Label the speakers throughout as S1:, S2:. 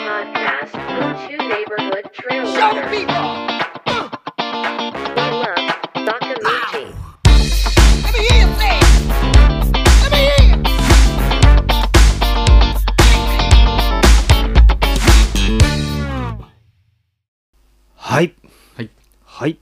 S1: West Hill 2 neighborhood trail
S2: Show
S1: runner.
S2: people!
S1: One love, Sakaguchi.
S2: Let me hear you say it! Let me hear you! Take me.
S3: はい。
S4: はい。
S3: はい。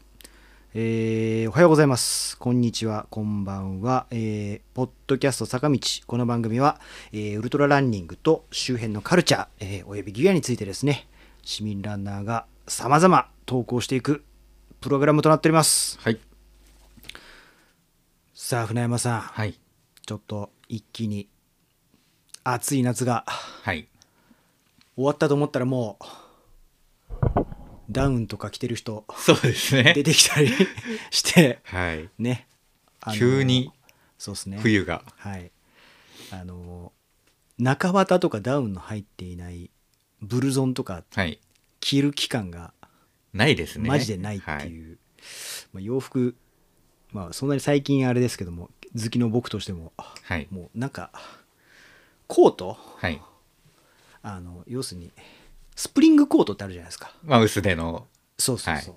S3: えーおはようございます。こんにちは、こんばんは。えーポッドキャスト坂道。この番組は、えーウルトラランニングと周辺のカルチャー、えーおよびギアについてですね、市民ランナーが様々投稿していくプログラムとなっております。
S4: はい。
S3: さあ、船山さん、
S4: はい。
S3: ちょっと一気に暑い夏が
S4: はい。
S3: 終わったと思ったらもう、ダウンとか着てる 人
S4: そうですね
S3: 出。てきたりして、
S4: はい。
S3: ね。あの
S4: 急に
S3: そうですね。
S4: 冬が。
S3: はい。あの、中綿とかダウンの入っていないブルゾンとか
S4: はい。
S3: 着る期間が
S4: ないですね。
S3: マジでないって
S4: はい
S3: い。う、まあ、洋服、まあ、そんなに最近あれですけども、好きの僕としても、
S4: はい。
S3: もうなんか、コート
S4: はい。
S3: あの、要するに、スプリングコートってあるじゃないですか。
S4: まあ、薄 手の。
S3: そうそうそう。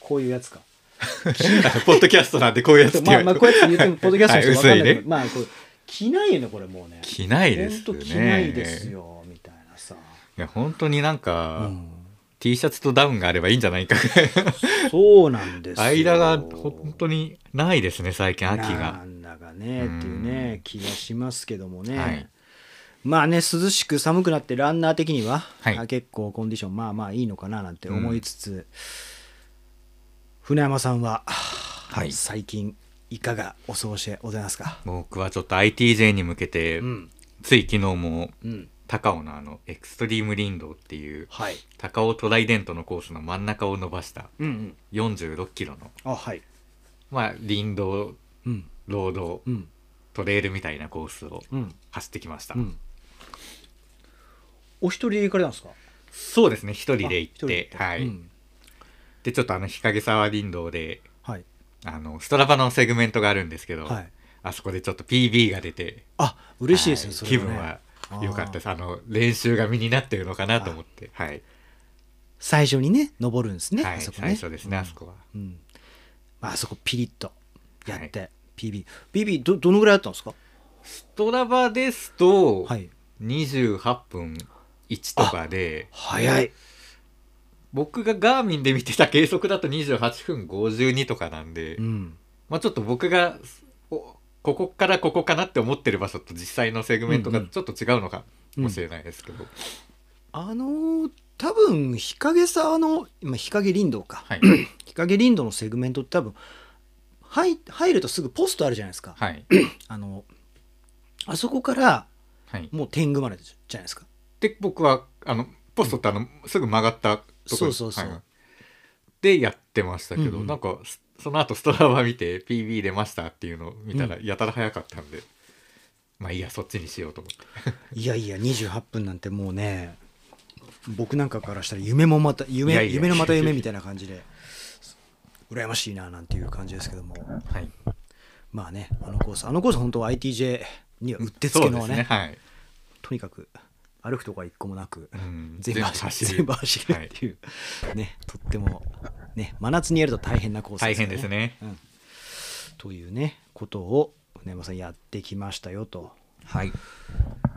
S3: こういうやつか。
S4: ポッドキャストなんてこういうやつって
S3: まあまあこうやって言ってもポッドキャストの人わかんないけど、
S4: はい薄いね
S3: まあこれ着ないよねこれもうね
S4: 着ないですね。
S3: ほんと着ないです。よみたいなさ、
S4: いや、本当になん
S3: う
S4: か、
S3: ん
S4: T シャツとダウンがあればいいんじゃないか。
S3: そうなんですよ
S4: 間が本当にないですね、最近、秋
S3: な
S4: が。
S3: んだかねっていうね気がしますけどもね、
S4: はい
S3: まあね涼しく寒くなってランナー的には、
S4: はい
S3: あ結構コンディションまあまあいいのかななんて思いつつ、船山さんは、
S4: い
S3: 最近いかがお過ごしでございますか
S4: 僕はちょっと ITJ に向けて、
S3: ん
S4: つい昨日も、
S3: うん
S4: 高尾のあの、エクストリーム林道っていう、
S3: はい
S4: 高尾トライデントのコースの真ん中を伸ばした
S3: うんうん
S4: 46キロの、
S3: あはい
S4: まあ、林道、
S3: うん
S4: ロード、
S3: うん
S4: トレイルみたいなコースを
S3: うん
S4: 走ってきました。
S3: うんお一人で行かれたんですか
S4: そうですね、一人
S3: あ
S4: で行
S3: 一人
S4: って、はい、
S3: うん
S4: で、ちょっとあの、日陰沢林道で、
S3: はい
S4: あの、ストラバのセグメントがあるんですけど、
S3: はい
S4: あそこでちょっと PB が出て、
S3: あ嬉しいですね、
S4: はい
S3: それ
S4: 気
S3: ね
S4: 分は良かったですあの練習が身になってるのかなと思ってはい、
S3: 最初にね登るんですね、
S4: はい、
S3: あそこね
S4: 最初ですね、あそこは
S3: うんまああそこピリッとやって、PB PB どどのぐらいあったんですか
S4: ストラバですと、
S3: はい
S4: 28分1とかで
S3: 早い
S4: 僕がガーミンで見てた計測だと28分52とかなんで、
S3: うん
S4: まあ、ちょっと僕がおここからここかなって思ってる場所と実際のセグメントが
S3: うんうん
S4: ちょっと違うのかもしれないですけど、
S3: あのー多分日陰沢の今日陰林道か、
S4: はい
S3: 日陰林道のセグメントって多分入入るとすぐポストあるじゃないですか、
S4: はい
S3: あのあそこから
S4: はい
S3: もう天狗までじゃないですか
S4: で僕はあのポストってあのすぐ曲がったとこに
S3: そうそうそう
S4: はいでやってましたけど、
S3: うんうん
S4: なんかすその後ストラバ見て PB 出ましたっていうのを見たらやたら早かったんで、まあいいやそっちにしようと思って
S3: いやいや28分なんてもうね僕なんかからしたら夢もまた夢
S4: いやいや
S3: 夢のまた夢みたいな感じで羨ましいななんていう感じですけども
S4: はい
S3: まあねあのコースあのコース本当は ITJ にはうってつ
S4: そ
S3: け
S4: うで
S3: の
S4: す
S3: ね
S4: ねはい、
S3: とにかく歩くとこは一個もなく、
S4: うん
S3: 全部走る
S4: 全
S3: 全部
S4: 部走る
S3: 走るっていう、ねとってもね真夏にやると大変なコース
S4: 大変ですね
S3: うん、というねことを船山さんやってきましたよと。
S4: はい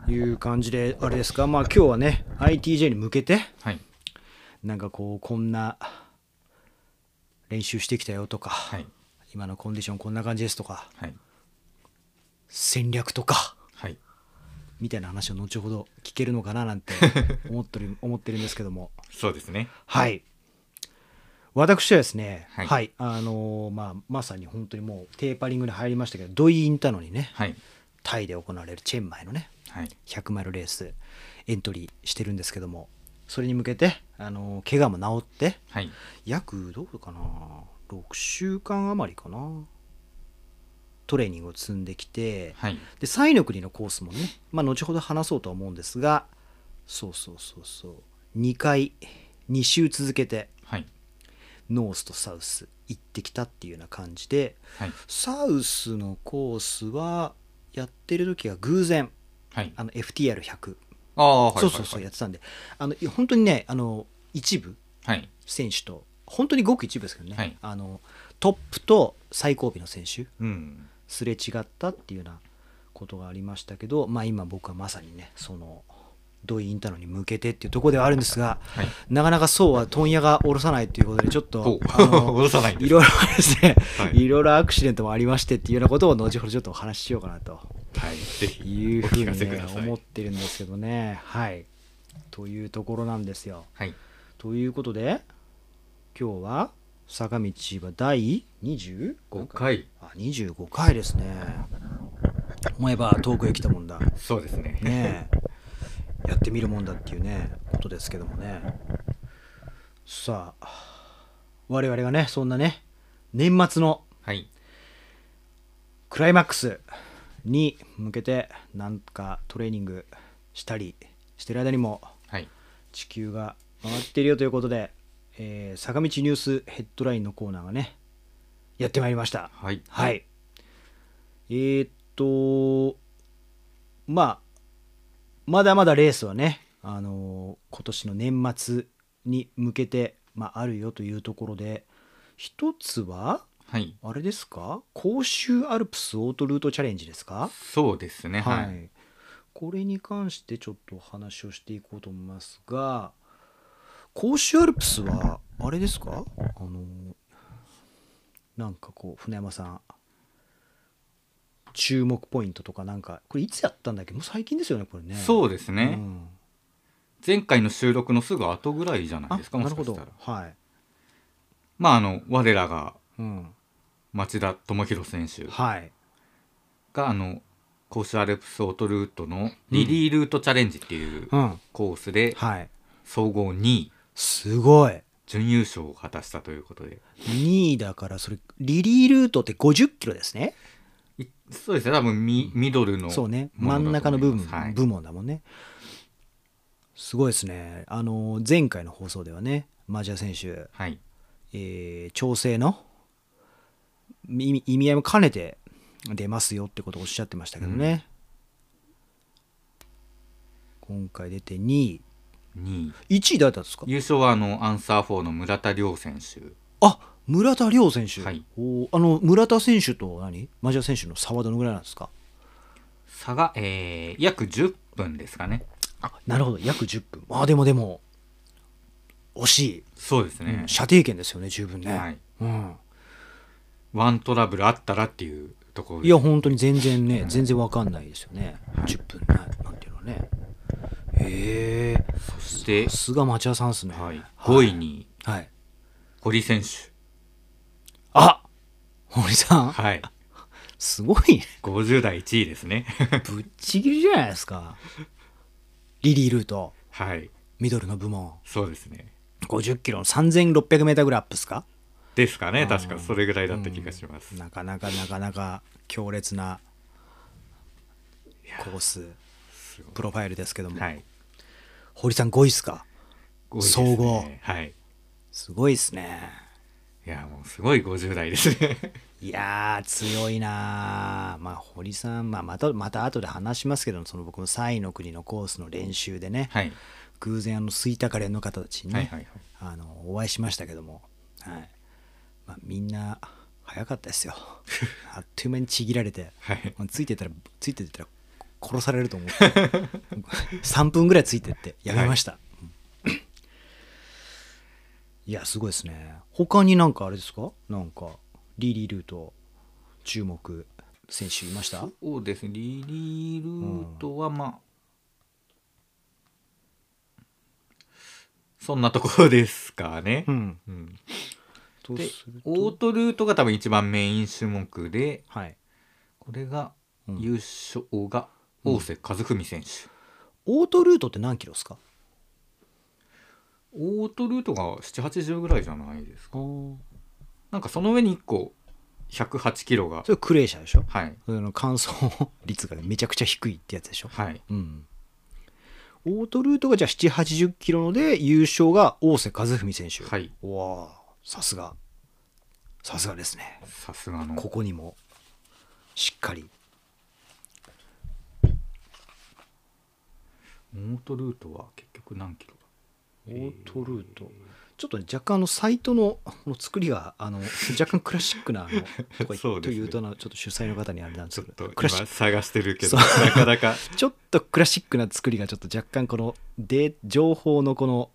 S3: いう感じであれですかまあ今日はね ITJ に向けて
S4: はい
S3: なんかこうこんな練習してきたよとか、
S4: はい
S3: 今のコンディションこんな感じですとか
S4: はい
S3: 戦略とか
S4: はい
S3: みたいな話を後ほど聞けるのかな なんて思ってる思ってるんですけども
S4: そうですね
S3: はい私はですねは、
S4: はいい
S3: あのーまあ、まさに本当にもうテーパリングに入りましたけどドイインタノにね
S4: はい
S3: タイで行われるチェンマイのね
S4: はい
S3: 100マイルレースエントリーしてるんですけどもそれに向けて、あの怪我も治って
S4: はい
S3: 約どうかな6週間余りかなトレーニングを積んできて
S4: はい
S3: で3位の国のコースもね、まあ、後ほど話そうとは思うんですがそうそうそうそう2回2週続けて
S4: はい
S3: ノースとサウス行ってきたっていうような感じで
S4: はい
S3: サウスのコースはやってる時は偶然
S4: はい
S3: あの FTR100
S4: あああはいはいはい
S3: そうそうそうやってたんであの本当にねあの一部
S4: はい
S3: 選手と本当にごく一部ですけどね、
S4: はい
S3: あのトップと最後尾の選手
S4: うん
S3: すれ違ったっていうようなことがありましたけど、まあ、今僕はまさにねその土井インターノに向けてっていうところではあるんですが、
S4: はい
S3: なかなかそうは問屋が下ろさないということでちょっ
S4: お
S3: とあの
S4: 戻さないんで
S3: い
S4: す
S3: ろいろですね、
S4: はい
S3: い、ろいろアクシデントもありましてっていうようなことを後ほどちょっとお話ししようかなと
S4: はいぜひ
S3: いう
S4: お
S3: ふう
S4: 聞
S3: に、
S4: かせく
S3: ね
S4: だ、さ
S3: 思っ
S4: い
S3: てるんですけどね。はいというところなんですよ。
S4: はい
S3: ということで今日は坂道は第25
S4: 5回
S3: あ25回ですね。思えば遠くへ来たもんだ。
S4: そうですね
S3: ねえやってみるもんだっていうねことですけどもねさあ我々がねそんなね年末の
S4: はい
S3: クライマックスに向けてなんかトレーニングしたりしてる間にも
S4: はい
S3: 地球が回ってるよということで、えー坂道ニュースヘッドラインのコーナーがねやってまいりました
S4: はい
S3: はい。えーっと、まあ、まだまだレースはね、あのー今年の年末に向けて、まあ、あるよというところで、一つは、
S4: はい
S3: あれですか、甲州アルプスオートルートチャレンジですか、
S4: そうですねはい
S3: これに関してちょっとお話をしていこうと思いますが、甲州アルプスは、あれですか、あのなんかこう、船山さん、注目ポイントとか、なんか、これ、いつやったんだっけ、もう最近ですよね、これね。
S4: そうです
S3: う
S4: ね
S3: ん
S4: 前回の収録のすぐ後ぐらいじゃない
S3: あ
S4: ですか
S3: な
S4: も
S3: る
S4: し
S3: ほ
S4: かし
S3: ど
S4: たら
S3: はい、
S4: まああの我らが
S3: うん
S4: 町田智博選手
S3: はい、
S4: があの甲州アルプスオートルートのリリールートチャレンジっていう
S3: うん
S4: コースで
S3: はい、
S4: 総合2位
S3: すごい
S4: 準優勝を果たしたということで
S3: 2位だからそれリリールートって50キロですね
S4: いそうですね多分ミミドルの
S3: そうね
S4: も
S3: 真ん
S4: のだ
S3: 中
S4: と
S3: の
S4: 思い
S3: 部
S4: ま
S3: 分、
S4: すはい
S3: 部門だもんねすごいですねあの前回の放送ではねマジア選手、
S4: はい
S3: えー調整の意味意味合いも兼ねて出ますよってことをおっしゃってましたけどね、今回出て2位
S4: 2位
S3: 1位誰だったんですか
S4: 優勝はあのアンサー4の村田亮選手
S3: あ村田亮選手、
S4: はい
S3: おーあの村田選手と何マジア選手の差はどのぐらいなんですか
S4: 差が、えー約10分ですかね
S3: あなるほど約10分あーでもでも惜しい
S4: そうですね、
S3: 射程圏ですよね十分ね、
S4: はい、
S3: うん、
S4: ワントラブルあったらっていうところで
S3: いや本当に全然ね全然わかんないですよね、10分ななんていうのはねへえ
S4: そして、
S3: 菅町屋さんっすね
S4: はい、5位
S3: に
S4: に
S3: はい
S4: 堀選手
S3: あ堀さん、
S4: はい
S3: すごいね
S4: 50代1位ですね
S3: ぶっちぎりじゃないですかリリールート
S4: はい
S3: ミドルの部門
S4: そうですね
S3: 50キロの3600メーターぐらいアップですか
S4: ですかね
S3: あー
S4: 確かそれぐらいだった気がします、
S3: なかなかなかなか強烈なコース
S4: すごい
S3: プロファイルですけども、
S4: はい
S3: 堀さん5位っすか
S4: 5位です
S3: 総合
S4: はい
S3: すごいですね
S4: いやもうすごい50代ですね
S3: いやー強いなーまあ堀さん、まあ、またまた後で話しますけどその僕も3位の国のコースの練習でね、
S4: はい
S3: 偶然あのスイタカレンの方たちにね、
S4: はいはいはい
S3: あのお会いしましたけども、はいまあ、みんな早かったです よあっという間にちぎられて、
S4: はい
S3: もうついてたらついてたら殺されると思って 3分ぐらいついてってやめました、うんいやすごいですね他になんかあれですかなんかリリールート注目選手いました
S4: そうですねリリールートはまあ、そんなところですかね、
S3: うん
S4: うん
S3: と
S4: です
S3: る
S4: オー
S3: と
S4: トルートが多分一番メイン種目で
S3: はい
S4: これが
S3: うん
S4: 優勝が大瀬和史選手、
S3: オートルートって何キロですか
S4: オートルートが780ぐらいじゃないですかなんかその上に1個108キロが
S3: それクレーシャでしょ
S4: はい
S3: その乾燥率がめちゃくちゃ低いってやつでしょ、
S4: はい
S3: うんオートルートがじゃあ780キロので優勝が大瀬和史選手
S4: はい
S3: わあさすがさすがですね
S4: さすがの
S3: ここにもしっかり
S5: オートルートは結局何キロだ
S3: オートルートちょっとね若干あのサイトのこの作りがあの若干クラシックなあ のとこ
S4: そう
S3: と
S4: ですね
S3: いうとあのちょっと主催の方にあれなんで
S4: ち
S3: す
S4: ょっ
S3: け
S4: と
S3: どクラシッ
S4: 今探してるけ
S3: そ
S4: ど
S3: う
S4: なかなか
S3: ク ちょっとクラシックな作りがちょっと若干こので情報のこの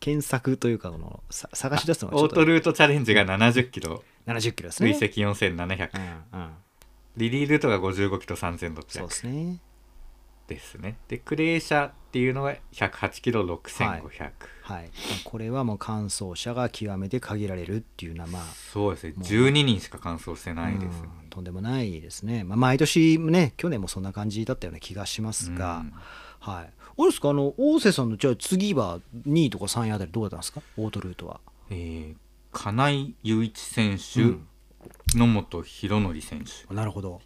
S3: 検索というかこのさ探し出すのがちょっ
S4: オー
S3: と
S4: トルートチャレンジが70キロ
S3: 70キロですね
S4: 累積4700
S3: うんうん
S4: リリールートが55キロ3600
S3: そうですね
S4: ですねでクレーシャっていうのが108キロ6500、
S3: はいまあこれはもう完走者が極めて限られるっていうのはまあ
S4: そうですね
S3: もう
S4: 12人しか完走してないです、ね
S3: うんとんでもないですね、まあ、毎年ね去年もそんな感じだったような気がしますが、
S4: うん
S3: はいあれですかあの大瀬さんのじゃあ次は2位とか3位あたりどうだったんですかオートルートは
S4: えー金井雄一選手、
S3: うん
S4: 野本博則選手
S3: なるほど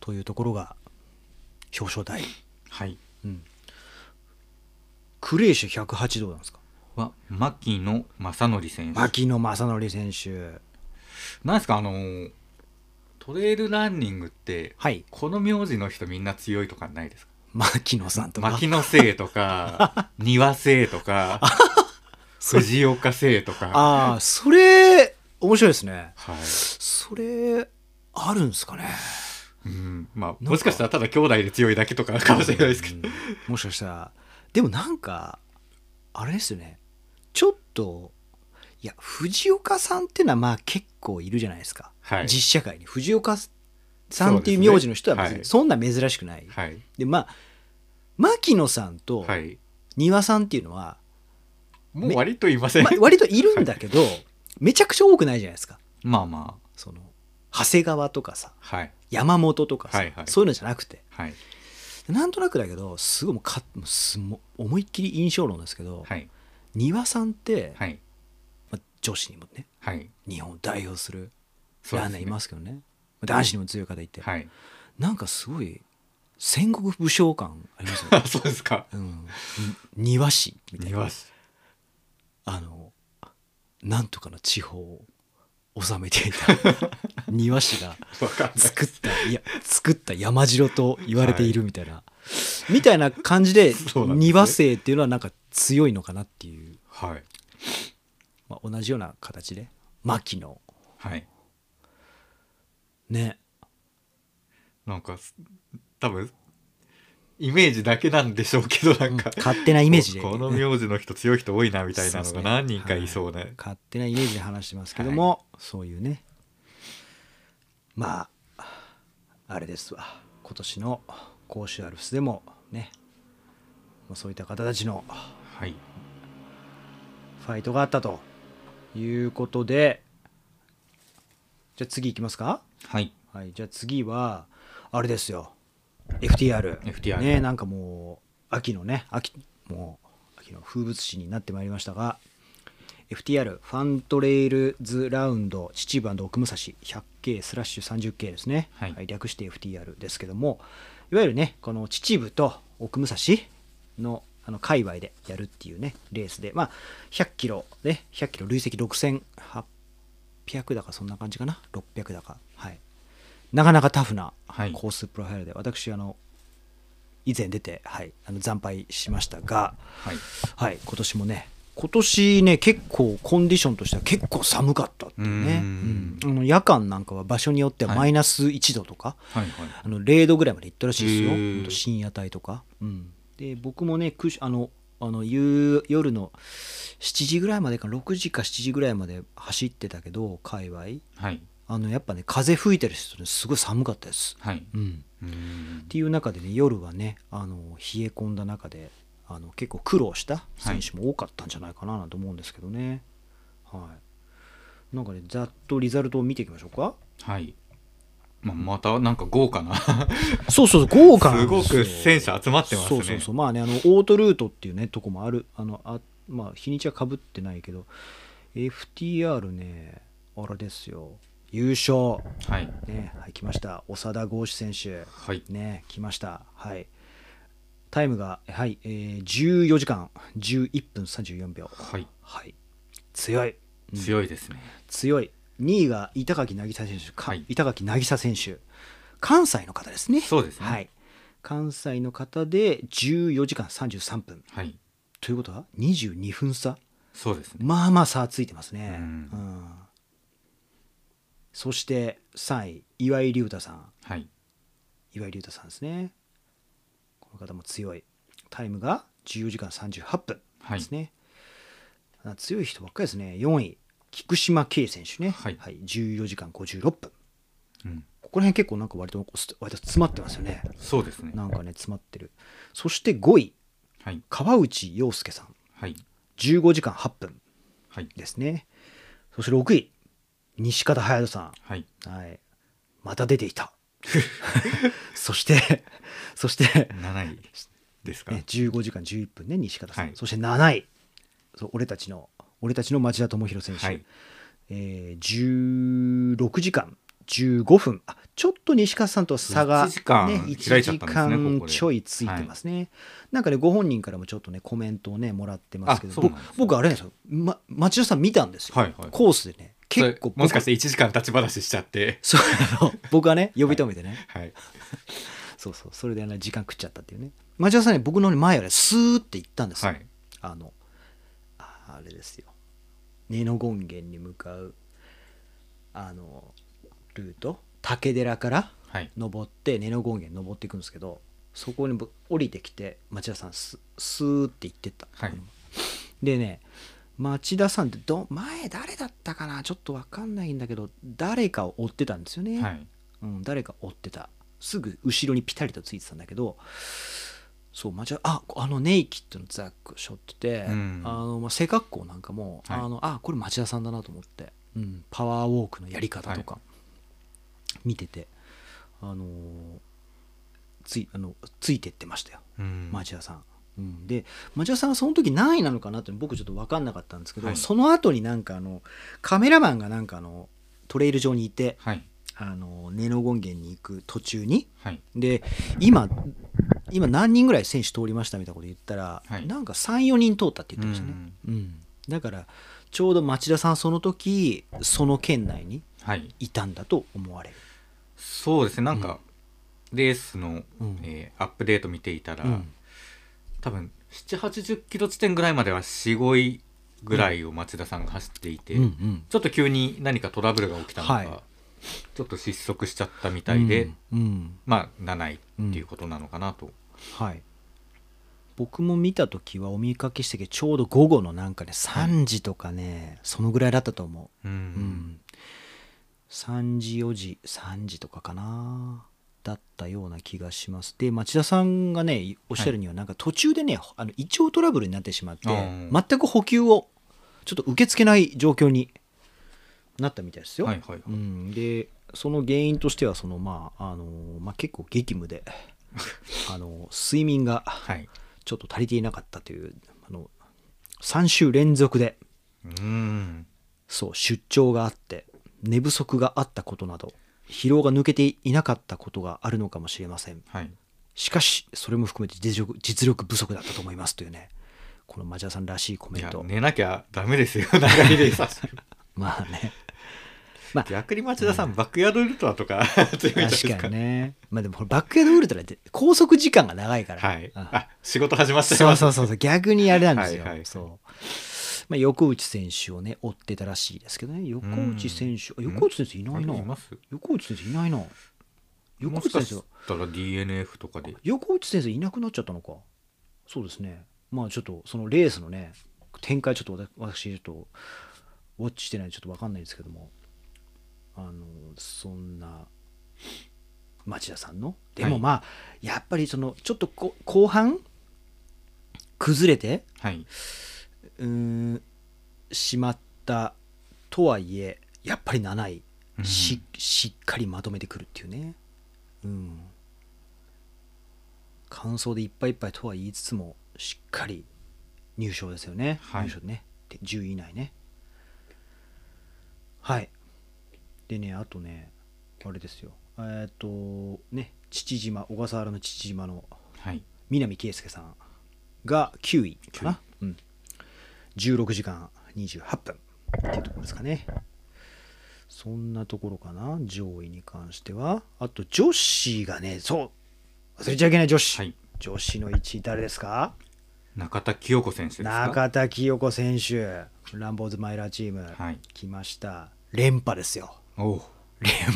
S3: というところが表彰台、
S4: はい
S3: うん、クレーシュ108どうなんですか
S4: は牧野正則選手
S3: 牧野正則選手
S4: なんですかあのートレイルランニングって
S3: はい
S4: この名字の人みんな強いとかないですか
S3: 牧野さんとか
S4: 牧野姓 とか庭姓とか藤岡姓とか
S3: ああそれ面白いですね
S4: はい
S3: それあるんですかね
S4: うんまあ
S3: か
S4: もしかしたらただ兄弟で強いだ けとかかもしれないですけど
S3: うんもしかしたらでもなんかあれですよねちょっといや藤岡さんっていうのはまあ結構いるじゃないですか、
S4: はい
S3: 実社会に藤岡さんっていう名字の人は別
S4: そう
S3: に
S4: です
S3: そんな珍しくない、
S4: はい
S3: でまあ牧野さんと
S4: はい
S3: 丹羽さんっていうの は、
S4: もう割といません
S3: まあ割といるんだけど、めちゃくちゃ多くないじゃないですか
S4: まあまあ
S3: その長谷川とかさ
S4: はい
S3: 山本とかさ、
S4: はいはい
S3: そういうのじゃなくて
S4: はい
S3: なんとなくだけどすごいもうかもうすもう思いっきり印象論ですけど、
S4: はい
S3: 丹羽さんって、
S4: はい
S3: まあ、女子にもね
S4: はい
S3: 日本を代表する
S4: そうで
S3: ラ
S4: す
S3: ンナ
S4: ね
S3: ーいますけどね男子にも強い方いて、
S4: はい、
S3: なんかすごい戦国武将感ありますよね
S4: そうですか
S3: うん、に庭師みたい
S4: 庭
S3: な
S4: 師
S3: あのなんとかの地方を治めてい た庭師が
S4: わかんない
S3: 作ったいや作った山城と言われているみたいな、みたいな感じで
S4: そうなんですね
S3: 庭姓っていうのはなんか強いのかなっていう、
S4: はい
S3: まあ、同じような形で牧野
S4: はい
S3: ね
S4: なんかす多分イメージだけなんでしょうけどなんか、
S3: 勝手なイメージで
S4: こ の名字の人強い人多いなみたいな
S3: そ
S4: の
S3: うです
S4: が
S3: ね
S4: 何人かいそうね
S3: 勝手なイメージで話してますけども、そういうねまああれですわ今年の甲州アルプスでもねまあそういった方たちの
S4: はい
S3: ファイトがあったということでじゃあ次行きますか
S4: はい
S3: はいじゃあ次はあれですよ FTR,
S4: FTR
S3: ねなんかもう秋のね秋もう秋の風物詩になってまいりましたが FTR ファントレイルズラウンド秩父奥武蔵 100K スラッシュ 30K ですね、
S4: はい
S3: 略して FTR ですけどもいわゆるねこの秩父と奥武蔵のあの界隈でやるっていうねレースでまあ100キロね100キロ累積6800だかそんな感じかな600だかはいなかなかタフな
S4: はい
S3: コースプロファイルで、私あの以前出て、はい、あの惨敗しましたが、
S4: はい
S3: はい、今年もね今年ね結構コンディションとしては結構寒かったっていうね
S4: うーん
S3: うんあの夜間なんかは場所によっては
S4: はい
S3: マイナス1度とか、
S4: はい
S3: あの0度ぐらいまで行ったらしいですよ
S4: へー
S3: ほんと深夜帯とか、うん、で僕もねくしあのあの夕夜の7時ぐらいまでか6時か7時ぐらいまで走ってたけど界隈
S4: はい
S3: あのやっぱね風吹いてる人ねすごい寒かったです、
S4: はい
S3: うん、
S4: うーん
S3: っていう中でね夜はねあの冷え込んだ中であの結構苦労した選手も多かったんじゃないかななんて思うんですけどね、はいなんかねざっとリザルトを見ていきましょうか
S4: はいまあまたなんか豪華な
S3: そうそうそう豪華な
S4: す
S3: んで
S4: ご
S3: すよ
S4: く戦車集まってます
S3: そ
S4: ね
S3: うそうそうまあねあのオートルートっていうねとこもあるあのあまあ日にちはかぶってないけど FTR ねあれですよ優勝
S4: はい
S3: ねはい来ました長田剛志選手
S4: はい
S3: ね来ましたはいタイムがはい、えー、14時間11分34秒
S4: はい
S3: はい強い
S4: 強いですね、
S3: 強い2位が板垣渚選手、か
S4: はい
S3: 板垣渚選手関西の方ですね
S4: そうですね
S3: はい関西の方で14時間33分
S4: はい
S3: ということは22分差
S4: そうですね
S3: まあまあ差ついてますね、
S4: うん
S3: うんそして3位岩井龍太さん
S4: はい
S3: 岩井龍太さんですねこの方も強いタイムが14時間38分
S4: はい
S3: ですね、あ強い人ばっかりですね4位菊島圭選手ね、
S4: はい
S3: 14時間56分
S4: うん
S3: ここら辺結構なんか割と割と詰まってますよね
S4: そうですね
S3: なんかね詰まってるそして5位
S4: はい
S3: 川内洋介さん
S4: はい
S3: 15時間8分
S4: はい
S3: ですねそして6位西方隼人さん
S4: はい
S3: はい。また出てい た。そして、 そして、
S4: 7位ですか、
S3: ね、15時間11分ね、西方さん。
S4: はい
S3: そして7位。そう俺たちの、俺たちの町田智弘選手。
S4: はい
S3: えー16時間15分。あ、ちょっと西方さんとは差が、
S4: 一時間
S3: ね、
S4: 開
S3: 1
S4: いちゃっ
S3: 時
S4: たんですねこ
S3: 間
S4: こで
S3: ちょいついてますね。なんかね、ご本人からもちょっとね、コメントをね、もらってますけど、
S4: あそうなん
S3: 僕
S4: ですね、
S3: 僕あれなんですよ。ま、町田さん見たんですよ。
S4: はいはい
S3: コースでね。結構
S4: それもしかして1時間立ち話しちゃって
S3: そうあの僕はね呼び止めてね、
S4: はい
S3: そうそうそれで、ね、時間食っちゃったっていうね町田さんね僕の前はねスーって行ったんですよ、
S4: はい
S3: あのああれですよ根の権現に向かうあのルート竹寺から
S4: はい
S3: 登って根の権現登っていくんですけどそこに僕降りてきて町田さんススーって行ってった、
S4: はい
S3: でね町田さんってど前誰だったかなちょっと分かんないんだけど誰かを追ってたんですよね、
S4: はい
S3: うん、誰か追ってたすぐ後ろにピタリとついてたんだけどそう間違えああのネイキッドのザック背負ってて、
S4: うん
S3: あのまあ、背格好なんかも、
S4: はい
S3: あのあこれ町田さんだなと思って、うん、パワーウォークのやり方とか見てて、あのーついあのついてってましたよ
S4: うん
S3: 町田さん。うん、で町田さんはその時何位なのかなって僕ちょっと分かんなかったんですけど、
S4: はい
S3: その後になんかあのカメラマンがなんかあのトレイル上にいて、
S4: はい
S3: あの根の権現に行く途中に
S4: はい
S3: で今今何人ぐらい選手通りましたみたいなこと言ったら、
S4: はい
S3: なんか34人通ったって言ってましたね、うんだからちょうど町田さんその時その県内に
S4: はい
S3: いたんだと思われる
S4: そうですねなんか、レースの、
S3: うん
S4: えーアップデート見ていたら、
S3: うん
S4: 多分7 8 0キロ地点ぐらいまでは45位ぐらいを町田さんが走っていて、
S3: うんうん
S4: ちょっと急に何かトラブルが起きたのか、
S3: はい
S4: ちょっと失速しちゃったみたいで、
S3: うんうん
S4: まあ7位っていうことなのかなと、
S3: はい僕も見た時はお見かけしたけどちょうど午後のなんかね3時とかね、そのぐらいだったと思う
S4: うん
S3: うん、3時4時3時とかかなだったような気がしますで町田さんがねおっしゃるにはなんか途中でね、あの胃腸トラブルになってしまって
S4: うん
S3: 全く補給をちょっと受け付けない状況になったみたいですよ、
S4: はいはいはい、
S3: うん、でその原因としてはその、まああのまあ、結構激務 であの睡眠が
S4: はい
S3: ちょっと足りていなかったというあの3週連続で
S4: うん
S3: そう出張があって寝不足があったことなど疲労が抜けていなかったことがあるのかもしれません
S4: はい
S3: しかしそれも含めて実力実力不足だったと思いますというねこの町田さんらしいコ
S4: い
S3: メン
S4: や
S3: ト
S4: 寝なきゃダメですよ 長いレース
S3: まあね
S4: 逆に町田さん、バックヤードルトラとか 強いんじゃないです
S3: 確
S4: か
S3: かにねまあでもこれバックヤードウルトラって拘束時間が長いから、
S4: はい
S3: うん
S4: あ仕事始まっちゃい
S3: そ
S4: ま
S3: う
S4: す
S3: そうそうそう逆にあれなんですよ、
S4: はいはい
S3: そうまあ、横内選手をね追ってたらしいですけどね横内選手あ
S4: うん
S3: 横内選手いないな
S4: あれいます
S3: 横内選手いないな横
S4: も
S3: 内
S4: しか
S3: 選手は
S4: したら DNF とかで
S3: 横内先生いなくなっちゃったのかそうですねまあちょっとそのレースのね展開ちょっと私私ちょっとウォッチしてないんでちょっと分かんないですけどもあのそんな町田さんのでも
S4: はい
S3: まあ、やっぱりそのちょっとこ後半崩れて
S4: はい、
S3: うーんしまったとはいえやっぱり7位
S4: うん
S3: ししっかりまとめてくるっていうねうん感想でいっぱいいっぱいとは言いつつもしっかり入賞ですよね、
S4: はい
S3: 入賞ねで10位以内ねはいでねあとねあれですよえっ、とね父島小笠原の父島の
S4: はい、
S3: 南圭介さんが9位かな、うん、16時間28分っていうところですかねそんなところかな上位に関してはあと女子がねそう忘れちゃいけない女子、
S4: はい
S3: 女子の1位誰ですか
S4: 中田清子選手ですか
S3: 中田清子選手ランボーズマイラーチーム、
S4: はい
S3: 来ました連覇ですよ
S4: おう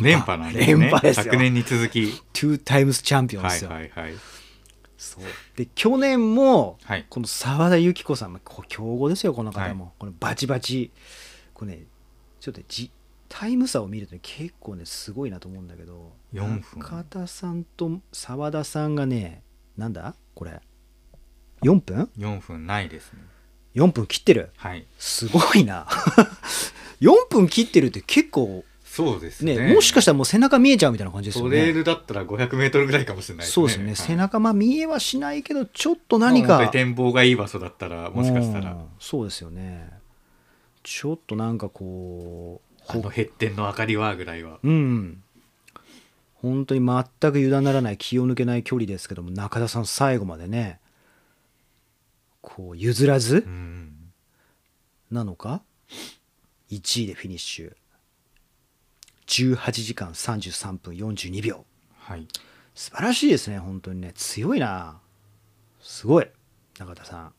S4: 連覇なんですね
S3: 連覇ですよ
S4: 昨年に続き
S3: 2タイムスチャンピオンで
S4: はい
S3: すよ、
S4: はいはい
S3: そうで去年も、
S4: はい
S3: この澤田由紀子さんもこう強豪ですよこの方も、このバチバチこれねちょっとねじタイム差を見るとね、結構ねすごいなと思うんだけど
S4: 4分
S3: 中田さんと澤田さんがねなんだこれ4分
S4: 4分ないですね
S3: ?4 分切ってる
S4: はい
S3: すごいな 4分切ってるって結構
S4: そうですね
S3: ねもしかしたらもう背中見えちゃうみたいな感じですよ
S4: ト
S3: ね
S4: レールだったら 500m ぐらいかもしれない
S3: そうですよね、
S4: はい
S3: 背中まあ見えはしないけどちょっと何
S4: まあ
S3: か、
S4: 本当に展望がいい場所だったらもしかした
S3: う
S4: ら
S3: んそうですよねちょっとなんかこう
S4: この減点の明かりはぐらいは
S3: うん本当に全く油断ならない気を抜けない距離ですけども中田さん最後までねこう譲らず
S4: うん
S3: なのか1位でフィニッシュ18時間33分42秒
S4: はい
S3: 素晴らしいですね本当にね強いなすごい中田さん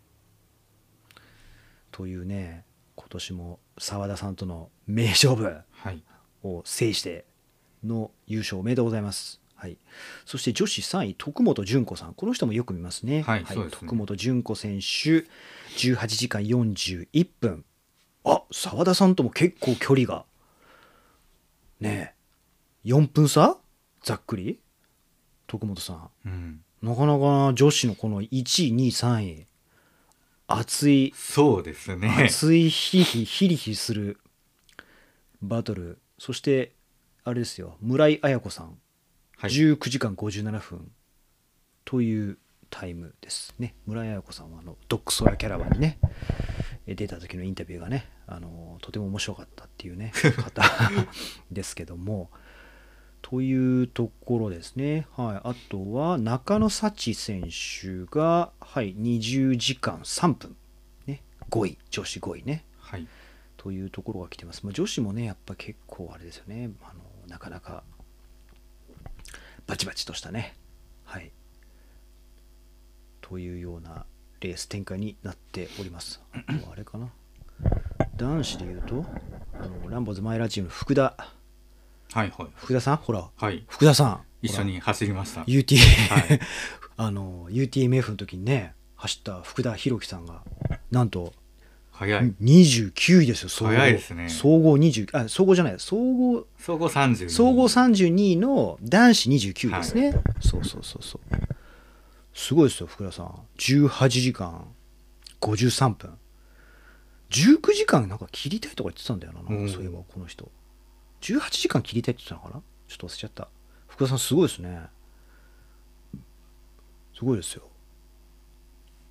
S3: というね今年も澤田さんとの名勝負
S4: はい
S3: を制しての優勝おめでとうございます、はい、そして女子3位徳本純子さんこの人もよく見ますね,、
S4: はいそうですね
S3: 徳本純子選手18時間41分あ澤田さんとも結構距離がねえ4分差ざっくり徳本さん
S4: うん
S3: なかなか女子のこの1位2位3位熱い
S4: そうですね
S3: 熱いヒリヒリヒリヒリするバトルそしてあれですよ村井彩子さん、
S4: はい
S3: 19時間57分というタイムですね村井彩子さんはあのドッグソーヤキャラバンにねえ出た時のインタビューがねあのとても面白かったっていうね 方ですけどもというところですね、はい、あとは中野幸選手が、はい、20時間3分、ね、5位女子5位ね
S4: はい
S3: というところが来てます、まあ、女子もねやっぱ結構あれですよねあのなかなかバチバチとしたねはいというようなレース展開になっておりますあとはあれかな男子で言うとあのランボーズマイラチームの福田
S4: はいはい
S3: 福田さんほら
S4: はい
S3: 福田さん
S4: 一緒に走りました
S3: ほら UT、
S4: はい
S3: あの UTMF の時にね走った福田博樹さんがなんと
S4: 早い
S3: 29位ですよ総合
S4: 早いですね
S3: 総合20あ総合じゃない総合
S4: 総合30
S3: 総合32位の男子29位ですね、そうそうそうそうすごいですよ福田さん18時間53分19時間なんか切りたいとか言ってたんだよななんかそういえばこの人18時間切りたいって言ってたのかなちょっと忘れちゃった福田さんすごいですねすごいですよ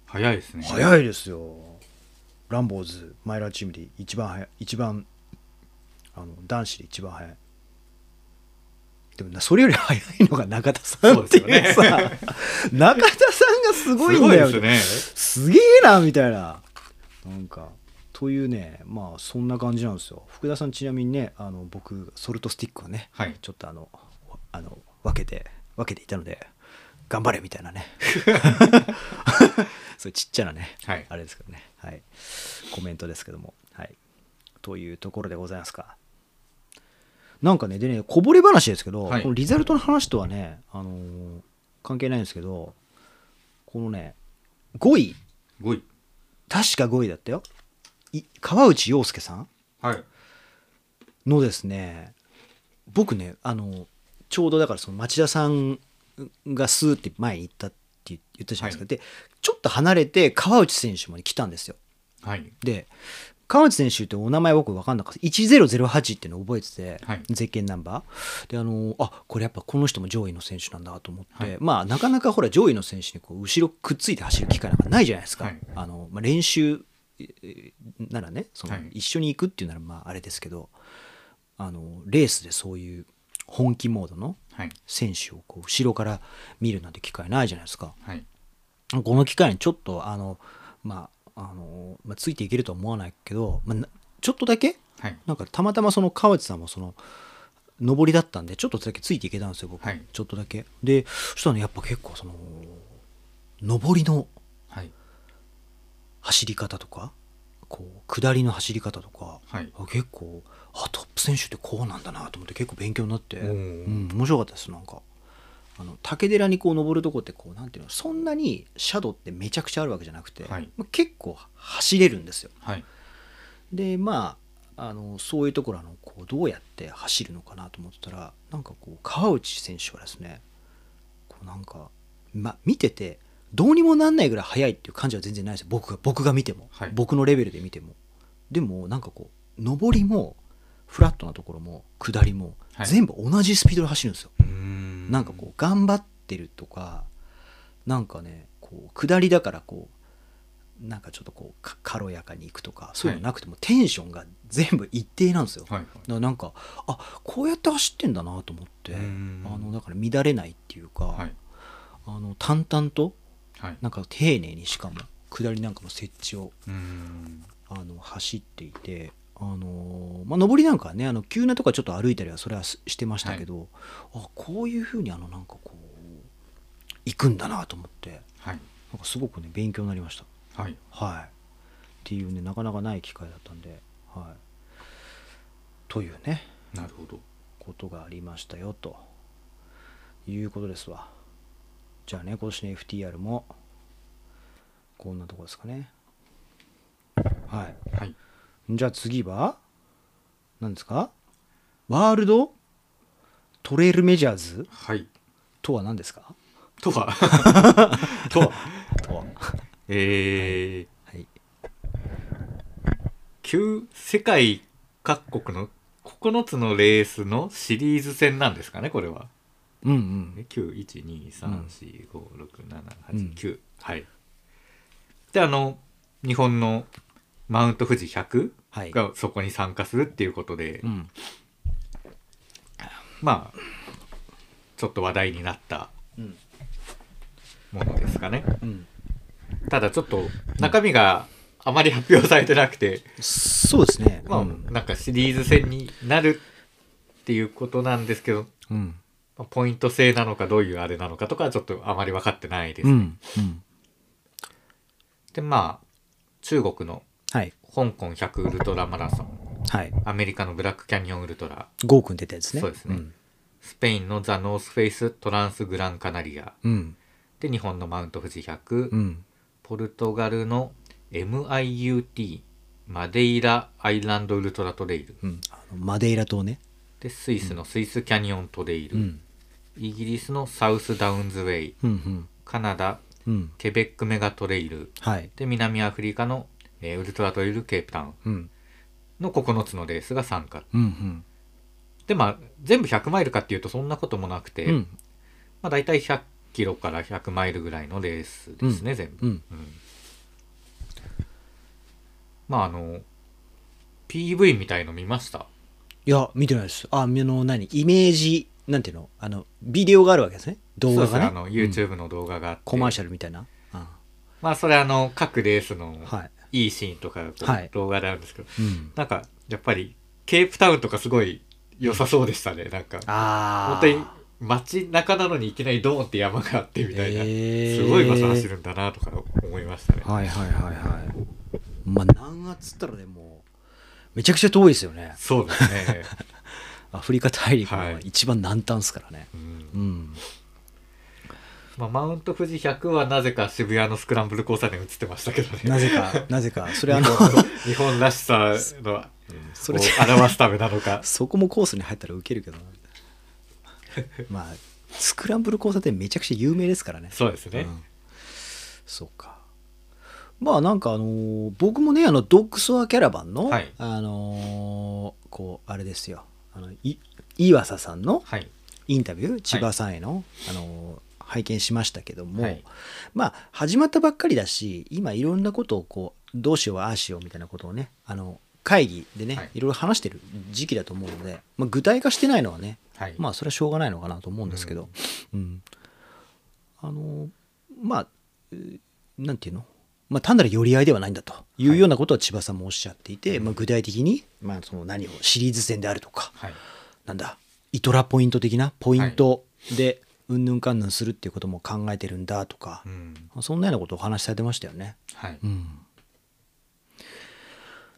S4: 早いですね
S3: 早いですよランボーズマイラーチームで一番早い一番あの男子で一番早いでもなそれより早いのが中田さんってい
S4: そうで
S3: う
S4: すよ
S3: さ中田さんがすごいんだよ
S4: すごいですね
S3: すげえなみたいななんかというねまあそんな感じなんですよ福田さんちなみにねあの僕ソルトスティックをね、
S4: はい
S3: ちょっとあのわあの分けて分けていたので頑張れみたいな ねそれちっちゃなね、
S4: はい
S3: あれですけどねはいコメントですけどもはいというところでございますかなんかねでねこぼれ話ですけど、
S4: はい
S3: このリザルトの話とはね、あのー関係ないんですけどこのね5位
S4: 5位
S3: 確か5位だったよい川内洋介さん
S4: はい
S3: のですね僕ねあのちょうどだからその町田さんがスーって前に行ったって言ったじゃないですか、
S4: はい
S3: でちょっと離れて川内選手もね来たんですよ
S4: はい
S3: で川内選手ってお名前僕分かんなかった1008っていうのを覚えてて、
S4: はい
S3: ゼッケンナンバーであのあこれやっぱこの人も上位の選手なんだと思って、
S4: はい
S3: まあなかなかほら上位の選手にこう後ろくっついて走る機会なんかないじゃないですか、
S4: はい
S3: あのまあ、練習えーならねその
S4: はい
S3: 一緒に行くっていうならまああれですけどあのレースでそういう本気モードの
S4: はい
S3: 選手をこう後ろから見るなんて機会ないじゃないですか。
S4: はい
S3: この機会にちょっとあの、まああのまあ、ついていけるとは思わないけど、まあな、ちょっとだけ
S4: はい
S3: なんかたまたまその川内さんもその上りだったんでちょっとだけついていけたんですよ僕、
S4: はい
S3: ちょっとだけでそしたらねやっぱ結構その上りの
S4: はい
S3: 走り方とかこう下りの走り方とか、
S4: はい
S3: あ結構あトップ選手ってこうなんだなと思って結構勉強になって、
S4: おー
S3: うん、面白かったですなんかあの竹寺にこう登るとこってこうなんていうのそんなにシャドウってめちゃくちゃあるわけじゃなくて、
S4: はい
S3: まあ結構走れるんですよ
S4: はい
S3: でまああのそういうところあのこうどうやって走るのかなと思ってたらなんかこう川内選手はですねこうなんか、ま、見ててどうにもなんないぐらい速いっていう感じは全然ないですよ僕が僕が見ても、
S4: はい
S3: 僕のレベルで見てもでもなんかこう上りもフラットなところも下りも、
S4: はい
S3: 全部同じスピードで走るんですよ
S4: うーん
S3: なんかこう頑張ってるとかなんかねこう下りだからこうなんかちょっとこうか軽やかにいくとかそういうのなくても、テンションが全部一定なんですよ、
S4: はいはい
S3: だからなんかあこうやって走ってんだなと思ってあ
S4: うん
S3: のだから乱れないっていうか、
S4: はい
S3: あの淡々と
S4: はい
S3: なんか丁寧にしかも下りなんかも設置を
S4: うーん
S3: あの走っていて、あのーまあ、上りなんかはねあの急なとこはちょっと歩いたりはそれはししてましたけど、あこういうふうにあのなんかこう行くんだなと思って
S4: はい
S3: なんかすごくね勉強になりました。
S4: はい
S3: はい、っていうねなかなかない機会だったんで、はい、というね
S4: なるほど
S3: ことがありましたよということですわ。じゃあね今年の FTR もこんなとこですかね。はい
S4: はい
S3: じゃあ次は何ですかワールドトレイルメジャーズ
S4: はい
S3: とは何ですか
S4: とは とは
S3: とは。
S4: えー
S3: はい。
S4: 旧世界各国の9つのレースのシリーズ戦なんですかねこれは
S3: うんうん。
S4: 9123456789、はいであの日本のマウント富士100
S3: はい。
S4: がそこに参加するっていうことで、
S3: うん。
S4: まあちょっと話題になった
S3: うん。
S4: ものですかね
S3: うん。
S4: ただちょっと中身があまり発表されてなくて、
S3: そうですね。
S4: まあ
S3: うん。
S4: なんかシリーズ戦になるっていうことなんですけど
S3: うん。
S4: まあポイント制なのかどういうあれなのかとかはちょっとあまり分かってないです、
S3: うん。うん。
S4: でまあ中国の
S3: はい。
S4: 香港100ウルトラマラソン
S3: はい。
S4: アメリカのブラックキャニオンウルトラ
S3: ゴーくん出たやつね。
S4: そうですね
S3: ん
S4: スペインのザ・ノースフェイストランス・グランカナリア
S3: うん。
S4: で日本のマウント富士100、
S3: うん。
S4: ポルトガルの MIUT マデイラ・アイランド・ウルトラトレイル
S3: うん。あのマデイラ島ね。
S4: でスイスのスイスキャニオントレイル、
S3: うん。
S4: イギリスのサウス・ダウンズ・ウェイ
S3: うん。
S4: カナダ
S3: うん。うん。
S4: ケベック・メガトレイル
S3: はい。
S4: で南アフリカの、えーウルトラトレイル・ケープタウン
S3: うん。
S4: の9つのレースが参加
S3: うん。うん。
S4: でまあ全部100マイルかっていうとそんなこともなくて、
S3: うん。
S4: まあ、大体100キロから100マイルぐらいのレースですね、全部、
S3: うん。
S4: まああの PV みたいの見ました
S3: いや、見てないです。あ、あの、何イメージ、なんていうのあの、ビデオがあるわけですね。動画
S4: そう
S3: が
S4: で
S3: ね。
S4: すあの YouTube の動画があって、
S3: コマーシャルみたいな。うん
S4: まあそれあの各レースの
S3: はい。
S4: いいシーンとかこう
S3: はい
S4: 動画であるんですけど、
S3: うん、
S4: なんかやっぱりケープタウンとかすごい良さそうでしたねなんか
S3: あ
S4: 本当に街中なのにいきなりドーンって山があってみたいな、
S3: へー
S4: すごい場所走るんだなとか思いましたね、
S3: はいはいはいはい。まあ、南圧っつったらね、もう、めちゃくちゃ遠いですよね。
S4: そうですね、
S3: アフリカ大陸
S4: は
S3: の
S4: い
S3: 一番南端ですからね。
S4: うん
S3: うん。
S4: まあ、マウント富士100はなぜか渋谷のスクランブル交差点映ってましたけどね。
S3: なぜか、なぜか、それあの、
S4: 日本らしさのを
S3: それ
S4: 表
S3: で、
S4: すためなのか。
S3: そこもコースに入ったらウケるけどな。まあ、スクランブル交差点めちゃくちゃ有名ですからね。
S4: そうですね。
S3: うんそうかまあなんかあのー僕もねあのドッグソアキャラバンの、
S4: はい
S3: あのーこうあれですよあのい岩佐さんの
S4: はい。
S3: インタビュー千葉さんへの、あのー拝見しましたけども、
S4: はい
S3: まあ始まったばっかりだし今いろんなことをこうどうしようああしようみたいなことをねあの会議でね、
S4: はい
S3: い、ろいろ話してる時期だと思うので、まあ、具体化してないのはね
S4: はい。
S3: まあそれはしょうがないのかなと思うんですけど、うんあのまあえーなんていうの、まあ、単なる寄り合いではないんだというようなことは千葉さんもおっしゃっていて、まあ、具体的に、まあ、その何をシリーズ戦であるとか
S4: はい。
S3: なんだイトラポイント的なポイントでうんぬんかんぬんするっていうことも考えてるんだとか
S4: う、ん
S3: そんなようなことをお話しされてましたよね。
S4: はい、
S3: うん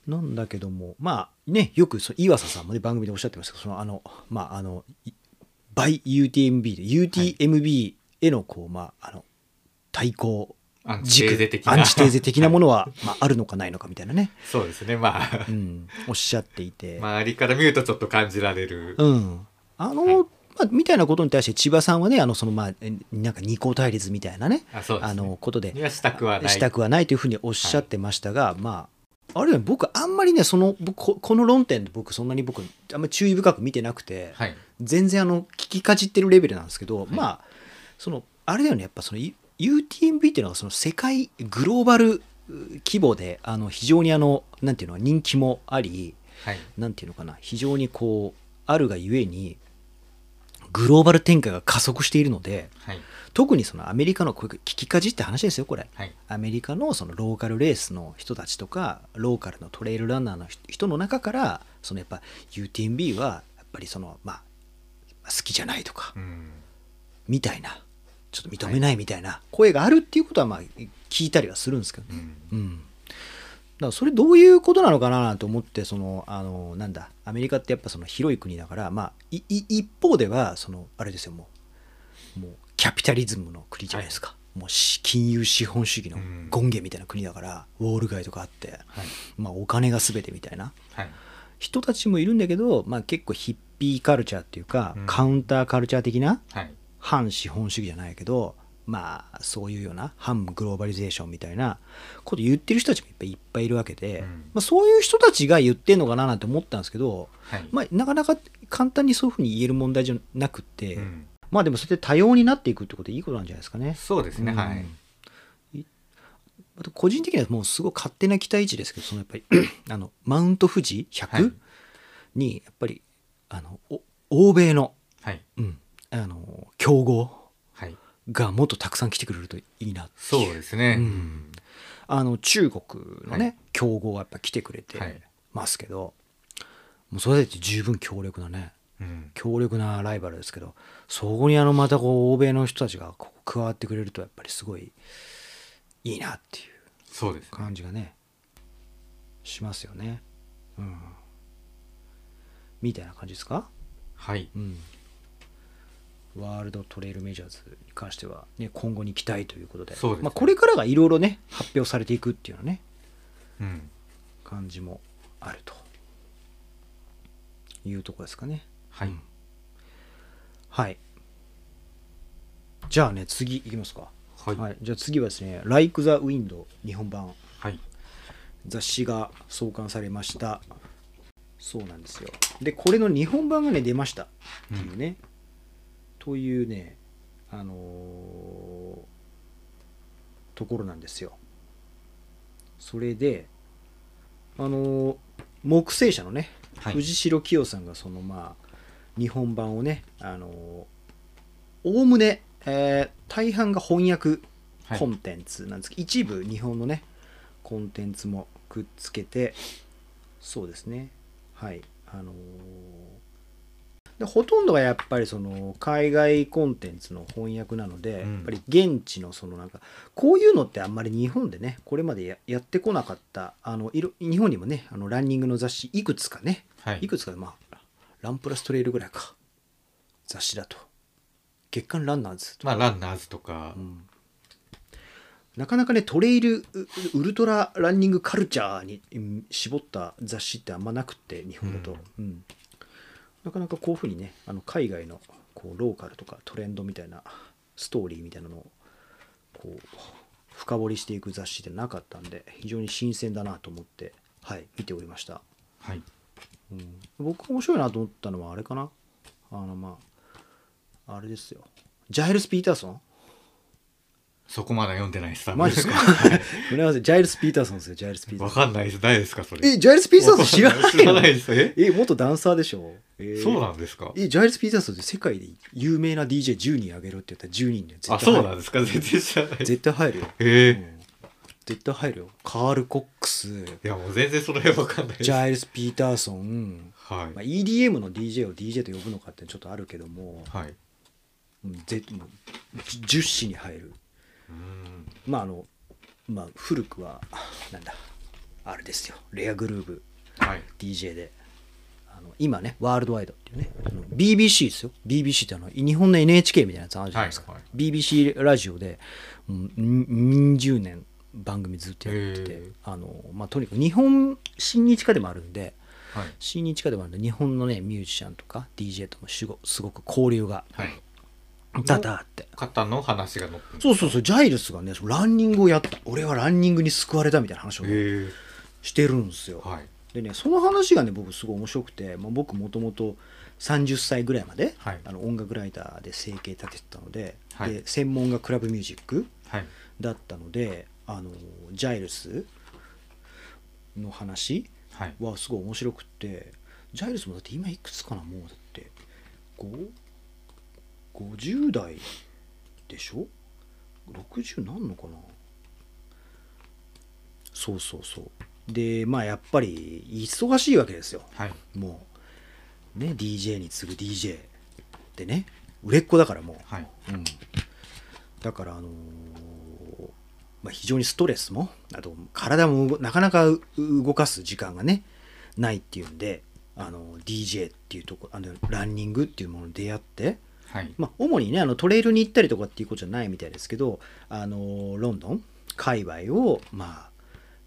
S3: なんだけどもまあねよくそう岩佐さんもね番組でおっしゃってましたけどそのあのまああのい by UTMB で UTMB へのこう、まああの対抗
S4: アンチ
S3: 軸
S4: テーゼ的な
S3: アンチテーゼ的なも
S4: の
S3: のは、まあ、あるのかないのかみたいなね、
S4: そうですねまあ
S3: うん、おっしゃっていて、
S4: 周りから見るとちょっと感じられる、
S3: うん、あの、
S4: はい
S3: まあ、みたいなことに対して千葉さんはねあのそのまあえなんか二項対立みたいなね
S4: あそうです
S3: あ
S4: ね
S3: のことで
S4: にはしたくはない
S3: したくはないというふうにおっしゃってましたが、まああるいは僕あんまりねその僕ここの論点僕そんなに僕あんまり注意深く見てなくて、
S4: はい
S3: 全然あの聞きかじってるレベルなんですけど、まあそのあれだよねやっぱその U- UTMB っていうのはその世界グローバルう規模であの非常にあのなんていうの人気もあり
S4: はい
S3: なんていうのかな非常にこうあるがゆえにグローバル展開が加速しているので
S4: はい
S3: 特にそのアメリカのこれ聞きかじって話ですよこれ
S4: はい
S3: アメリカのそのローカルレースの人たちとかローカルのトレイルランナーの人人の中からそのやっぱ UTMB はやっぱりそのまあ好きじゃないとか
S4: うん
S3: みたいなちょっと認めないみたいな声があるっていうことはまあ聞いたりはするんですけど
S4: う
S3: ね。
S4: ん
S3: うんだからそれどういうことなのかななんて思ってそのあのなんだアメリカってやっぱその広い国だからまあいい一方ではそのあれですよもうもうキャピタリズムの国じゃないですか、もうし金融資本主義の
S4: うん
S3: 権限みたいな国だから、ウォール街とかあって、
S4: はい
S3: まあ、お金が全てみたいな
S4: はい
S3: 人たちもいるんだけど、まあ、結構ヒッピーカルチャーっていうか、
S4: うん
S3: カウンターカルチャー的な
S4: はい
S3: 反資本主義じゃないけどまあそういうような反グローバリゼーションみたいなこと言ってる人たちもいっぱいいっぱいいるわけで、
S4: うん
S3: まあ、そういう人たちが言ってんのかななんて思ったんですけど、
S4: はい
S3: まあ、なかなか簡単にそういうふうに言える問題じゃなくて、
S4: うん
S3: まあでもそれで多様になっていくってことでいいことなんじゃないですかね。
S4: そうですね、
S3: うん
S4: はい
S3: あと個人的にはもうすごい勝手な期待値ですけどそのやっぱり あのマウント富士100、
S4: はい
S3: にやっぱりあのお欧米の,、
S4: はい
S3: うん、あの競合
S4: はい
S3: がもっとたくさん来てくれるといいなっていう
S4: そうですね、
S3: うんあの中国のね、
S4: はい
S3: 競合はやっぱ来てくれて
S4: はい
S3: ますけど、もうそれだって十分強力なね
S4: うん
S3: 強力なライバルですけどそこにあのまたこう欧米の人たちがこう加わってくれるとやっぱりすごいいいなっていう
S4: そうですね
S3: 感じがねしますよね。うん、みたいな感じですか、
S4: はい
S3: うん、ワールドトレイルメジャーズに関しては、ね、今後に期待ということで
S4: そうですね
S3: まあ、これからがいろいろね発表されていくっていうのはね
S4: うん
S3: 感じもあるというとこですかね
S4: はい、
S3: はいじゃあね次いきますか
S4: はいはい
S3: じゃあ次はですね「Like the Wind」日本版
S4: はい
S3: 雑誌が創刊されましたそうなんですよでこれの日本版がね出ましたっていうね、というねあのーところなんですよそれであのー木星社のね、
S4: はい
S3: 藤代清さんがそのまあ日本版をねあのーおおむね、えー大半が翻訳
S4: はい
S3: コンテンツなんですけど、一部日本のねコンテンツもくっつけてそうですねはいあのーでほとんどがやっぱりその海外コンテンツの翻訳なので、
S4: うん
S3: やっぱり現地のそのなんかこういうのってあんまり日本でねこれまでややってこなかったあのいろ日本にもねあのランニングの雑誌いくつかね
S4: はい
S3: いくつかまあランプラストレイルぐらいか雑誌だと月刊ランナーズとか
S4: まあランナーズとか、
S3: うんなかなかねトレイルうウルトラランニングカルチャーにうん絞った雑誌ってあんまなくって日本だと、うんなかなかこういうふうにねあの海外のこうローカルとかトレンドみたいなストーリーみたいなのをこう深掘りしていく雑誌でなかったんで非常に新鮮だなと思って、はい、見ておりました。
S4: はい
S3: うん僕面白いなと思ったのはあれかなあのまああれですよジャイルス・ピーターソン
S4: そこまで読んでないです
S3: マジですか ごめんなさいジャイルス・ピーターソンですよジャイルス・ピーター
S4: わ
S3: ソン
S4: かんないです誰ですかそれ
S3: えジャイルス・ピーターソン知ら
S4: 知ら
S3: な
S4: ない
S3: の
S4: いですえ
S3: え元ダンサーでしょ、えー
S4: そうなんですか
S3: えジャイルス・ピーターソンって世界で有名な DJ10 人あげろって言ったら10人で絶対
S4: あそうなんですか全然知らない
S3: 絶対入るよ、
S4: え
S3: う
S4: ー
S3: ん絶対入るよカール・コックス
S4: いやもう全然その辺わかんないです
S3: ジャイルス・ピーターソン、
S4: はい、
S3: まあ、EDM の DJ を DJ と呼ぶのかってちょっとあるけども、
S4: はい
S3: うんぜもう10詞に入る
S4: うん
S3: まああのまあ古くはなんだあれですよレアグルーブ
S4: はい
S3: DJ であの今ねワールドワイドっていうねあの BBC ですよ BBC ってあの日本の NHK みたいなやつあるじゃないですか、
S4: はいはい
S3: BBC ラジオでもうん20年番組ずっとやって
S4: へ
S3: て
S4: ー
S3: あの、まあ、とにかく日本親日家でもあるんで
S4: はい
S3: 親日家でもあるんで日本のねミュージシャンとか DJ ともすごすごく交流が
S4: はい
S3: 多々あって
S4: 方の話が載って
S3: そうそうそうジャイルスがねそのランニングをやった俺はランニングに救われたみたいな話をね、
S4: へえ
S3: してるんですよ、
S4: はい
S3: でねその話がね僕すごい面白くて、まあ、僕もともと30歳ぐらいまで、
S4: はい
S3: あの音楽ライターで生計立ててたので,、
S4: はい
S3: で専門がクラブミュージック
S4: はい
S3: だったのであのジャイルスの話
S4: はい
S3: はすごい面白くってジャイルスもだって今いくつかなもうだって5 50代でしょ60なんのかなそうそうそうでまあやっぱり忙しいわけですよ
S4: はい
S3: もうね DJ に次ぐ DJ でね売れっ子だからもう
S4: はい
S3: うん、だから、あのーまあ、非常にストレスもあと体も動なかなかう動かす時間がねないっていうんで、あの DJ っていうとこあのランニングっていうものに出会って、
S4: はい
S3: まあ、主にねあのトレイルに行ったりとかっていうことじゃないみたいですけど、あのーロンドン界隈を、まあ、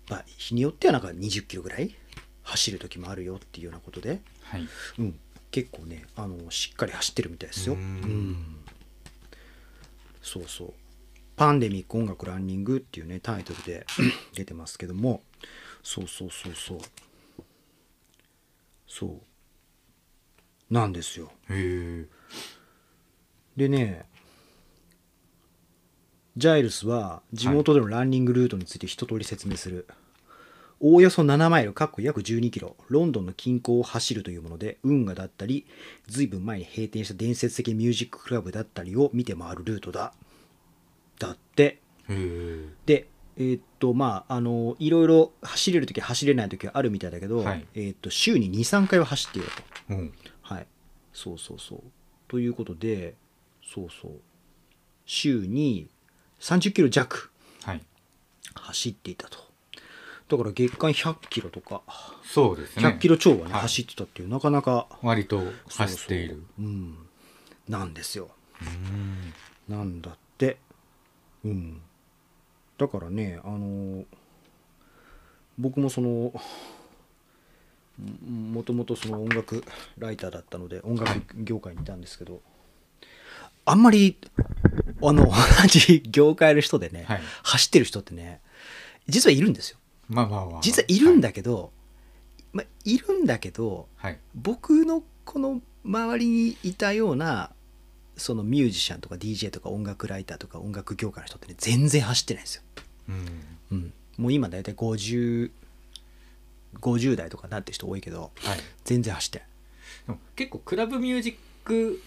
S3: まあ日によってはなんか20キロぐらい走る時もあるよっていうようなことで、
S4: はい
S3: うん、結構ね、あのーしっかり走ってるみたいですよ。
S4: うん
S3: うんそうそう「パンデミック音楽ランニング」っていうねタイトルで 出てますけどもそうそうそうそうそうなんですよ
S4: へえ
S3: でねジャイルスは地元でのランニングルートについて一通り説明する、おおよそ7マイルかっこ約1 2キロロンドンの近郊を走るというもので運河だったり随分前に閉店した伝説的ミュージッククラブだったりを見て回るルートだだって
S4: へえ
S3: でえーっとまああのいろいろ走れる時走れない時はあるみたいだけど、
S4: はい
S3: えーっと週に23回は走っていると
S4: うん
S3: はい、そうそうそう。ということで、そうそう、週に30キロ弱
S4: はい
S3: 走っていたと。だから月間100キロとか、
S4: そうですね
S3: 100キロ超はね、
S4: はい
S3: 走ってたっていう、なかなか
S4: 割と走ってい
S3: そう
S4: る
S3: そううん、なんですよ。
S4: うん
S3: なんだって。うん。だからね、あの、僕もその、んもともとその音楽ライターだったので、音楽業界にいたんですけど、あんまり、あの、同じ業界の人でね、
S4: はい
S3: 走ってる人ってね、実はいるんですよ。
S4: まあまあまあ
S3: 実はいるんだけど、まあ、いるんだけど、
S4: はい
S3: 僕のこの周りにいたようなそのミュージシャンとか DJ とか音楽ライターとか音楽業界の人ってね全然走ってないんですよ、
S4: うん
S3: うん、もう今大体5050代とかなってる人多いけど
S4: はい
S3: 全然走ってない、
S4: でも結構クラブミュージック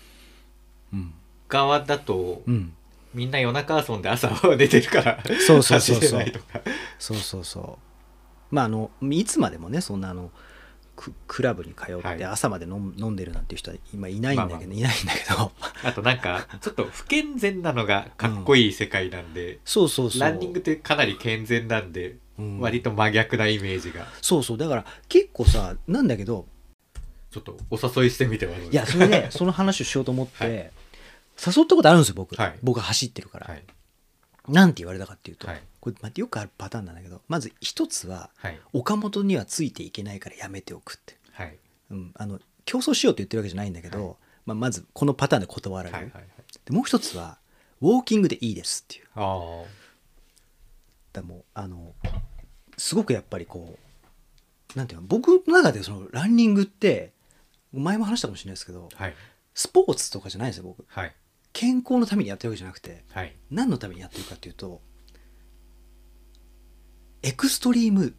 S3: うん
S4: 側だと
S3: うん、
S4: みんな夜中遊んで朝は出てるから
S3: そうそうそうそう
S4: 走れないとか
S3: そうそうそうまああのいつまでもねそんなあのククラブに通
S4: は
S3: っ
S4: い
S3: て朝まで飲む飲んでるなんていう人は今いないんだけど、
S4: まあ まあ
S3: いないんだけど
S4: あとなんかちょっと不健全なのがかっこいい世界なんで、
S3: そうそうそう
S4: ランニングってかなり健全なんで、
S3: うん
S4: 割と真逆なイメージが
S3: そうそうだから結構さなんだけど
S4: ちょっとお誘いしてみてはどう
S3: い
S4: で
S3: や、
S4: す
S3: それ で、その話をしようと思って、
S4: はい
S3: 誘ったことあるんですよ、僕。
S4: はい
S3: 僕が走ってるから。
S4: かはい
S3: なんて言われたかっていうと、
S4: はい
S3: これ、まあ、よくあるパターンなんだけど、まず一つは、
S4: はい
S3: 岡本にはついていけないからやめておくって。
S4: はい
S3: うん、あの、競争しようって言ってるわけじゃないんだけど、
S4: は
S3: まあ、まずこのパターンで断られ
S4: はい
S3: る。
S4: はいはい
S3: でもう一つは、ウォーキングでいいですっていう。
S4: ああ
S3: だからもう、あの、すごくやっぱりこう、なんていうの、僕の中でそのランニングって、前も話したかもしれないですけど、
S4: はい
S3: スポーツとかじゃないんですよ、僕。
S4: はい
S3: 健康のためにやってるわけじゃなくて
S4: はい
S3: 何のためにやってるかっていうとエクストリーム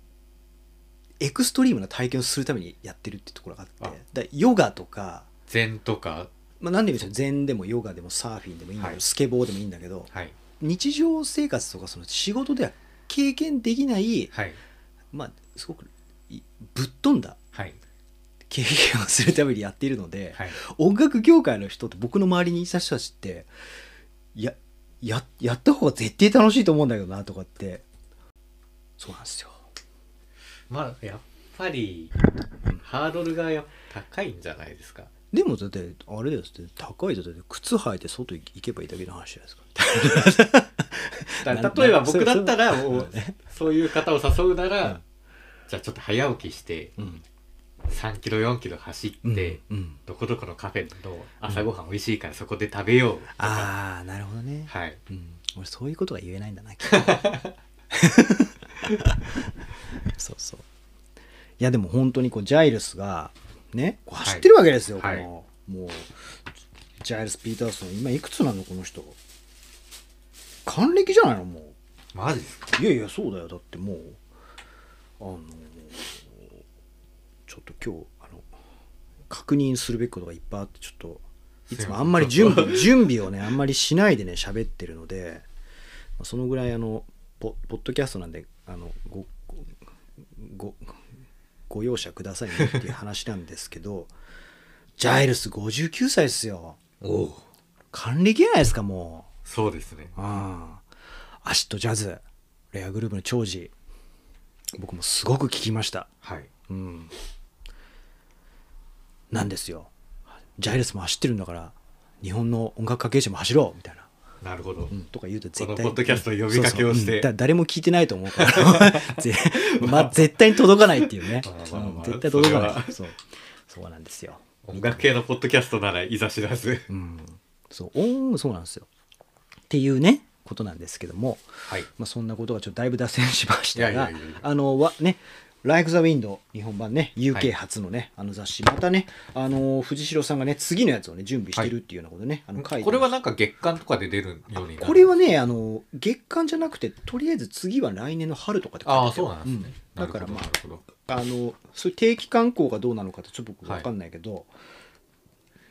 S3: エクストリームな体験をするためにやってるってところがあって
S4: あ
S3: だからヨガとか、
S4: 禅とか
S3: まあ、何でもいいんですよ禅でもヨガでもサーフィンでもいいんだけど、
S4: はい
S3: スケボーでもいいんだけど
S4: はい
S3: 日常生活とかその仕事では経験できない、
S4: はい
S3: まあ、すごくいぶっ飛んだ
S4: はい
S3: 経験をするためにやっているので、
S4: はい
S3: 音楽業界の人って僕の周りにいた人たちってやややった方が絶対楽しいと思うんだけどなとかってそうなんですよ
S4: まあやっぱりハードルがやっぱ高いんじゃないですか
S3: でもだってあれですって高いだって靴履いて外行けばいいだけの話じゃないですか
S4: だ
S3: なん
S4: 例えば
S3: なん
S4: 僕だったら
S3: そう
S4: もうそういう方を誘うならじゃあちょっと早起きして
S3: うん
S4: 3キロ4キロ走って
S3: うんうん
S4: どこどこのカフェの朝ごはん美味しいからそこで食べようとか
S3: ああなるほどね、
S4: はい
S3: うん、俺そういうことが言えないんだなきっ とそうそういやでも本当にこうジャイルスがねこう
S4: はい
S3: 走ってるわけですよ、
S4: はい
S3: この、もうジャイルス・ピーターソン今いくつなのこの人還暦じゃないのもう
S4: マジですか
S3: いやいやそうだよだってもうあのちょっと今日あの確認するべきことがいっぱいあってちょっといつもあんまり準備 準備をねあんまりしないでね喋ってるのでまあそのぐらいあのポポッドキャストなんであのごごごご容赦くださいねっていう話なんですけどジャイルス59歳ですよ
S4: おお
S3: 還暦じゃないですかもう。
S4: そうですね
S3: ああアシッドジャズレアグループの長寿僕もすごく聞きました
S4: はい
S3: うんなんですよジャイルスも走ってるんだから日本の音楽関係者も走ろうみたいな、
S4: なるほど
S3: うん、とか言うと絶
S4: こ
S3: 対
S4: のポッドキャストの呼びかけをし
S3: そう
S4: て
S3: そううんだ誰も聞いてないと思うから ぜまあ、絶対に届かないっていうね、
S4: まあ まあまあ
S3: うん絶対届かない
S4: それは
S3: そうそうなんですよ
S4: 音楽系のポッドキャストならいざ知らず
S3: うんそう音そうなんですよっていうねことなんですけども
S4: はい
S3: まあ、そんなことがちょっとだいぶ脱線しました
S4: いや
S3: が
S4: いやいやいや
S3: あのわね「Like the Wind」日本版ね
S4: は
S3: UK
S4: い
S3: 初のね、あの雑誌またねあの藤代さんがね次のやつをね準備してるっていうようなことね、あの書いて
S4: これはなんか月間とかで出るようになる
S3: これはねあの月間じゃなくてとりあえず次は来年の春とかって書いて
S4: あ
S3: る
S4: あそうなんですね、
S3: うんだからま
S4: なるほどなるほど
S3: ああのそういう定期刊行がどうなのかってちょっと僕分かんないけど、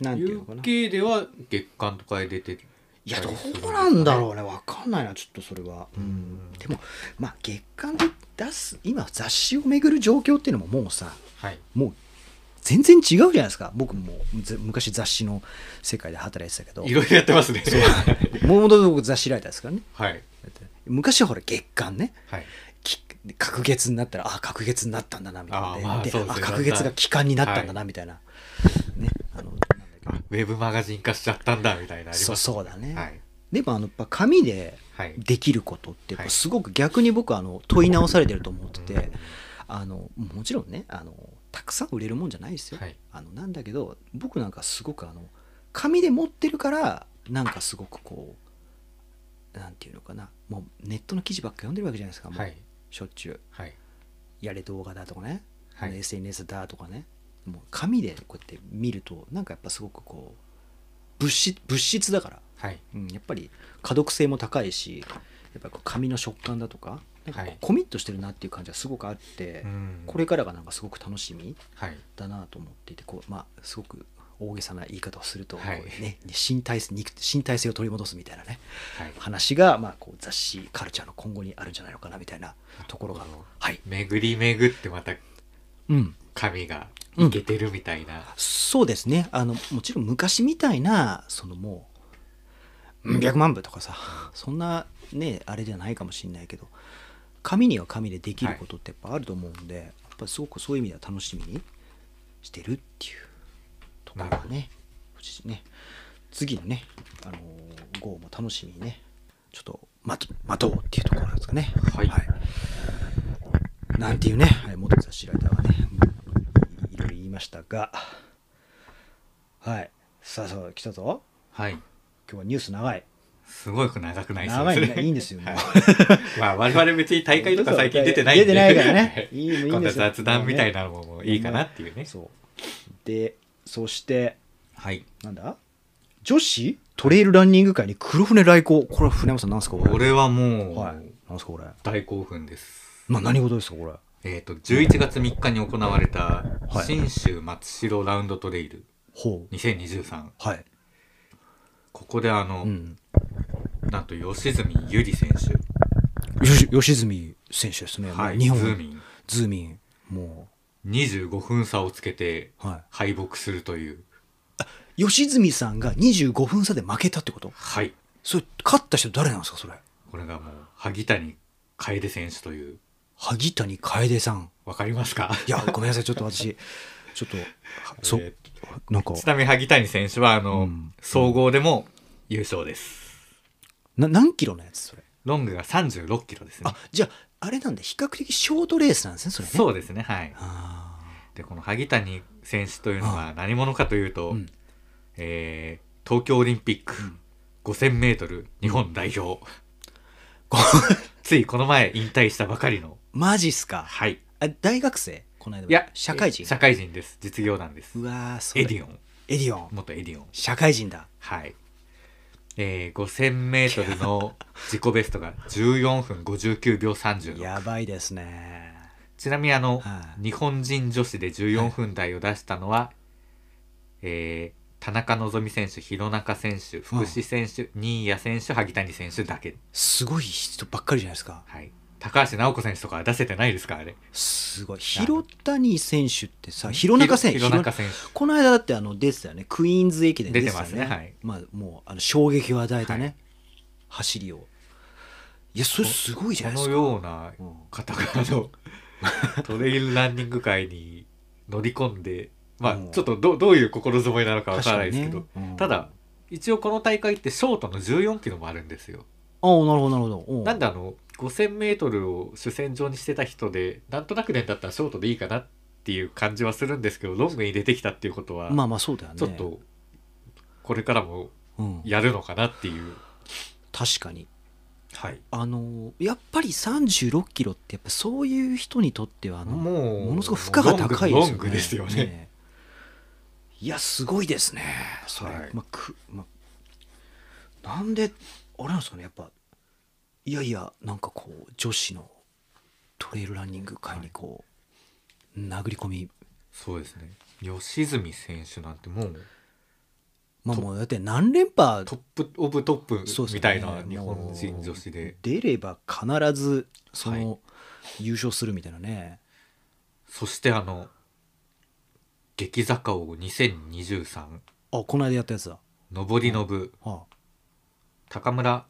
S3: なんていうのかな
S4: UK では月間とかで出てる
S3: いやどうなんだろうね分かんないなちょっとそれは、
S4: ん
S3: でもまあ月間で出す今雑誌をめぐる状況っていうのももうさ
S4: はい
S3: もう全然違うじゃないですか僕もぜ昔雑誌の世界で働いてたけど
S4: いろいろやってますね
S3: もともと僕雑誌ライターですからね
S4: はい
S3: だって昔はほら月間ね
S4: はい
S3: き隔月になったらあ隔月になったんだなみたいな
S4: あーまあ
S3: で
S4: そうです
S3: あ
S4: ね
S3: 隔月が期間になったんだ
S4: は
S3: なみたいな、ねあのなんだっ
S4: あウェブマガジン化しちゃったんだみたいなありま
S3: け
S4: す
S3: そうそうだね、
S4: はい
S3: でもあのやっぱ紙で
S4: はい
S3: できることってやっぱ
S4: はい
S3: すごく逆に僕はあの問い直されてると思ってて、あのもちろんねあのたくさん売れるもんじゃないですよ、
S4: はい
S3: あのなんだけど僕なんかすごくあの紙で持ってるからなんかすごくこうなんていうのかなもうネットの記事ばっか読んでるわけじゃないですか、もう
S4: はい
S3: しょっちゅう
S4: はい
S3: やれ動画だとかね、
S4: はい
S3: SNS だとかねもう紙でこうやって見るとなんかやっぱすごくこう物質物質だから
S4: はい
S3: うん、やっぱり可読性も高いしやっぱりこう紙の食感だとかなんかこう
S4: はい
S3: コミットしてるなっていう感じがすごくあって、
S4: うん
S3: これからがなんかすごく楽しみ
S4: はい
S3: だなと思っていてこう、まあ、すごく大げさな言い方をすると、
S4: はい
S3: こうね、身体肉身体性を取り戻すみたいなね
S4: はい
S3: 話が、まあ、こう雑誌カルチャーの今後にあるんじゃないのかなみたいなところが
S4: なるほど
S3: はい、
S4: 巡り巡ってまた
S3: うん、
S4: 紙がいけてるみたいな、
S3: そうですねあのもちろん昔みたいなそのもううん100万部とかさそんなねあれじゃないかもしれないけど紙には紙でできることってやっぱあると思うんで、やっぱすごくそういう意味では楽しみにしてるっていうところがねね次のね、あのー号も楽しみにねちょっと待と待とうっていうところなんですかね。
S4: はい
S3: なんていうね、はい、元雑誌ライターはね、いいろいろ言いましたが、はい、さあさあ、来たぞ。
S4: はい
S3: 今日はニュース長い。
S4: すごく長くないそう
S3: 長い
S4: で
S3: ね
S4: すね
S3: いいんですよもう
S4: はい まあ我々別に大会とか最近出てないんで
S3: 出てないから ねいいいいんですよ
S4: こんな雑談みたいなのももういいか なっていうね
S3: そう。で、そして、
S4: はい
S3: なんだ女子トレイルランニング界に黒船来航。これは船山さん、なんすかこれ。
S4: これはもう、
S3: はい。なんすかこれ。
S4: 大興奮です
S3: な何事ですかこれ。
S4: えっ、と11月3日に行われた
S3: はい
S4: 信州松代ラウンドトレイル
S3: ほう。
S4: 2023
S3: はい。
S4: ここであの、
S3: うん。
S4: なんと吉住由里選手
S3: よし吉住選手ですね、
S4: はい、
S3: 日本
S4: ズーミン
S3: ズーミンも
S4: 25分差をつけて
S3: う、は
S4: 敗北するという
S3: い、吉住さんが25分差で負けたってこと
S4: はい
S3: それ勝った人誰なんですかそれ
S4: これがもう萩谷楓選手という
S3: 萩谷楓さん
S4: わかりますか
S3: い やごめんなさいちょっと私ちょっとはそ
S4: え
S3: なんか
S4: ーちなみに萩谷選手はあの、
S3: うん
S4: 総合でも優勝です
S3: な何キロのやつそれ
S4: ロングが36キロですね
S3: あじゃああれなんで比較的ショートレースなんですねそれね
S4: そうですねはい
S3: あ
S4: でこの萩谷選手というのは何者かというと、
S3: うん
S4: えー東京オリンピック 5000m 日本代表、
S3: ー
S4: ついこの前引退したばかりの
S3: マジっすか
S4: はい
S3: あ大学生この間
S4: いや
S3: 社会人
S4: 社会人です実業団です
S3: うわーそれ
S4: エディオン
S3: エディオン
S4: 元エディオン
S3: 社会人だ
S4: はいえー、5000m の自己ベストが14分59秒
S3: や
S4: 36
S3: ばいですね
S4: ちなみにあの、
S3: はい
S4: 日本人女子で14分台を出したのは、えー田中希実選手弘中選手福士選手、新谷選手萩谷選手だけ、
S3: すごい人ばっかりじゃないですか
S4: はい、高橋尚子選手とかは出せてないですからね
S3: すごい広谷選手ってさ広中選手
S4: 弘中選手
S3: この間だってあの出てたよねクイーンズ駅伝
S4: 出
S3: て
S4: て
S3: た
S4: ま
S3: よ
S4: すねはい
S3: まあもうあの衝撃を与えたね、
S4: はい
S3: 走りをいやそれすごいじゃないで
S4: こ
S3: す
S4: の
S3: か
S4: ような方があの トレイルランニング界に乗り込んでまあ
S3: うん
S4: ちょっとどどういう心づもりなのかわからないですけど、
S3: 確かにねうん
S4: ただ一応この大会ってショートの14キロもあるんですよ
S3: ああなるほどなるほどう
S4: なんであの 5000m を主戦場にしてた人でなんとなくねだったらショートでいいかなっていう感じはするんですけどロングに出てきたっていうことは
S3: まあまあそうだよね
S4: ちょっとこれからも
S3: うん、
S4: やるのかなっていう、
S3: 確かに
S4: はい、
S3: あのやっぱり3 6キロってやっぱそういう人にとってはあのも
S4: もう
S3: のすごく負荷が高いですよね
S4: ロングですよね
S3: えいやすごいですねそれ、
S4: はい
S3: まあくまあなんであれなんですかねやっぱいやいやなんかこう女子のトレイルランニング界にこう、殴り込み
S4: そうですね吉住選手なんてもう
S3: まあもうだって何連覇
S4: トップオブトップ
S3: そうですね
S4: みたいな日本人女子で、
S3: 出れば必ずその、
S4: は
S3: 優勝するみたいなね
S4: そしてあの激坂王2023
S3: あこの間やったやつだ、
S4: 上りの部
S3: はあ、
S4: 高村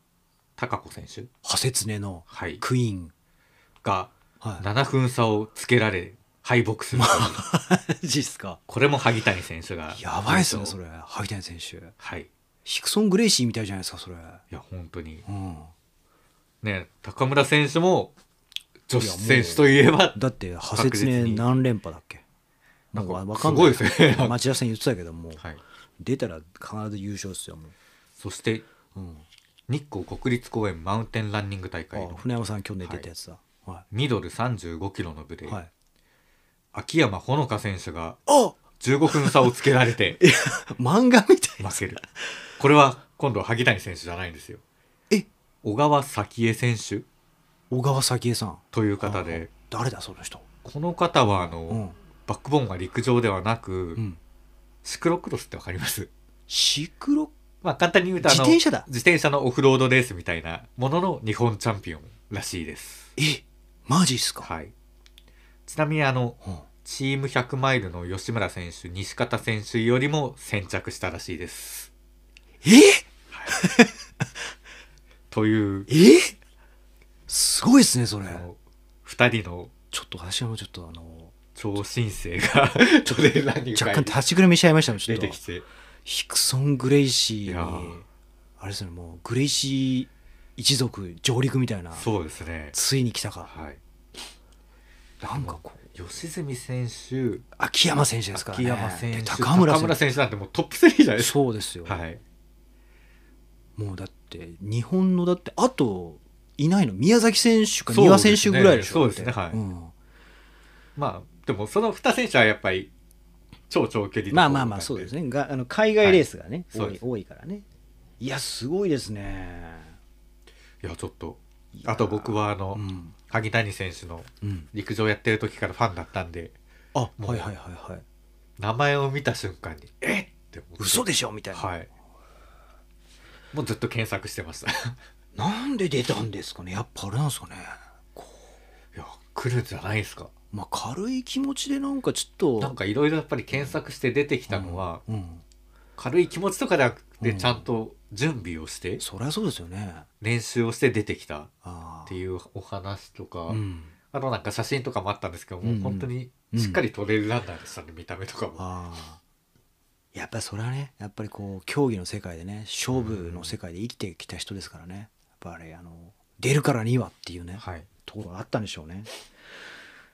S4: 貴子選手、
S3: ハセツネの
S4: はい、
S3: クイーン
S4: が
S3: はい
S4: 7分差をつけられ敗北するという
S3: マジっすか
S4: これも萩谷選手が
S3: やばいっすねそ
S4: れ
S3: れ萩谷選手
S4: はいい
S3: ヒクソン・グレイシーみたいじゃないですかそれ
S4: や本当に
S3: うん
S4: ね高村選手も女子選手といえば
S3: だってハセツネ
S4: 確実に
S3: 何連覇だっけなんか
S4: なんか
S3: わかん
S4: すご
S3: ない
S4: いです ね
S3: 町田さん言ってたけどもう、
S4: はい
S3: 出たら必ず優勝ですよも
S4: そして
S3: う、うん、
S4: 日光国立公園マウンテンランニング大会
S3: あ
S4: の
S3: 船山さん去年出たやつだは
S4: ミドル35キロの部
S3: い、
S4: で、
S3: はい、
S4: 秋山ほのか選手が
S3: あ
S4: 15分差をつけられ て
S3: 漫画みたい
S4: 負けるこれは今度は萩谷選手じゃないんですよ
S3: え
S4: 小川早紀江選手
S3: 小川早紀江さん
S4: という方で
S3: 誰だその人
S4: この方はあの、
S3: うん、
S4: バックボーンが陸上ではなく、
S3: うん、
S4: シクロクロスってわかります
S3: シクロ
S4: まあ簡単に言うとあの
S3: 自転車だ
S4: 自転車のオフロードレースみたいなものの日本チャンピオンらしいです
S3: えマジっすか、
S4: はいちなみにあの
S3: うん
S4: チーム100マイルの吉村選手西方選手よりも先着したらしいです
S3: え
S4: という
S3: えすごいですねそれ
S4: あの2人の
S3: ちょっと私もちょっとあの
S4: 超新星が トレーラーに
S3: 若干立ちくらみしちゃいましたもんちょ
S4: 出
S3: っと
S4: てきて
S3: ヒクソン・グレイ
S4: い
S3: シ
S4: や
S3: ー
S4: ー
S3: にあれですねもうグレイシー一族上陸みたいな
S4: そうですね
S3: ついに来たか
S4: はい
S3: なんかこう
S4: 吉住選手
S3: 秋山選手ですから
S4: 秋
S3: ね
S4: 山選手
S3: で高村選手
S4: 選手なんてもうトップ3じゃないですか
S3: そうですよ、
S4: はい
S3: もうだって日本のだってあといないの宮崎選手か三輪選手ぐらいでしょ
S4: そうです
S3: だ
S4: ね
S3: って
S4: そうですね
S3: うん
S4: まあでもその2選手はやっぱり超長距離の
S3: まあまあまあそうです
S4: ね
S3: ねがあの海外レースがね、
S4: はいそう
S3: 多い
S4: です
S3: 多いからねいやすごいですね
S4: いやちょっとあと僕はあの、
S3: うん、
S4: 萩谷選手の
S3: うん、
S4: 陸上やってる時からファンだったんで
S3: あは
S4: う
S3: いはいはいはい
S4: 名前を見た瞬間にえっって思って
S3: 嘘でしょみたいな、
S4: はいもうずっと検索してました
S3: なんで出たんですかねやっぱあれなんですかね
S4: いや来るんじゃないですか
S3: まあ軽い気持ちでなんかちょっ
S4: なん
S3: と
S4: かいろいろやっぱり検索して出てきたのは、
S3: うん
S4: 軽い気持ちとかではなく
S3: う
S4: て
S3: ん
S4: ちゃんと準備をして
S3: そりゃそうですよね
S4: 練習をして出てきたっ
S3: あ
S4: ていうお話とか、
S3: あうん
S4: あとなんか写真とかもあったんですけども、
S3: うんうん
S4: 本当にしっかり撮れるランナーでしたね、見た目とかも。
S3: ああやっぱりそれはねやっぱりこう競技の世界でね勝負の世界で生きてきた人ですからねやっぱあれあの出るからにはっていうね、
S4: はい、
S3: ところがあったんでしょうね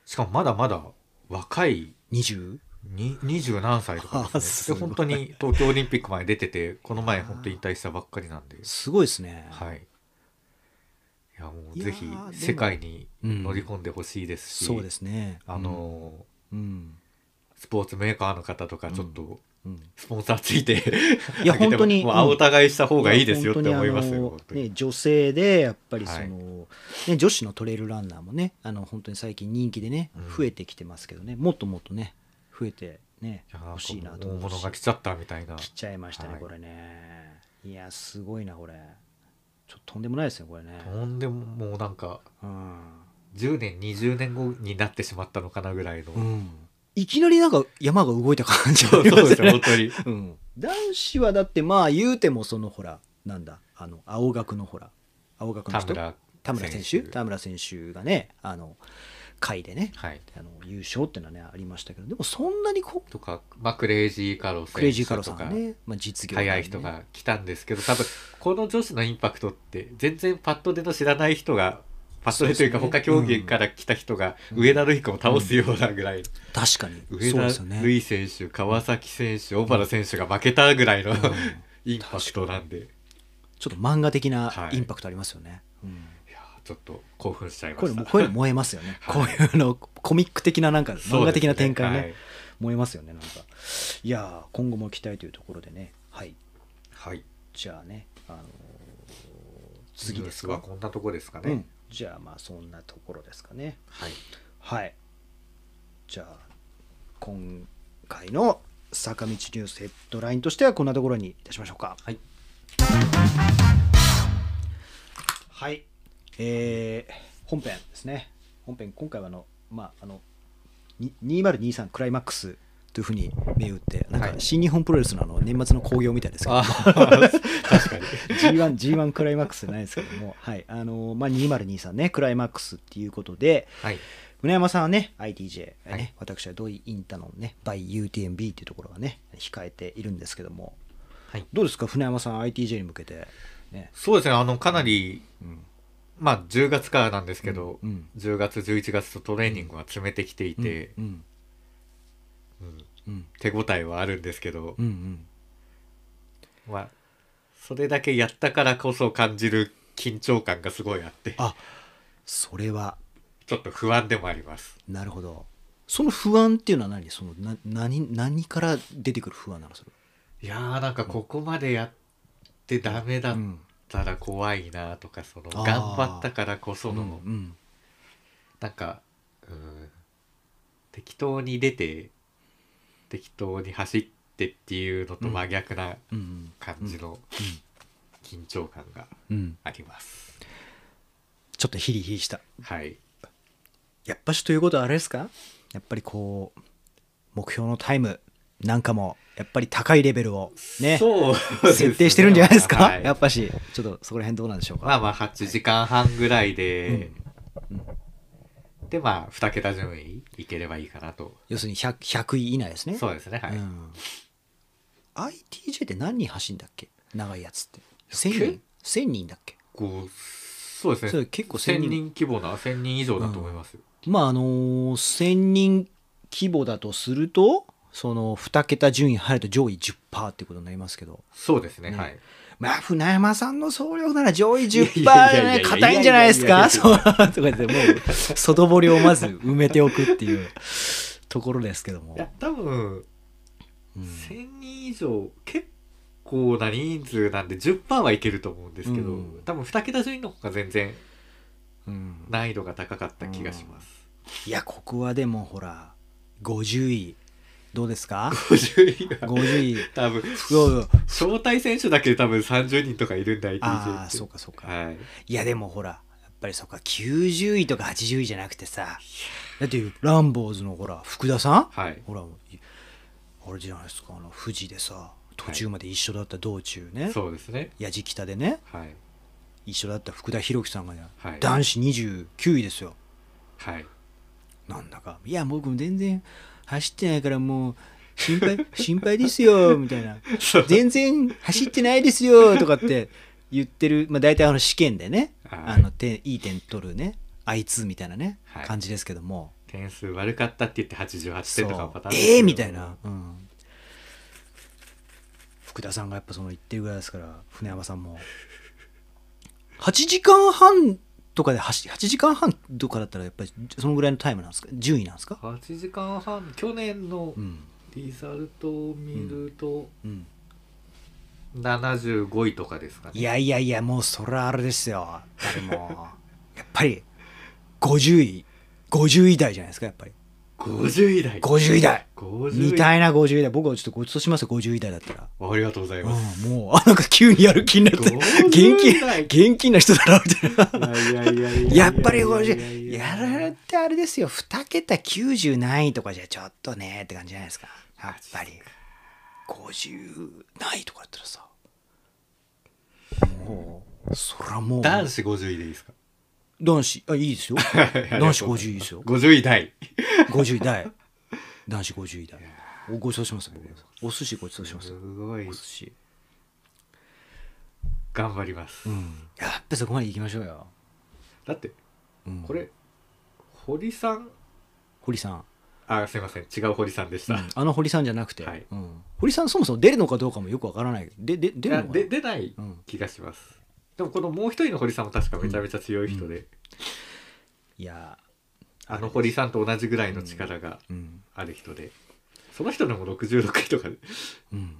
S4: しかもまだまだ若い
S3: 20
S4: に20何歳とか
S3: あ
S4: です
S3: す
S4: ね
S3: ごい
S4: で本当に東京オリンピック前出ててこの前本当に引退したばっかりなんです
S3: ごいですね、
S4: はいいやもう
S3: いやー
S4: ぜひ
S3: でも
S4: 世界に
S3: うん
S4: 乗り込んでほしいですし、
S3: そうですね
S4: あの
S3: うん、
S4: ースポーツメーカーの方とかちょっと
S3: うん、
S4: スポンサーついて、
S3: いや
S4: あげても
S3: 本当に
S4: もう
S3: うん
S4: 青互いした方がいいですよって思います
S3: や
S4: よ
S3: 本
S4: 本
S3: 当
S4: 当
S3: にあの
S4: に
S3: ね、女性でやっぱりその、
S4: はい
S3: ね、女子のトレイルランナーもねあの本当に最近人気でね
S4: うん
S3: 増えてきてますけどね、もっともっとね増えてね
S4: いや
S3: 欲しい
S4: な
S3: なん
S4: か
S3: と
S4: もう
S3: 思
S4: 大
S3: う
S4: 物
S3: し
S4: が来ちゃったみたいな
S3: 来ちゃいましたね、
S4: はい
S3: これねいやすごいなこれちょっととんでもないですねこれね、
S4: とんでももうなんか
S3: うん
S4: 10年20年後になってしまったのかなぐらいの、
S3: いきなりなんか山が動いた感じが
S4: そ
S3: あ
S4: う
S3: ります
S4: です
S3: よ
S4: よ
S3: ね
S4: 本当に
S3: うん男子はだってまあ言うてもそのほらなんだあの青学のほら青学の
S4: 田
S3: 人
S4: 村
S3: 田村選手田村選手がねあの会でね
S4: はい
S3: あの優勝っていうのはねありましたけどでもそんなにこと
S4: か、まあ、クレイジーカロ
S3: クレイジ
S4: 選
S3: ーカ
S4: 手
S3: ロ
S4: と
S3: さん
S4: か、
S3: はね、まあ、実業団ね
S4: 早い人が来たんですけど多分この女子のインパクトって全然パッと出の知らない人がパッと出というか
S3: そうです
S4: 他
S3: ね
S4: 競技から来た人が
S3: うん
S4: 上田瑠衣子を倒すようなぐらい、
S3: 確かに
S4: 上
S3: そう
S4: 田
S3: ですよね
S4: 瑠衣選手川崎選手小原選手が負けたぐらいの、
S3: ん
S4: インパクトなんでい
S3: ちょっと漫画的な
S4: はい
S3: インパクトありますよね、うん
S4: やーちょっと興奮しちゃいま
S3: こういう
S4: し
S3: の
S4: た。
S3: こういうの燃えますよね、
S4: はい
S3: こういうのコミック的ななんか漫画的な展開ね
S4: そうです
S3: 燃えますよねなんかいやー今後も期待というところでねはい
S4: はい、はい
S3: じゃあね、あのー次です
S4: ニュ
S3: か
S4: ースはこんなとこですかね、
S3: うん、じゃあまあそんなところですかね
S4: はい
S3: はいじゃあ今回の坂道ニュースヘッドラインとしてはこんなところにいたしましょうか
S4: はい
S3: はいえー本編ですね本編今回はあのまああのに2023クライマックスというふうに銘打ってなんか
S4: はい
S3: 新日本プロレスのあの年末の興行みたいですけど、
S4: あ ー確かに
S3: G1, G1 クライマックスじゃないですけども、はいあのまあ、2023ねクライマックスっていうことで
S4: はい
S3: 宗山さんはね ITJ ね、
S4: はい
S3: 私は土井インタノンね by UTMB っていうところがね控えているんですけども
S4: はい
S3: どうですか船山さん ITJ に向けてね
S4: そうですねあのかなり、
S3: うん
S4: まあ10月からなんですけど、
S3: うん
S4: 10月11月とトレーニングは詰めてきていて、
S3: うん
S4: うん
S3: うん
S4: 手応えはあるんですけど、
S3: うんうん
S4: まあそれだけやったからこそ感じる緊張感がすごいあって
S3: あそれは
S4: ちょっと不安でもあります
S3: なるほどその不安っていうのは何そのな何何から出てくる不安なのそれ
S4: いやーなんかここまでやってダメだ
S3: は
S4: ったら怖いなとかその
S3: あー
S4: 頑張ったからこその、
S3: うんうん
S4: なんかうん適当に出て適当に走ってっていうのと真逆な
S3: うん
S4: 感じの緊張感が
S3: うん
S4: あります。
S3: ちょっとヒリヒリした
S4: はい。
S3: やっぱしということはあれですかやっぱりこう目標のタイムなんかもやっぱり高いレベルをね
S4: そうですね
S3: 設定してるんじゃないですか、
S4: はい
S3: やっぱしちょっとそこら辺どうなんでしょうか、
S4: まあまあ8時間半ぐらいで、
S3: うん
S4: でまあ2桁順位いければいいかなと。
S3: 要するに 100, 100位以内ですね
S4: そうですね。はい。
S3: うん ITJ って何人走んだっけ長いやつって1000
S4: け
S3: 人1000人だっけ
S4: こうそうですね。
S3: そう結構1000
S4: 1000
S3: 人
S4: 人規模な1000人以上だと思いますよ。
S3: まああのー1000人規模だとするとその2桁順位入ると上位10%ってことになりますけど
S4: そうですね。
S3: ね
S4: はい。
S3: まあ、船山さんの総力なら上位10%
S4: いやいやいやいや
S3: ね、硬いんじゃないです
S4: いやい
S3: か
S4: やいや
S3: そう、とか言って、もう、外堀をまず埋めておくっていうところですけども
S4: い。や多分
S3: うん
S4: 1000人以上結構な人数なんで10%はいけると思うんですけど、
S3: うん
S4: 多分2桁順位の方が全然
S3: うん
S4: 難易度が高かった気がします。
S3: いや、ここはでもほら、50位、どうです か
S4: 50位が
S3: 50位
S4: 多分
S3: どうぞ
S4: 招待選手だけで多分30人とかいるんだ ITJ って
S3: あ あそうかそうか、
S4: はい
S3: いやでもほらやっぱりそっか90位とか80位じゃなくてさだってランボーズのほら福田さん、
S4: はい
S3: ほらいあれじゃないですかあの富士でさ途中まで一緒だった道中ね、
S4: そうですね
S3: やじきたでね
S4: はい
S3: 一緒だった福田博樹さんがね、
S4: はい
S3: 男子29位ですよ
S4: はい
S3: なんだかいや僕も全然走ってないからもう心配 心配ですよみたいな
S4: そう
S3: 全然走ってないですよとかって言ってる、まあ、大体あの試験でね、
S4: はい
S3: あの点いい点取るねあいつみたいなね、
S4: はい
S3: 感じですけども
S4: 点数悪かったって言って88
S3: そ
S4: 点
S3: う
S4: とかのパターンですけど
S3: ええみたいな、うん、福田さんがやっぱその言ってるぐらいですから船山さんも8時間半とかで走 8, 時間半とかだったらやっぱりそのぐらいのタイムなんですか順位なんですか、
S4: 8時間半去年の
S3: うん
S4: リザルトを見ると
S3: うん、
S4: 75位とかですかね
S3: いやいやいやもうそれはあれですよだっても うやっぱり50位50位台じゃないですかやっぱり
S4: 50位台
S3: 50位台
S4: 50
S3: 似
S4: 位台
S3: たいな50位台僕はちょっとごちそうしますよ50位台だったら、
S4: ありがとうございます
S3: うん、もうあなんか急にやる気になって
S4: 50
S3: 元気
S4: 代
S3: 元気な人だなみたいない
S4: やいやいやい
S3: やっぱり50
S4: い
S3: やられてあれですよ2桁90何位とかじゃちょっとねって感じじゃないですかやっぱり50何位とかだったらさもうそらもう
S4: 男子50位でいいですか
S3: 男子あ いいですよ男子50位ですよ
S4: 50位台
S3: 50位台男子50位台おごちそうします僕お寿司ごちそうします
S4: すごい
S3: お寿司
S4: 頑張ります、
S3: うんやっぱそこまで行きましょうよ、
S4: だって
S3: うん、
S4: これ堀さん
S3: 堀さん、
S4: あすいません違う堀さんでした、
S3: うんあの堀さんじゃなくて、
S4: はい
S3: うん、堀さんそもそも出るのかどうかもよくわからないでで出る
S4: い
S3: の
S4: や
S3: かな
S4: で出ない
S3: うん
S4: 気がします、でもこのもう一人の堀さんも確かめちゃめちゃ強い人で、
S3: いや
S4: あの堀さんと同じぐらいの力が
S3: うん
S4: ある人で、その人でも66位とかで
S3: うん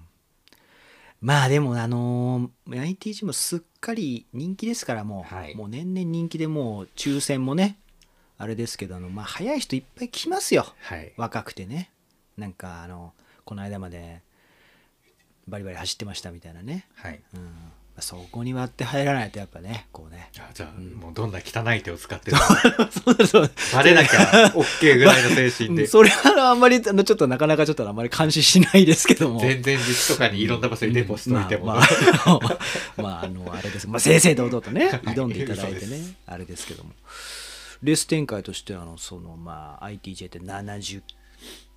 S3: まあでもあのー、ITG もすっかり人気ですからもう、
S4: はい
S3: もう年々人気でもう抽選もねあれですけどあのまあ早い人いっぱい来ますよ
S4: はい
S3: 若くてねなんかあのこの間までバリバリ走ってましたみたいなね、
S4: はい
S3: うんまあ、そこに割って入らないとやっぱねこうね
S4: あじゃあ、もうどんな汚い手を使ってる
S3: そうだ そうだ
S4: バレなきゃ OK ぐらいの精神
S3: う
S4: で
S3: んそれはあんまりあのちょっとなかなかちょっとあんまり監視しないですけども
S4: 全然実とかにいろんな場所にデポしといても、
S3: まあ、まあまあ、あのあれです、まあ、正々堂々とね挑んでいただいて
S4: そう
S3: ね
S4: です
S3: あれですけどもレース展開としてはあのその、まあ、ITJ って70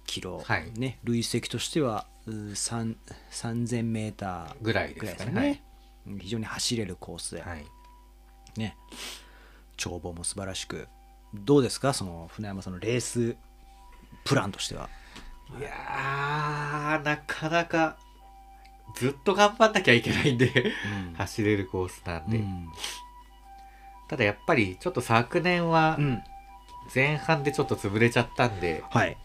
S3: キロ、
S4: はい
S3: ね、累積としてはうー3 3000メーター
S4: ぐらい
S3: ぐ
S4: で
S3: らいです
S4: すか
S3: か
S4: ね
S3: ねうん非常に走れるコースで、
S4: はい、はい
S3: ね、眺望も素晴らしくどうですかその船山さんのレースプランとしては。
S4: いやーなかなかずっと頑張んなきゃいけないんで、
S3: うん
S4: 走れるコースなんで、
S3: うん
S4: ただやっぱりちょっと昨年は
S3: うん
S4: 前半でちょっと潰れちゃったんで、
S3: はい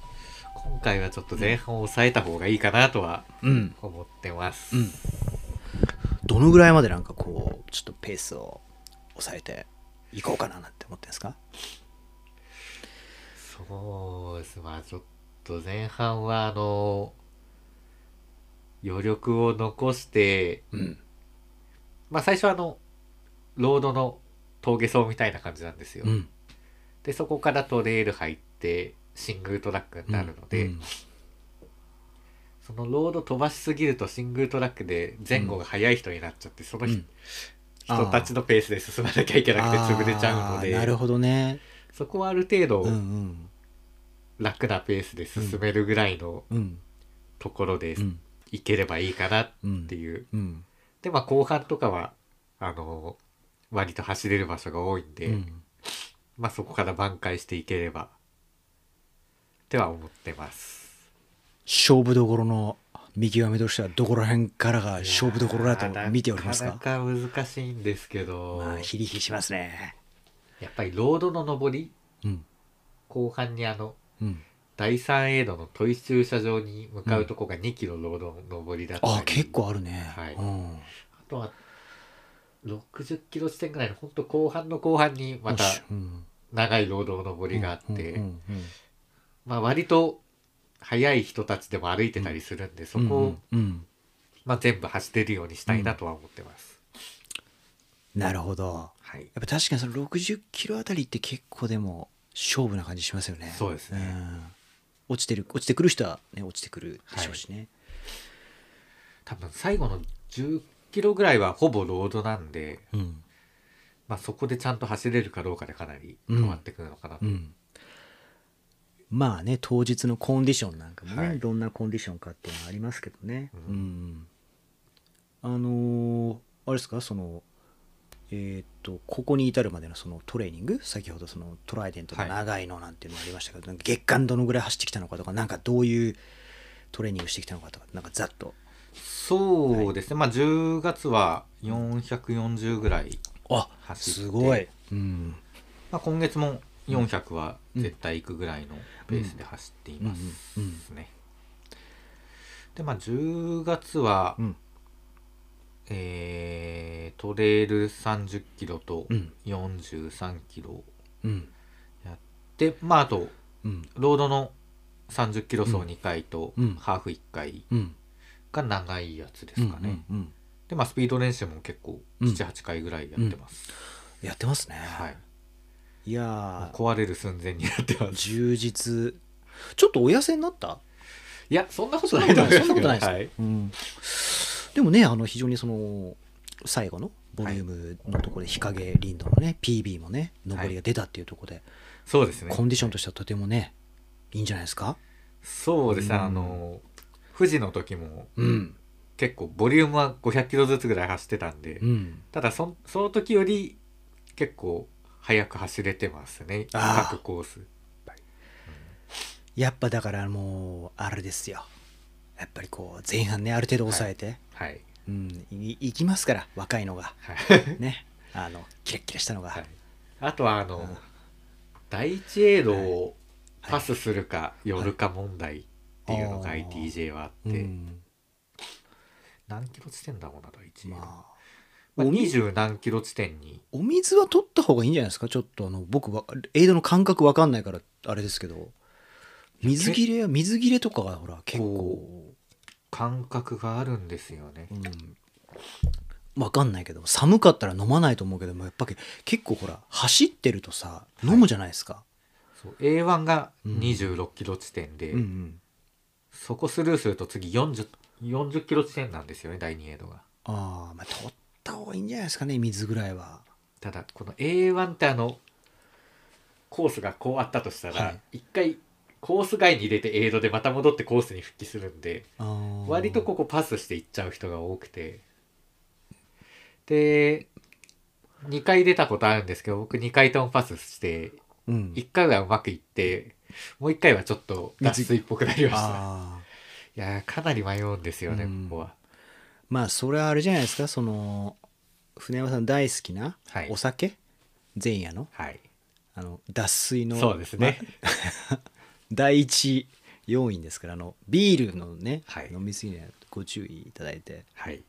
S4: 今回はちょっと前半を抑えた方がいいかなとは
S3: うん
S4: 思ってます、
S3: うん、どのぐらいまでなんかこうちょっとペースを抑えていこうかななんて思ってんですか
S4: そうですまあちょっと前半はあの余力を残して
S3: うん
S4: まあ最初はあのロードの峠走みたいな感じなんですよ、
S3: ん
S4: でそこからトレイル入ってシングルトラックになるので、
S3: うん
S4: そのロード飛ばしすぎるとシングルトラックで前後が速い人になっちゃって、その人,、
S3: うん
S4: 人たちのペースで進まなきゃいけなくて潰れちゃうので
S3: あーなるほどね
S4: そこはある程
S3: うんう
S4: 度
S3: ん
S4: 楽なペースで進めるぐらいの
S3: うん
S4: ところで
S3: うん
S4: いければいいかなっ
S3: うん
S4: ていう、
S3: うん
S4: でまあ後半とかはあの割と走れる場所が多いんで、
S3: うん
S4: まあそこから挽回していければっては思ってます。
S3: 勝負どころの見極めとしてはどこら辺からが勝負どころだと見ております
S4: な
S3: か
S4: かなか難しいんですけど、
S3: まあヒリヒリしますね
S4: やっぱりロードの上り
S3: うん
S4: 後半にあの
S3: うん
S4: 第3エイドのトイ駐車場に向かうとこが2キロロードの上りだったり、
S3: あー結構あるね
S4: はい
S3: うん
S4: あとは60キロ地点ぐらいの本当後半の後半にまた
S3: よしうん
S4: 長いロードの上りがあって、
S3: うんうんうん
S4: まあ割と速い人たちでも歩いてたりするんで、そこを、
S3: うんうん
S4: まあ、全部走れるようにしたいなとは思ってます。
S3: なるほど
S4: はい、
S3: やっぱ確かにその60キロあたりって結構でも勝負な感じしますよね
S4: そうですね
S3: ん落ちてる落ちてくる人はね落ちてくるでしょうしね、
S4: 多分最後の10キロぐらいはほぼロードなんで、
S3: うん
S4: まあ、そこでちゃんと走れるかどうかでかなり変わってくるのかなと、
S3: うん、まあね当日のコンディションなんかもね、
S4: はい
S3: どんなコンディションかっていうのはありますけどね、う
S4: うん
S3: あのーあれですかそのえーっとここに至るまでのそのトレーニング先ほどそのトライデントの長いのなんていうのもありましたけど、なんか月間どのぐらい走ってきたのかとかなんかどういうトレーニングしてきたのかとかなんかざっと
S4: そうですね、まあ10月は440ぐらい、
S3: あ
S4: 走って
S3: すごい、うん
S4: まあ、今月も400は絶対行くぐらいのペースで走っていますね、
S3: うんうん
S4: でまあ10月は、
S3: うん
S4: えートレイル30キロと
S3: うん
S4: 43キロ
S3: うん
S4: やって、まああと
S3: うん
S4: ロードの30キロ走2回と、
S3: うん
S4: ハーフ1回
S3: うん
S4: が長いやつですかね、
S3: うんうん
S4: でまあスピード練習も結構
S3: うん
S4: 78回ぐらいやってます、
S3: やってますね、
S4: はい
S3: い、やー
S4: 壊れる寸前になってます
S3: 充実ちょっとお痩せになった
S4: いやそんなこ
S3: そ
S4: と
S3: ん
S4: な
S3: ないこと
S4: と
S3: な
S4: 思
S3: いそん
S4: います
S3: なこと
S4: けど
S3: ないです、
S4: はい
S3: うん、でもねあの非常にその最後のボリュームのところで日陰リンドのね PB もね上りが出たっていうところで、
S4: そうですね
S3: コンディションとしてはとてもねいいんじゃないですか
S4: そうですねあの富士の時も
S3: うん
S4: 結構ボリュームは500キロずつぐらい走ってたんで、
S3: うん
S4: ただそその時より結構速く走れてますね
S3: あー
S4: 各コース
S3: やっぱだからもうあれですよやっぱりこう前半ねある程度抑えて、
S4: はい
S3: うんいいきますから若いのが
S4: はい、
S3: ねあのキラッキラしたのが、
S4: はいあとはあの、第一エイドを
S3: はい
S4: パスするか寄るか問題っていうのが
S3: はい
S4: ITJ はあ
S3: う
S4: って、
S3: ん
S4: 何キロ地点だろうな第一エイド、
S3: まあ
S4: まあ、20何キロ地点に
S3: お水は取った方がいいんじゃないですかちょっとあの僕はエイドの感覚わかんないからあれですけど水切れや水切れとかがほら結構
S4: こ感覚があるんですよね、
S3: うん、わかんないけど寒かったら飲まないと思うけどもやっぱり結構ほら走ってるとさ飲むじゃないですか、
S4: そう A1 が
S3: うん
S4: 26キロ地点で、
S3: うんうん
S4: そこスルーすると次40 40キロ地点なんですよね第2エイドが
S3: ああまあ取った方がいいんじゃないですかね水ぐらいは
S4: ただこの A1 ってあのコースがこうあったとした
S3: は
S4: ら
S3: い
S4: 一、回コース外に入れてエイドでまた戻ってコースに復帰するんで
S3: あー
S4: 割とここパスしていっちゃう人が多くてで2回出たことあるんですけど僕2回ともパスして
S3: うん
S4: 1回はうまくいってもう1回はちょっと脱水っぽくなりました
S3: あー
S4: いやーかなり迷うんですよね、
S3: うん
S4: ここは
S3: まあそれはあれじゃないですかその船山さん大好きな
S4: はい
S3: お酒、前夜の
S4: はい
S3: あの脱水の
S4: そうですね、
S3: まあ第一要因ですからあのビールのね、
S4: はい
S3: 飲みすぎにはご注意いただいて
S4: はい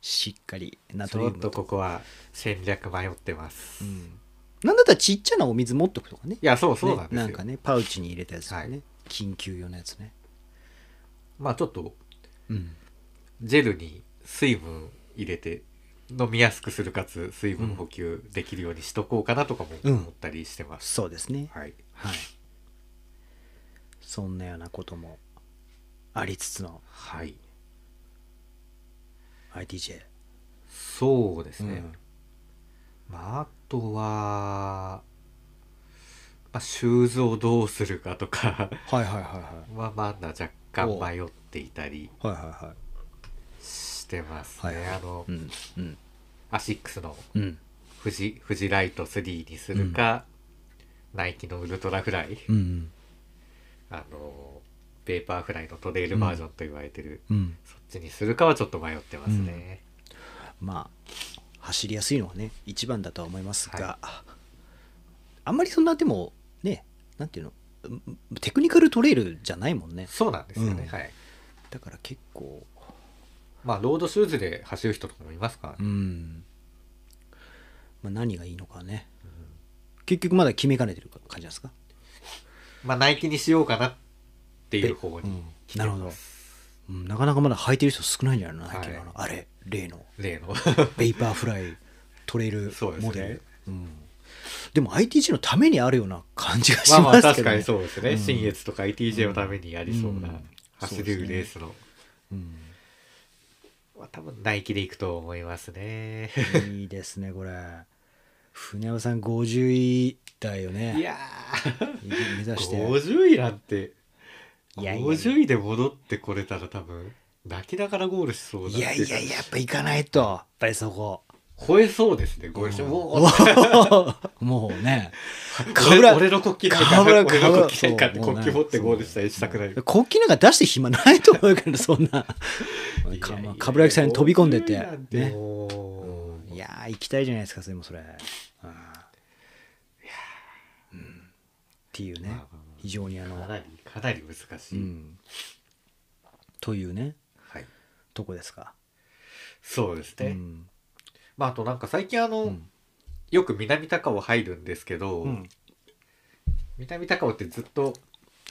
S3: しっかりナ
S4: ち
S3: トリ
S4: ょ
S3: ウ
S4: っ
S3: ム
S4: と
S3: と
S4: ここは戦略迷ってます、
S3: う
S4: い
S3: ん、なんだったらちっちゃなお水持っとくとかね
S4: やそうそうなんです
S3: ね
S4: よ、
S3: なんかねパウチに入れたやつとかね、
S4: はい
S3: 緊急用のやつね、
S4: まあちょっと
S3: うん、
S4: ジェルに水分入れて飲みやすくするかつ水分補給できるようにしとこうかなとかも
S3: うん
S4: 思ったりしてます、
S3: そうですね
S4: はい
S3: はいそんなようなこともありつつの
S4: はい
S3: ITJ
S4: そうですね、
S3: うん
S4: まああとは、まあ、シューズをどうするかとか
S3: はいはいはいは
S4: はまだ若干迷っていたり
S3: いはいはいは
S4: してます
S3: は
S4: ね、
S3: いはい
S4: あの、
S3: いうんうん
S4: アシックスの
S3: うん
S4: 富士富士ライト3にするか、ナイキのウルトラフライ
S3: うん
S4: あのペーパーフライのトレイルバージョンと言われてる、
S3: うん
S4: そっちにするかはちょっと迷ってますね、
S3: まあ走りやすいのはね一番だとは思いますが、あんまりそんなでもねなんていうのうんテクニカルトレイルじゃないもんね
S4: そうなんですよね、
S3: うん
S4: はい
S3: だから結構
S4: まあロードシューズで走る人とかもいますからね、
S3: うん、まあ、何がいいのかね、結局まだ決めかねてる感じなんですか
S4: まあナイキにしようかなっっていう方
S3: う
S4: に
S3: ん
S4: 来て
S3: なるほど
S4: ま、
S3: うんなかなかまだ履いてる人少ないんじゃないの、
S4: はい
S3: ナイキのあのあれ例の
S4: 例の
S3: ベイパーフライトレイル
S4: そうですね
S3: モデルうんでも ITG のためにあるような感じがし
S4: まあま
S3: ま
S4: あ
S3: すけ
S4: 確
S3: ど
S4: か
S3: ね
S4: にそうですね、
S3: うん
S4: 新越とか ETJ のためにやりそうな
S3: うん
S4: 走れるレースの、
S3: うん
S4: まあ、多分ナイキで行くと思いますね
S3: いいですねこれ船尾さん50位台よ
S4: い
S3: ね
S4: や
S3: 目
S4: ー
S3: 指して
S4: 50位なんて
S3: いやいやいや
S4: 50位で戻ってこれたら多分泣きながらゴールしそうだ
S3: いやいやいややっぱ行かないとやっぱりそこ
S4: 超えそうですねゴールして、
S3: うん
S4: もう
S3: もうね
S4: 俺
S3: ら
S4: 俺の国旗な
S3: 河
S4: い
S3: 村
S4: か俺の国旗ないかって
S3: そうもう
S4: 国
S3: ね
S4: 旗持ってゴールしたりしたくない
S3: 国旗なんか出して暇ないと思うからそんなかまあ冠城さんに飛び込んでて
S4: ね
S3: ねいやー行きたいじゃないですかそれもそれうんうんっていうね
S4: まあまあまあ
S3: 非常にあの
S4: かなりかなり難
S3: う
S4: しい、
S3: んというね
S4: はい
S3: とこですか
S4: そうですね、
S3: うん
S4: まああとなんか最近あの、
S3: うん
S4: よく南高尾入るんですけど、
S3: うん
S4: 南高尾ってずっと、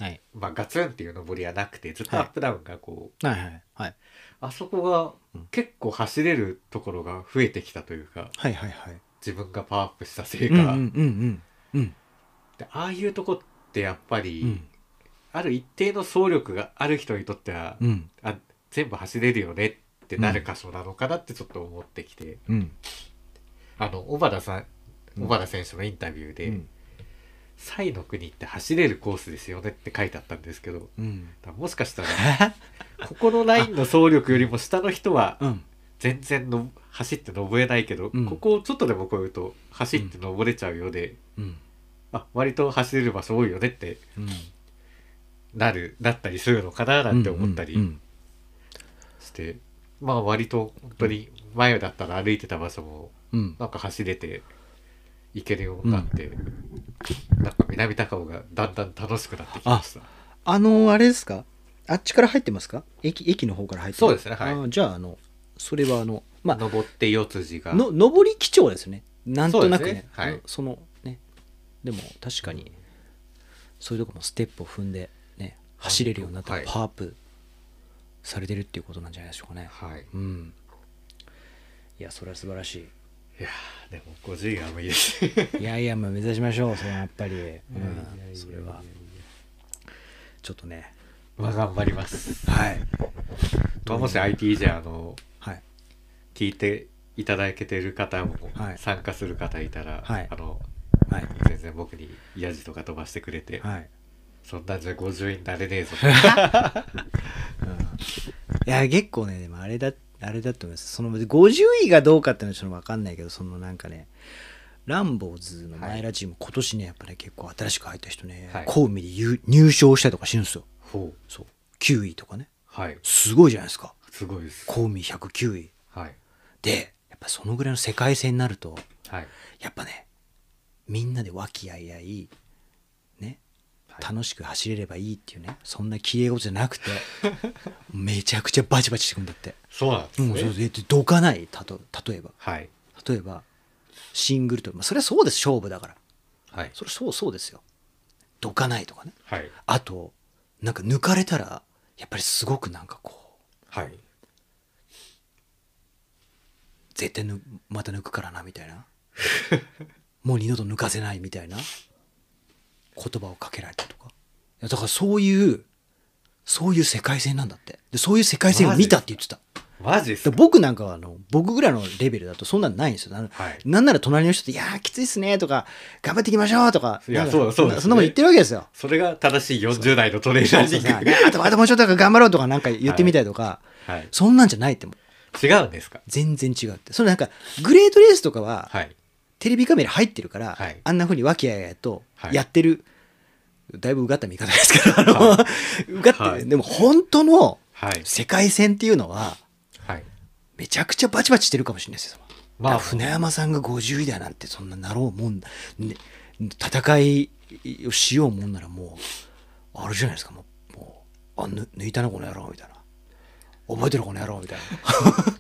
S3: はい
S4: まあ、ガツンっていう登りはなくてずっとアップダウンがこう、
S3: はいはいはい
S4: あそこが
S3: うん
S4: 結構走れるところが増えてきたというか
S3: はいはいはい
S4: 自分がパワーアップしたせい
S3: うんうん
S4: か、
S3: うんうん
S4: でああいうとこってやっぱり、
S3: うん
S4: ある一定の総力がある人にとっては、
S3: うん
S4: あ全部走れるよねってなる箇所なのかなってちょっと思ってきて、
S3: うん
S4: あの小原さん
S3: うん
S4: 小原選手のインタビューで、
S3: うん
S4: サイの国って走れるコースですよねって書いてあったんですけど
S3: うん
S4: だからもしかしたらここのラインの総力よりも下の人は
S3: うん
S4: 全然の走って登れないけど、
S3: うん
S4: ここをちょっとでも超えると走って登れちゃうようで、
S3: うん
S4: あ割と走れる場所多いよねって
S3: うん
S4: なるなったりするのかななんて思ったり
S3: うん
S4: して、まあ割と本当に前だったら歩いてた場所も
S3: うん
S4: なんか走れて行けるようになって、なんか南高尾がだんだん楽しくなってきました。
S3: あのあれですかあっちから入ってますか駅駅の方から入ってる
S4: そうですねはい
S3: あーじゃああのそれはあのまあ
S4: 登って四辻が
S3: の上り基調ですねなんとなくね
S4: そうですねはい
S3: あのそのねでも確かにそういうとこもステップを踏んでね走れるようになった
S4: は
S3: ら
S4: い
S3: パワーアップされてるっていうことなんじゃないでしょうかね
S4: はい
S3: うんいやそれは素晴らし
S4: いやーでも50位は無理です
S3: いいやいやまあ目指しましょうそれはやっぱりうん
S4: いや
S3: それはちょっとね
S4: まあ頑張ります、
S3: はい
S4: まあ、もし ITJ あの
S3: はい
S4: 聞いていただけてる方も、
S3: はい
S4: 参加する方いたら、
S3: はい
S4: あの
S3: はい
S4: 全然僕にヤジとか飛ばしてくれて、
S3: はい
S4: そんなんじゃ50位になれねえぞ
S3: いや結構ねでもあれだあれだと思いますその50位がどうかっていうのはちょっと分かんないけどそのなんかねランボーズの前ラチーム、今年ねやっぱね結構新しく入った人ね、
S4: はい
S3: コウミで入入賞したりとかしてるんですよ
S4: ほう
S3: そう9位とかね
S4: はい
S3: すごいじゃないですか
S4: すごいです
S3: コウミ109位
S4: はい
S3: でやっぱそのぐらいの世界戦になると
S4: はい
S3: やっぱねみんなで和気あいあいね
S4: はい
S3: 楽しく走れればいいっていうねそんな綺麗事じゃな くてめちゃくちゃバチバチしてくんだって
S4: そうなんです
S3: もう
S4: ね
S3: そうえどかないたと例えば
S4: はい
S3: 例えばシングルと、まあ、それはそうです勝負だから
S4: はい
S3: それそうそうですよどかないとかね
S4: はい
S3: あとなんか抜かれたらやっぱりすごくなんかこう
S4: はい
S3: 絶対ぬまた抜くからなみたい なもう二度と抜かせないみたいな言葉をかけられたとかいやだからそういうそういう世界線なんだってでそういう世界線を見たって言ってた
S4: マジっす
S3: で
S4: か
S3: 僕なんかはあの僕ぐらいのレベルだとそんなんないんですよ。あの
S4: はい
S3: なんなら隣の人って「いやーきついっすね」とか「頑張っていきましょう」とか
S4: いや
S3: なんか
S4: そうそうですね
S3: そんなこと言ってるわけですよ。
S4: それが正しい40代のトレーナ
S3: そう
S4: ー
S3: そう
S4: に行
S3: そう
S4: く
S3: ねあとあともうちょっとだから頑張ろうとかなんか言ってみたりとか、
S4: はい
S3: そんなんじゃないってもう
S4: 違うんですか
S3: 全然違うってそのなんかグレートレースとかは
S4: はい
S3: テレビカメラ入ってるから、
S4: はい
S3: あんなふうに和気あいあいと
S4: はい
S3: やってる、だいぶうがった見方ですけど、あの うがって、
S4: はい
S3: でも本当の
S4: はい
S3: 世界戦っていうのは
S4: はい
S3: めちゃくちゃバチバチしてるかもしれないですよ。
S4: ま
S3: ま
S4: あ
S3: あ、船山さんが50位だなんてそんななろうもん、ね、戦いをしようもんならもうあれじゃないですかもうもうあぬ抜いたなこの野郎みたいな覚えてるこの野郎みたいな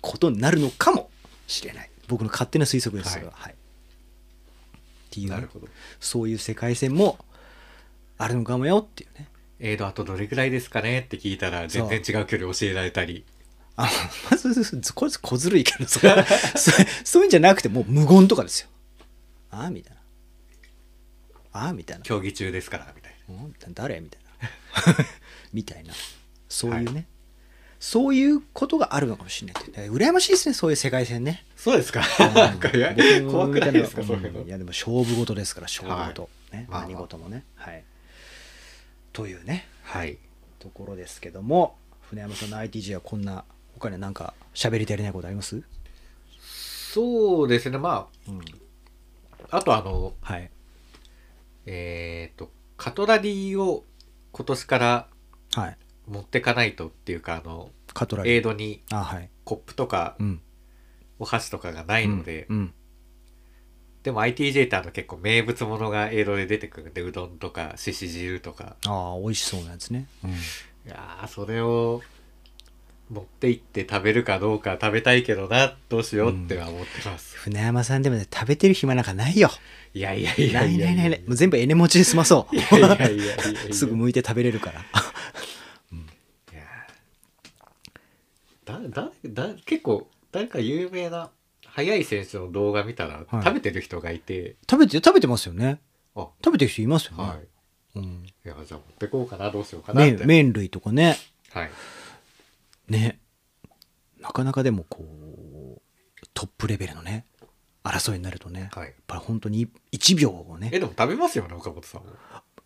S3: ことになるのかもしれない僕の勝手な推測ですそれは、はいっていう
S4: なるほど
S3: そういう世界線もあるのかもよっていうね
S4: いえーとあとどれくらいですかねって聞いたら
S3: そ
S4: 全
S3: う
S4: 然違う距離教えられたり
S3: あのまずこいつ小ずるいけど それそそういうんじゃなくてもう無言とかですよああみたいなああみたいな
S4: 競技中ですからみたいな
S3: うん誰みたいな みたいなそういうね、そういうことがあるのかもしれないっていうね羨ましいですねそういう世界線ね
S4: そうですか なんかいや
S3: 僕
S4: 怖くないですか
S3: み
S4: そ
S3: た
S4: う
S3: い
S4: いう
S3: な
S4: の
S3: んいやでも勝負事ですから勝負事、ね、
S4: まあまあ
S3: 何事もねはいというね
S4: はい
S3: ところですけども船山さんの ITG はこんな他には何か喋り足りないことあります、
S4: そうですねま
S3: うん、
S4: ああとあの
S3: はい
S4: えっ、とカトラリーを今年から
S3: はい
S4: 持ってかないとっていうかあの
S3: カトラリー
S4: エイドに
S3: あはい
S4: コップとか
S3: うん
S4: お箸とかがないので、
S3: うん
S4: でも ITJ ってあの結構名物ものがエイドで出てくるんでうどんとかしし汁とか
S3: ああ美味しそうなやつね、うん、
S4: いやーそれを持って行って食べるかどうか食べたいけどなどうしようっては思ってます、
S3: 船山さんでもね食べてる暇なんかないよ
S4: いやいやいや
S3: ない
S4: いや
S3: ない
S4: い
S3: な
S4: や
S3: いないもう全部エネ持ちで済まそう
S4: いやいやいやいやいや
S3: すぐ向いて食べれるから
S4: いやーだだだ結構誰か有名な速い選手の動画見たら、
S3: はい
S4: 食べてる人がいて
S3: 食べて食べてますよね
S4: あ
S3: 食べてる人いますよね、
S4: はい、
S3: うん、
S4: いやじゃあ持ってこうかなどうしようかなって、
S3: 麺麺類とかね
S4: はい
S3: ねなかなかでもこうトップレベルのね争いになるとね、
S4: はい
S3: やっぱり本当に1秒を
S4: え
S3: ね
S4: でも食べますよね岡本さんも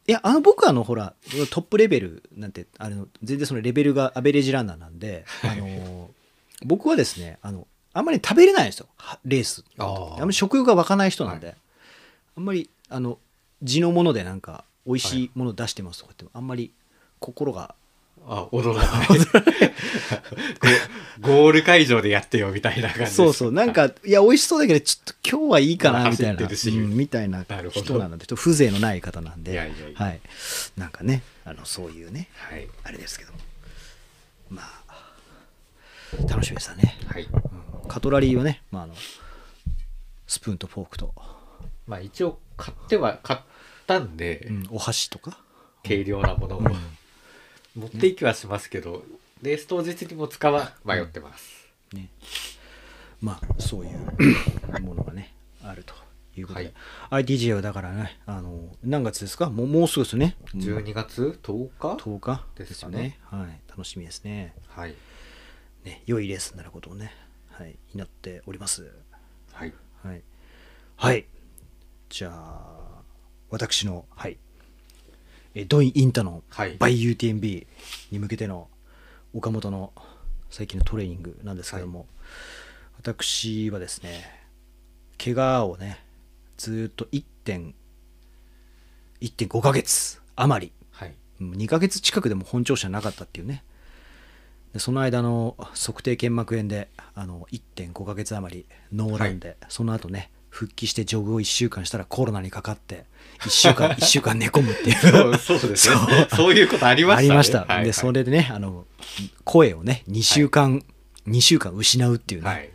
S3: いやあの僕はあのほらトップレベルなんてあの全然そのレベルがアベレージランナーなんで、あの僕はですねあのあんまり食べれないんですよはレース
S4: あ
S3: あ
S4: ー
S3: んまり食欲が湧かない人なんで、あんまりあの地のものでなんか美味しいもの出してますとかって、あんまり心が
S4: あ踊らない ゴゴール会場でやってよみたいな感じ
S3: そうそうなんかいや美味しそうだけどちょっと今日はいいかなみたい
S4: 走
S3: な、
S4: ってるし
S3: うんみたいな
S4: なるほど
S3: 人なのでちょっと風情のない方なんで
S4: いやいやいや
S3: はい、なんかねあのそういうね
S4: はい
S3: あれですけどもまあ楽しみですよね
S4: はい、
S3: カトラリーはね、まあ、あのスプーンとフォークと、
S4: まあ一応買っては買ったんで、
S3: うんお箸とか
S4: 軽量なものを、持っていきはしますけどレース当日にも使わ迷ってます、
S3: ねまあそういう ものがねあるということで、ITJ はだからねあの何月ですかもうもうすぐですね
S4: 12月10日
S3: 10日で
S4: ですす
S3: よ
S4: か
S3: ね
S4: ね
S3: はい、楽しみですね
S4: はい
S3: ね良いレースになることをね、はい、祈っております
S4: はい
S3: はい、はい、じゃあ私のはいえドインインタの
S4: はい
S3: バイ UTMB に向けての岡本の最近のトレーニングなんですけども、私はですね怪我をねずーっと1.1.5ヶ月余り
S4: はい
S3: 2ヶ月近くでも本調子じゃなかったっていうねでその間の測定腱膜炎であの1.5ヶ月余りノーランで、その後ね復帰してジョグを1週間したらコロナにかかって1週 間一週間寝込むっていう
S4: そうそうですね
S3: そう
S4: そういうことありま
S3: あ
S4: した、ね、
S3: りました、
S4: はい、
S3: でそれでねあの声をね2週間、2週間失うっていうね、
S4: はい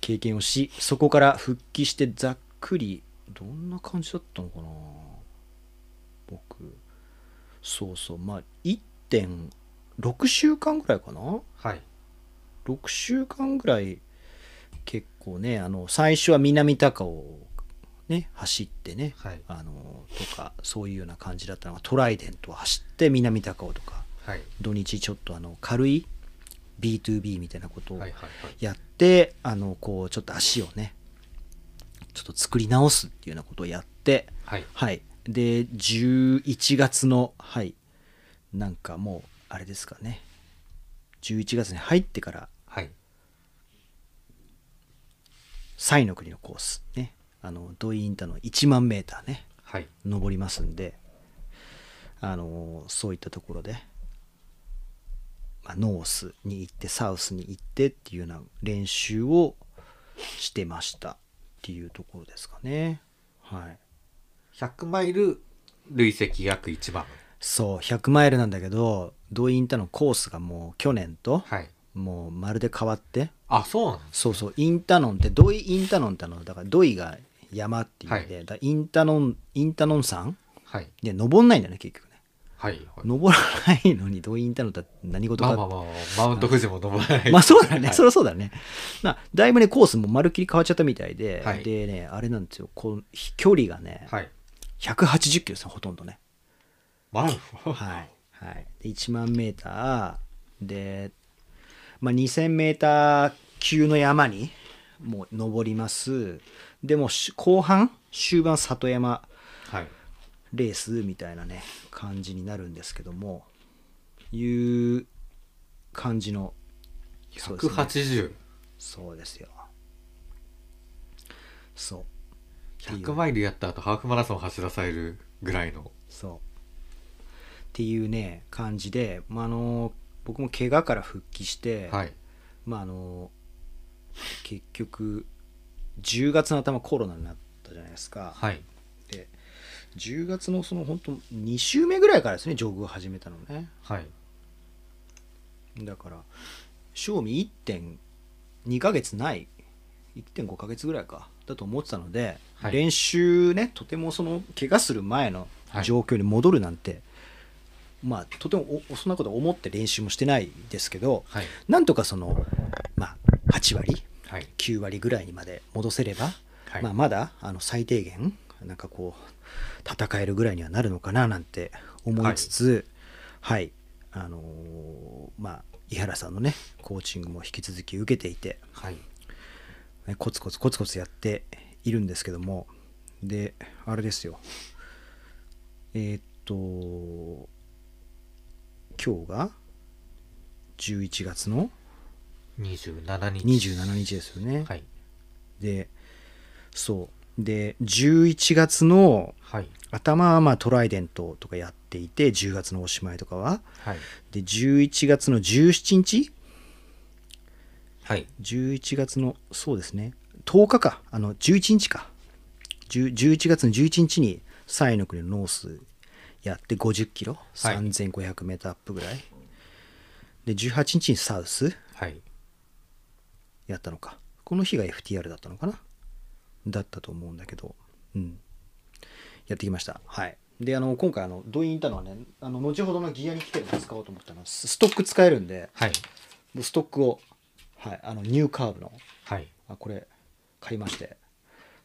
S3: 経験をしそこから復帰してざっくりどんな感じだったのかな僕そうそうまあ1.6週間ぐらいかな
S4: はい
S3: 6週間ぐらい結構ねあの最初は南高尾をね走ってね、
S4: はい
S3: あのとかそういうような感じだったのがトライデントを走って南高尾とか
S4: はい
S3: 土日ちょっとあの軽い B2B みたいなことを
S4: はいはいはい
S3: やってあのこうちょっと足をねちょっと作り直すっていうようなことをやって
S4: はい
S3: はいで11月のはいなんかもうあれですかね11月に入ってから
S4: はい
S3: サイの国のコースねあのドイインターの1万メーターね
S4: はい
S3: 登りますんであのそういったところで、まあ、ノースに行ってサウスに行ってっていうような練習をしてましたっていうところですかねはい
S4: 100マイル累積約1万
S3: そう100マイルなんだけどドイインターのコースがもう去年と
S4: はい
S3: もうまるで変わって
S4: あそうなんです
S3: そうそうインタノンってドイインタノンってあのだからドイが山っていう意味で、だからインタノンインタノン山
S4: はい
S3: で登んないんだよね結局ね
S4: はいはい
S3: 登らないのに動員いたのだって何事
S4: ま
S3: か
S4: あまあまあマウント富士も登らない
S3: まあそうだね、
S4: はい
S3: そりゃそうだね。まあ、だいぶね、コースもまるっきり変わっちゃったみたいで、
S4: はい
S3: でね、あれなんですよ、こう距離がね、
S4: はい
S3: 180キロですね、ほとんどね。
S4: マウント
S3: はい。はい、で1万メーターで、まあ、2000メーター級の山にもう登ります。でもし後半、終盤、里山
S4: はい
S3: レースみたいなね、感じになるんですけども、いう感じの、そうですね
S4: 180
S3: そうですよ。そう。
S4: 100マイルやった後ハーフマラソン走らされるぐらいの
S3: そう。っていうね、感じで、まあ、あの、僕も怪我から復帰して、
S4: はい
S3: まあ、あの、結局、10月の頭コロナになったじゃないですか。
S4: はい
S3: で、10月のその本当2週目ぐらいからですね、ジョグを始めたのね。
S4: はい
S3: だから、賞味1.2ヶ月ない、1.5ヶ月ぐらいか、だと思ってたので、
S4: はい
S3: 練習ね、とてもその怪我する前の
S4: はい
S3: 状況に戻るなんて、まあ、とてもおそんなこと思って練習もしてないですけど、
S4: はい
S3: なんとかその、まあ、8割、
S4: はい
S3: 9割ぐらいにまで戻せれば、
S4: はい
S3: まあ、まだあの最低限なんかこう戦えるぐらいにはなるのかななんて思いつつはい、あのーまあ井原さんのねコーチングも引き続き受けていて、
S4: はい
S3: ねコツコツコツコツやっているんですけどもであれですよえーっと今日が11月の
S4: 27日
S3: 27日ですよね、
S4: はい
S3: でそうで11月の
S4: はい
S3: 頭はまあトライデントとかやっていて10月のおしまいとかは
S4: はい
S3: で11月の17日
S4: はい
S3: 11月のそうですね10日かあの11日か10 11月の11日にサイの国のノースやって50キロ
S4: はい
S3: 3500メーターアップぐらい、で18日にサウス
S4: はい
S3: やったのかこの日が FTR だったのかなだったと思うんだけどうんやってきましたはいであの今回あの動員いたのはねあの後ほどのギアに来てるの使おうと思ったのスストック使えるんで
S4: はい
S3: ストックを、はい、あのニューカーブの
S4: はい
S3: あこれ買いまして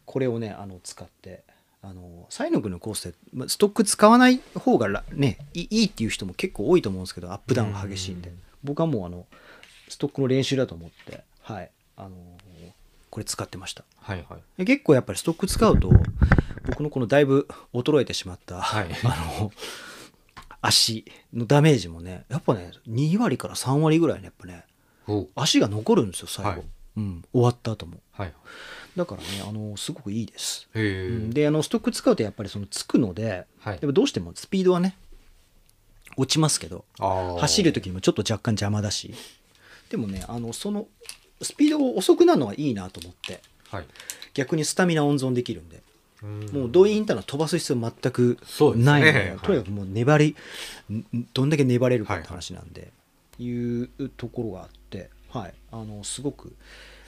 S3: これをねあの使ってあのサイノグのコースでまストック使わない方がら、ね、いいいいっていう人も結構多いと思うんですけどアップダウンが激しいんで
S4: うん
S3: 僕はもうあのストックの練習だと思って、はい、あのこれ使ってました
S4: はいはい
S3: で結構やっぱりストック使うと僕のこのだいぶ衰えてしまった、
S4: はい
S3: あの足のダメージもねやっぱね2割から3割ぐらいねやっぱね
S4: おう
S3: 足が残るんですよ最後、
S4: はい
S3: うん、終わった後も
S4: はい
S3: だからねあのすごくいいです、
S4: へ
S3: うん
S4: え
S3: であのストック使うとやっぱりそのつくので、
S4: は
S3: や
S4: い
S3: っぱどうしてもスピードはね落ちますけど走る
S4: と
S3: 時にもちょっと若干邪魔だしでもねあのそのスピードが遅くなるのはいいなと思って
S4: はい
S3: 逆にスタミナ温存できるんでもう
S4: ど
S3: 動員インターの飛ばす必要全く
S4: そうですね
S3: ないので
S4: はい
S3: とにかくもう粘りんどんだけ粘れるかって話なんで、い、うところがあって、はい、あのすごく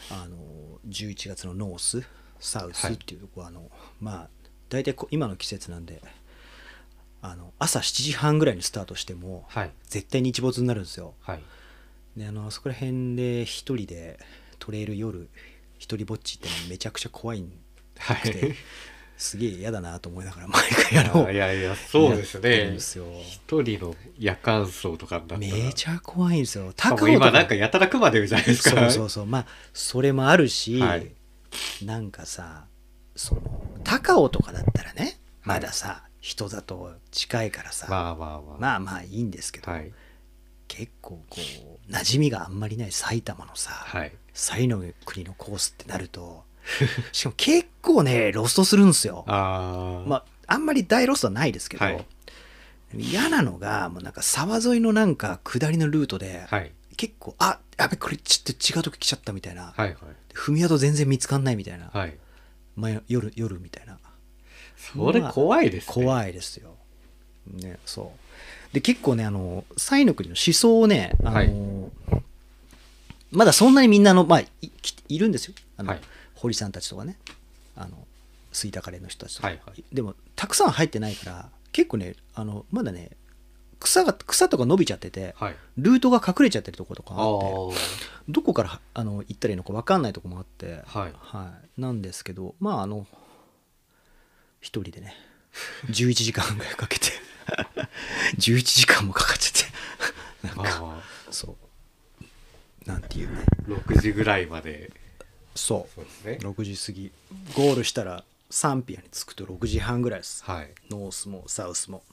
S3: あの11月のノースサウス
S4: はい
S3: っていうとこは、あのまあ大体こ今の季節なんであの朝7時半ぐらいにスタートしても、
S4: はい
S3: 絶対日没になるんですよ。
S4: はい
S3: であのあそこら辺で一人でトレイル夜一人ぼっちってのめちゃくちゃ怖いん
S4: は
S3: くて
S4: い
S3: すげえ嫌だなと思いながら毎回やろ
S4: あ
S3: う
S4: いやいやそうです
S3: やってるん
S4: ね
S3: ですよ
S4: 一人の夜間走とかになったら
S3: めちゃ怖いんですよ
S4: しか
S3: 高
S4: も
S3: 尾と
S4: 今
S3: か
S4: なんかやたら熊出るじゃないですか
S3: そうそうそうまあそれもあるし、
S4: はい
S3: なんかさその高尾とかだったらねまださ、人里近いからさ、
S4: まあまあまあ、
S3: まあまあいいんですけど、
S4: はい
S3: 結構こう馴染みがあんまりない埼玉のさ、
S4: はい
S3: 才の国のコースってなると しかも結構ねロストするんですよ
S4: ああ
S3: まあ、あんまり大ロストはないですけど、
S4: はい
S3: 嫌なのがもうなんか沢沿いのなんか下りのルートで、
S4: はい
S3: 結構あやべこれちょっと違うとこ来ちゃったみたいな、
S4: はいはい
S3: 踏み跡全然見つかんないみたいな、
S4: はい
S3: まあ、夜夜みたいな
S4: それ怖いですねい
S3: 怖いですよ。ね、そうで結構ねあの西の国の思想をねあの、
S4: はい
S3: まだそんなにみんなあの、まあ、いきいるんですよあの、
S4: はい
S3: 堀さんたちとかねあのスイタカレーの人たちとか、
S4: はいはい
S3: でもたくさん入ってないから結構ねあのまだね草が草とか伸びちゃってて
S4: はい
S3: ルートが隠れちゃってるとことか
S4: あ
S3: あって
S4: ー
S3: どこからあの行ったらいいのか分かんないとこもあって、
S4: はい
S3: はい、なんですけどまああの一人でね11時間ぐらいかけて 11時間もかかっちゃってなんか
S4: あ
S3: そうなんていうね
S4: ー6時ぐらいまで
S3: そ
S4: そうですね
S3: う6時過ぎゴールしたらサンピアに着くと6時半ぐらいです
S4: はい
S3: ノースもサウスも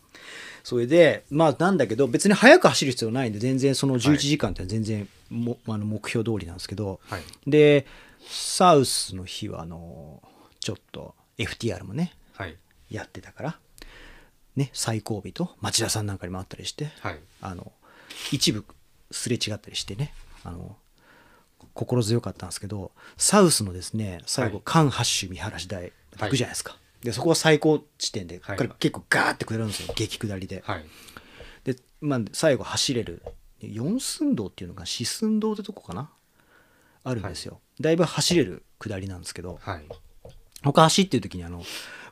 S3: それでまあなんだけど別に速く走る必要ないんで全然その11時間って全然も、あの目標通りなんですけど、
S4: はい
S3: でサウスの日はあのちょっと FTR もね
S4: はい
S3: やってたからね最後尾と町田さんなんかにも会ったりして、
S4: はい
S3: あの一部すれ違ったりしてねあの心強かったんですけどサウスのですね最後
S4: はい
S3: 関八州見晴らし台行
S4: はい
S3: くじゃないですか、でそこは最高地点で、
S4: はい
S3: これ結構ガーって下るんですよ激下りで、
S4: はい
S3: で、まあ、最後走れる四寸道っていうのか四寸道ってとこかなあるんですよ、だいぶ走れる下りなんですけど
S4: はい
S3: 他走ってる時にあの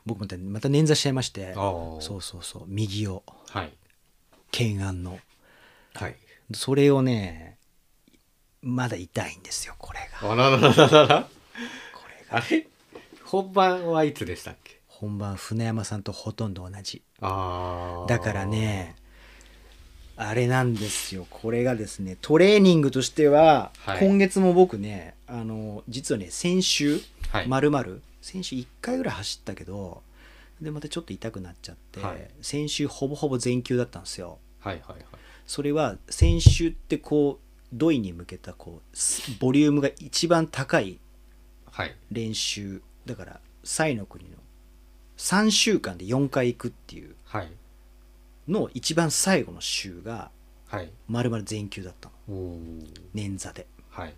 S3: 僕またまた捻挫しちゃいまして
S4: あー
S3: そうそうそう右を
S4: はい
S3: 懸案の
S4: はい
S3: それをねまだ痛いんですよこれが
S4: あらららららら
S3: これが
S4: あれ本番はいつでしたっけ
S3: 本番船山さんとほとんど同じ
S4: ああ
S3: だからねあれなんですよこれがですねトレーニングとしては、
S4: はい
S3: 今月も僕ねあの実はね先週
S4: はい
S3: まるまる先週1回ぐらい走ったけどでまたちょっと痛くなっちゃって、
S4: はい
S3: 先週ほぼほぼ全休だったんですよ
S4: はいはいはい
S3: それは先週ってこう土井に向けたこうすボリュームが一番高い
S4: はい
S3: 練習だから西の国の3週間で4回行くっていう
S4: はい
S3: の一番最後の週が
S4: はい
S3: 丸々全休だったの
S4: おー
S3: 捻挫で
S4: はい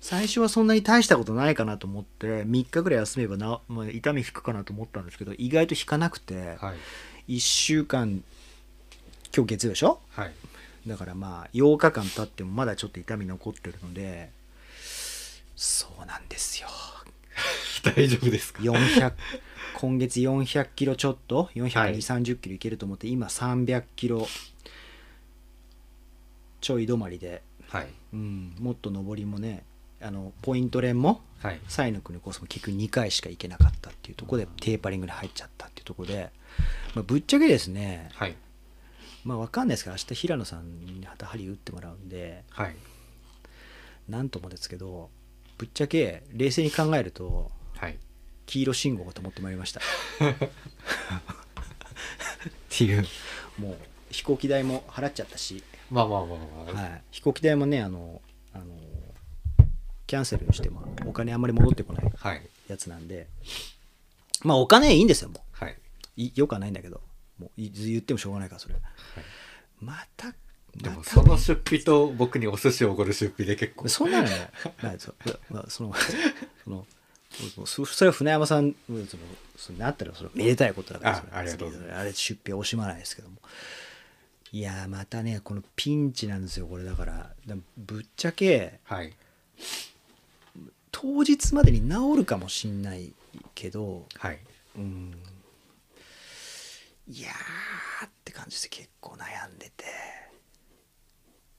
S3: 最初はそんなに大したことないかなと思って3日ぐらい休めばな、まあ、痛み引くかなと思ったんですけど意外と引かなくて
S4: はい
S3: 1週間今日月曜でしょ
S4: はい
S3: だからまあ8日間経ってもまだちょっと痛み残ってるのでそうなんですよ
S4: 大丈夫ですか
S3: 400今月400キロちょっと
S4: は
S3: 420、
S4: い
S3: 30キロいけると思って今300キロちょい止まりで、
S4: はい
S3: うん、もっと上りもねあのポイント連も
S4: はい
S3: サイの国コースも結局2回しか行けなかったっていうところでテーパリングに入っちゃったっていうところで、まあ、ぶっちゃけですね、
S4: はい
S3: まあ、分かんないですけど明日平野さんに旗張り打ってもらうんで
S4: はい
S3: なんともですけどぶっちゃけ冷静に考えると
S4: はい
S3: 黄色信号がと思ってまいりましたっていうもう飛行機代も払っちゃったし、
S4: まあまあまあまあ、
S3: はい、飛行機代もねあのあのキャンセルにしてもお金あんまり戻ってこない
S4: はい
S3: やつなんでまあお金いいんですよも
S4: はい。
S3: ういよくはないんだけどもうい言ってもしょうがないからそれ、また
S4: で
S3: ま
S4: も
S3: た
S4: その出費と僕にお寿司をおごる出費で結構。
S3: そんなのね、まあ、そまあ そのそのそそれは船山さんうんそのそれなったらそれめでたいことだから
S4: あ
S3: それ
S4: ありがとうございます
S3: あれ出費は惜しまないですけどもいやーまたねこのピンチなんですよこれだからでもぶっちゃけ
S4: はい
S3: 当日までに治るかもしんないけど
S4: はい
S3: うんいやーって感じで結構悩んでて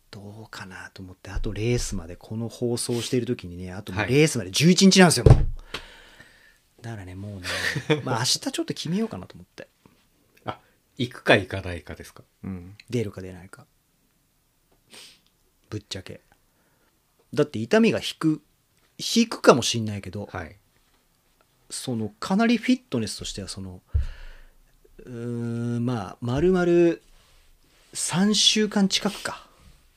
S3: どうかなと思ってあとレースまでこの放送してる時にねあともう
S4: はい
S3: レースまで11日なんですよ、もうだからねもうね まあ明日ちょっと決めようかなと思って、
S4: あ行くか行かないかですか。
S3: 出るか出ないかぶっちゃけだって痛みが引く引くかもしんないけど、
S4: はい
S3: そのかなりフィットネスとしてはそのうーんまあまるまる3週間近くか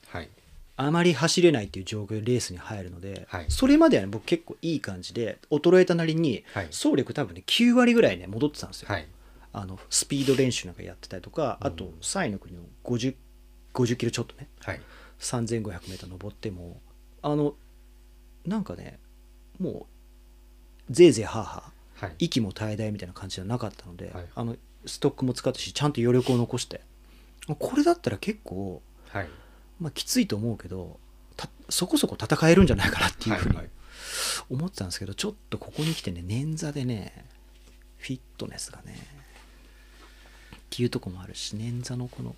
S4: はい
S3: あまり走れないっていう状況でレースに入るので、
S4: はい
S3: それまではね僕結構いい感じで衰えたなりに
S4: はい
S3: 走力多分ね9割ぐらいね戻ってたんですよ、
S4: はい
S3: あのスピード練習なんかやってたりとかあと3位の国の50 50キロちょっとね
S4: はい。
S3: 3500m 登ってもあのなんかねもうぜいぜいはーはー
S4: はい
S3: 息も怠大みたいな感じじゃなかったので、
S4: はい
S3: あのストックも使ったしちゃんと余力を残してこれだったら結構、
S4: はい
S3: まあ、きついと思うけどたそこそこ戦えるんじゃないかなっていう
S4: はい
S3: ふうに
S4: はい
S3: 思ってたんですけど、ちょっとここに来てね捻挫でねフィットネスがねっていうとこもあるし捻挫のこの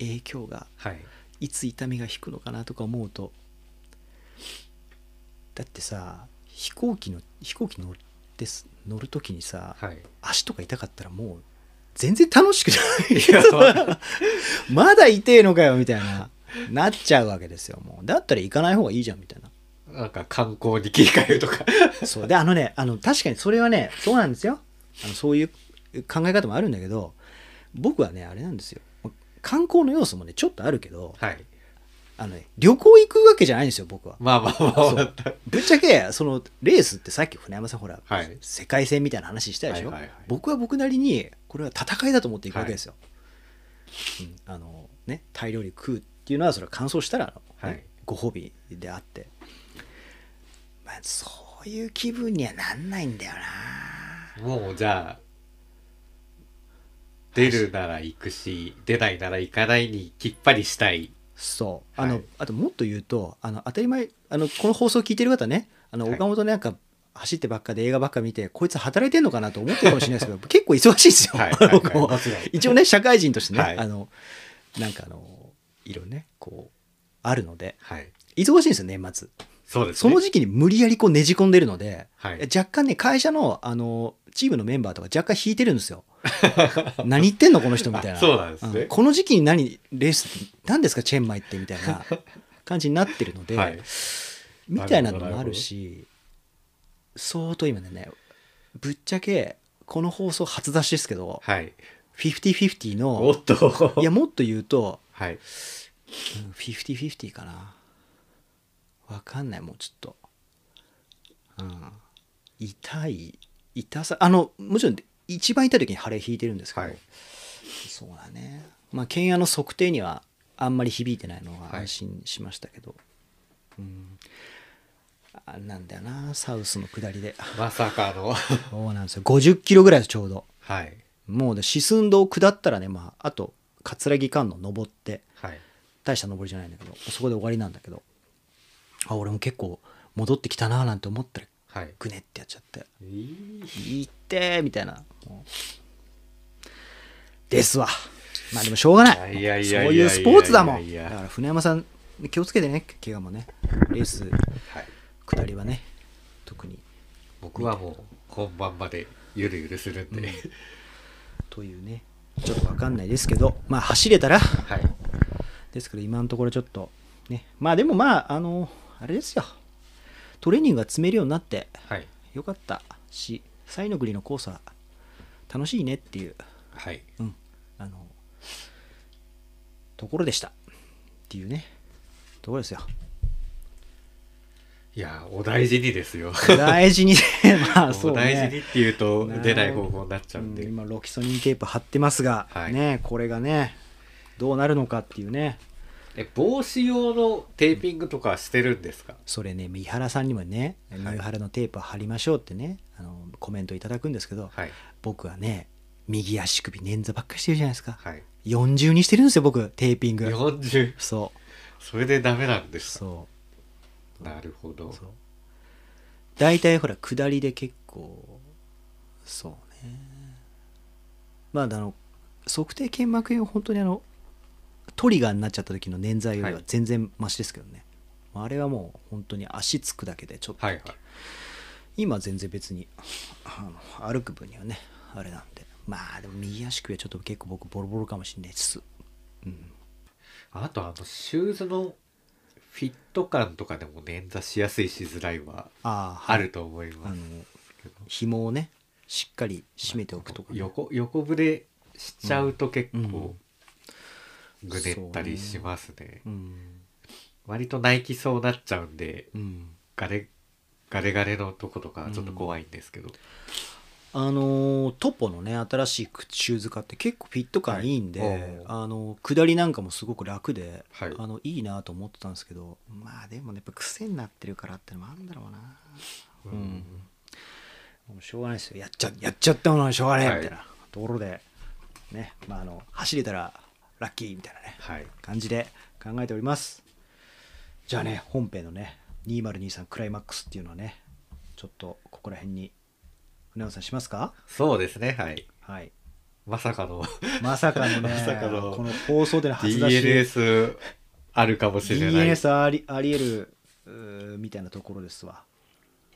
S3: 影響が
S4: はい
S3: いつ痛みが引くのかなとか思うとだってさ飛行機の飛行機乗ってす乗る時にさ、
S4: はい
S3: 足とか痛かったらもう全然楽しくない
S4: や
S3: まだ痛えのかよみたいななっちゃうわけですよもうだったら行かない方がいいじゃんみたいな
S4: なんか観光に切り替えるとか
S3: そうであのねあの確かにそれはねそうなんですよあのそういう考え方もあるんだけど僕はねあれなんですよ観光の要素もねちょっとあるけど
S4: はい
S3: あの、ね、旅行行くわけじゃないんですよ僕は
S4: まあまあまあ
S3: そうぶっちゃけそのレースってさっき船山さんほら、
S4: はい
S3: 世界戦みたいな話したでしょ、
S4: はいはいはい
S3: 僕は僕なりにこれは戦いだと思っていくわけですよ、うん、あのね大量に食うっていうのはそれは乾燥したら、あのね
S4: はい
S3: ご褒美であって、まあ、そういう気分にはなんないんだよな
S4: もうじゃあ出るなら行くし出ないなら行かないにきっぱりし たい
S3: そうあの、
S4: はい
S3: あともっと言うとあの当たり前あのこの放送聞いてる方ねあの
S4: はい
S3: 岡本なんか走ってばっかで映画ばっか見てこいつ働いてんのかなと思ってるかもしれないですけど 結構忙しいですよ、
S4: はい はいはい
S3: 僕も
S4: もちろん
S3: 一応ね社会人としてね、
S4: はい
S3: あのなんかあのいろいろねこうあるので
S4: はい
S3: 忙しいんですよ年末
S4: そうです
S3: そ
S4: ね
S3: の時期に無理やりこうねじ込んでるので、
S4: はい
S3: 若干ね会社のあのチームのメンバーとか若干引いてるんですよ 何言ってんのこの人みたいな
S4: あそうなんですね
S3: この時期に何レースって何ですかチェンマイってみたい な感じになってるので、
S4: はい
S3: みたいなのもあるし相当今ねぶっちゃけこの放送初出しですけど
S4: はい
S3: 50/50の
S4: おっと
S3: いやもっと言うと
S4: はい
S3: うん50/50かなわかんないもうちょっと、うん、痛い痛さあのもちろん一番痛い時に腫れ引いてるんですけど、
S4: はい
S3: そうだねまあ剣矢の測定にはあんまり響いてないのは
S4: はい
S3: 安心しましたけど、うんあなんだよなサウスの下りで
S4: まさかの
S3: そうなんですよ50キロぐらいですちょうど
S4: はい
S3: もうね四寸堂下ったらねまああと葛城観音登って
S4: はい
S3: 大した登りじゃないんだけどそこで終わりなんだけどあ俺も結構戻ってきたなーなんて思ったら
S4: はい
S3: グネってやっちゃって
S4: え
S3: 「
S4: ー
S3: いって」みたいなもうですわまあでもしょうがない
S4: いやいやいやいや
S3: そういうスポーツだも
S4: い
S3: ん
S4: やいや
S3: だから船山さん気をつけてね怪我もねレース
S4: はい
S3: 下りはね特に
S4: 僕はもう本番までゆるゆるするんで、
S3: というねちょっとわかんないですけどまあ走れたら
S4: はい
S3: ですけど今のところちょっとねまあでもまああのあれですよトレーニングが積めるようになって
S4: はい
S3: よかったしサイの国のコースは楽しいねっていう、
S4: はい
S3: うん、あのところでしたっていうねところですよ
S4: いやお大事にですよ
S3: 大事にね まあそう
S4: お
S3: ね
S4: 大事にっていうと
S3: なるほど
S4: 出ない方向になっちゃうんで、
S3: うん今ロキソニンテープ貼ってますが、
S4: はい
S3: ねこれがねどうなるのかっていうね
S4: え帽子用のテーピングとかしてるんですか、
S3: それね三原さんにもね三原のテープを貼りましょうってね、あのコメントいただくんですけど、
S4: はい
S3: 僕はね右足首捻挫ばっかりしてるじゃないですか、
S4: はい
S3: 40にしてるんですよ僕テーピング
S4: 40
S3: そう
S4: それでダメなんですか
S3: そ
S4: なるほど
S3: うそう大体ほら下りで結構そうねまああの測定腱膜炎は本当にあのトリガーになっちゃった時の捻挫よりは
S4: はい
S3: 全然マシですけどね、まああれはもう本当に足つくだけでちょっと、
S4: はいはい
S3: 今全然別にあの歩く分にはねあれなんでまあでも右足首はちょっと結構僕ボロボロかもしれないです
S4: あとあのシューズのフィット感とかでも捻挫しやすいしづらいは
S3: ああ
S4: あると思い
S3: あ
S4: ま
S3: の
S4: す
S3: 紐をねしっかり締めておくとかね、
S4: 横横ぶれしちゃうと結構ぐねった
S3: そうね
S4: りしますね,、
S3: うん
S4: 割とナイキそうになっちゃうんで
S3: うん
S4: ガレガレガレのとことかちょっと怖いんですけど、
S3: あのートポのね新しいシューズ買って結構フィット感いいんで、
S4: はいおう
S3: あの下りなんかもすごく楽で、
S4: はい
S3: あのいいなと思ってたんですけどまあでもねやっぱ癖になってるからってのもあるんだろうなうんもうしょうがないですよやっちゃやっちゃったものはしょうがないみ
S4: はい
S3: たいなところでねまああの走れたらラッキーみたいなね
S4: はい
S3: 感じで考えておりますじゃあね本編のね2023クライマックスっていうのはねちょっとここら辺に船尾さんしますか
S4: そうですねはい
S3: はい
S4: まさか の
S3: まさかのね、
S4: まさかの
S3: この放送での初出し、
S4: DNS あるかもしれない
S3: DNS ありありえるうーみたいなところですわ。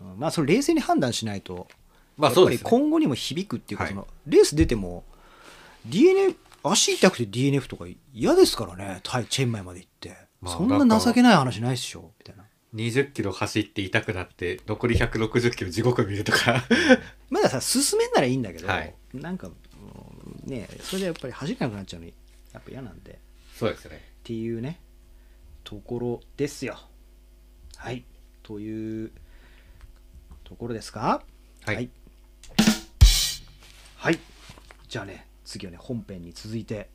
S3: うんまあ、それ冷静に判断しないと、
S4: まあそうで
S3: やっ
S4: す
S3: ぱり
S4: ね
S3: 今後にも響くっていうか、
S4: はい
S3: そのレース出ても、DNF、足痛くて DNF とか嫌ですからね、タイ、チェンマイまで行って。
S4: まあ
S3: そんな情けない話ないっしょ、みたいな。
S4: 20キロ走って痛くなって残り160キロ地獄見るとか
S3: まださ、進めんならいいんだけど、
S4: はい
S3: なんか、うんね、それでやっぱり走れなくなっちゃうの、やっぱ嫌なんで。
S4: そうですね
S3: っていうねところですよはいというところですか
S4: はい
S3: はい、はいじゃあね次はね本編に続いて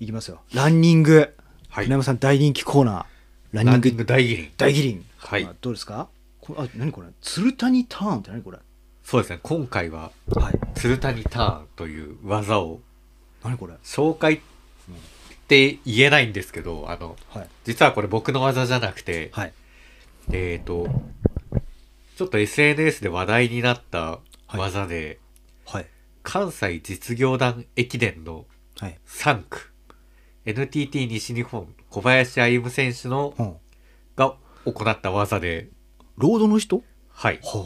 S3: いきますよランニング、
S4: はい
S3: 船山さん大人気コーナーランニ
S4: ラ
S3: ン
S4: ン
S3: グ
S4: ニング大義輪
S3: 大義林、
S4: はい
S3: まあどうですかこれあ何これ鶴谷ターンって何これ
S4: そうですね今回は
S3: はい
S4: 鶴谷ターンという技を
S3: 何これ
S4: 紹介って言えないんですけどあの
S3: はい
S4: 実はこれ僕の技じゃなくて、
S3: はい
S4: えっ、とちょっと SNS で話題になった技で、
S3: はい
S4: 関西実業団駅伝の
S3: はい
S4: 3区 NTT 西日本小林歩夢選手の
S3: うん
S4: が行った技で、
S3: ロードの人
S4: はい、
S3: は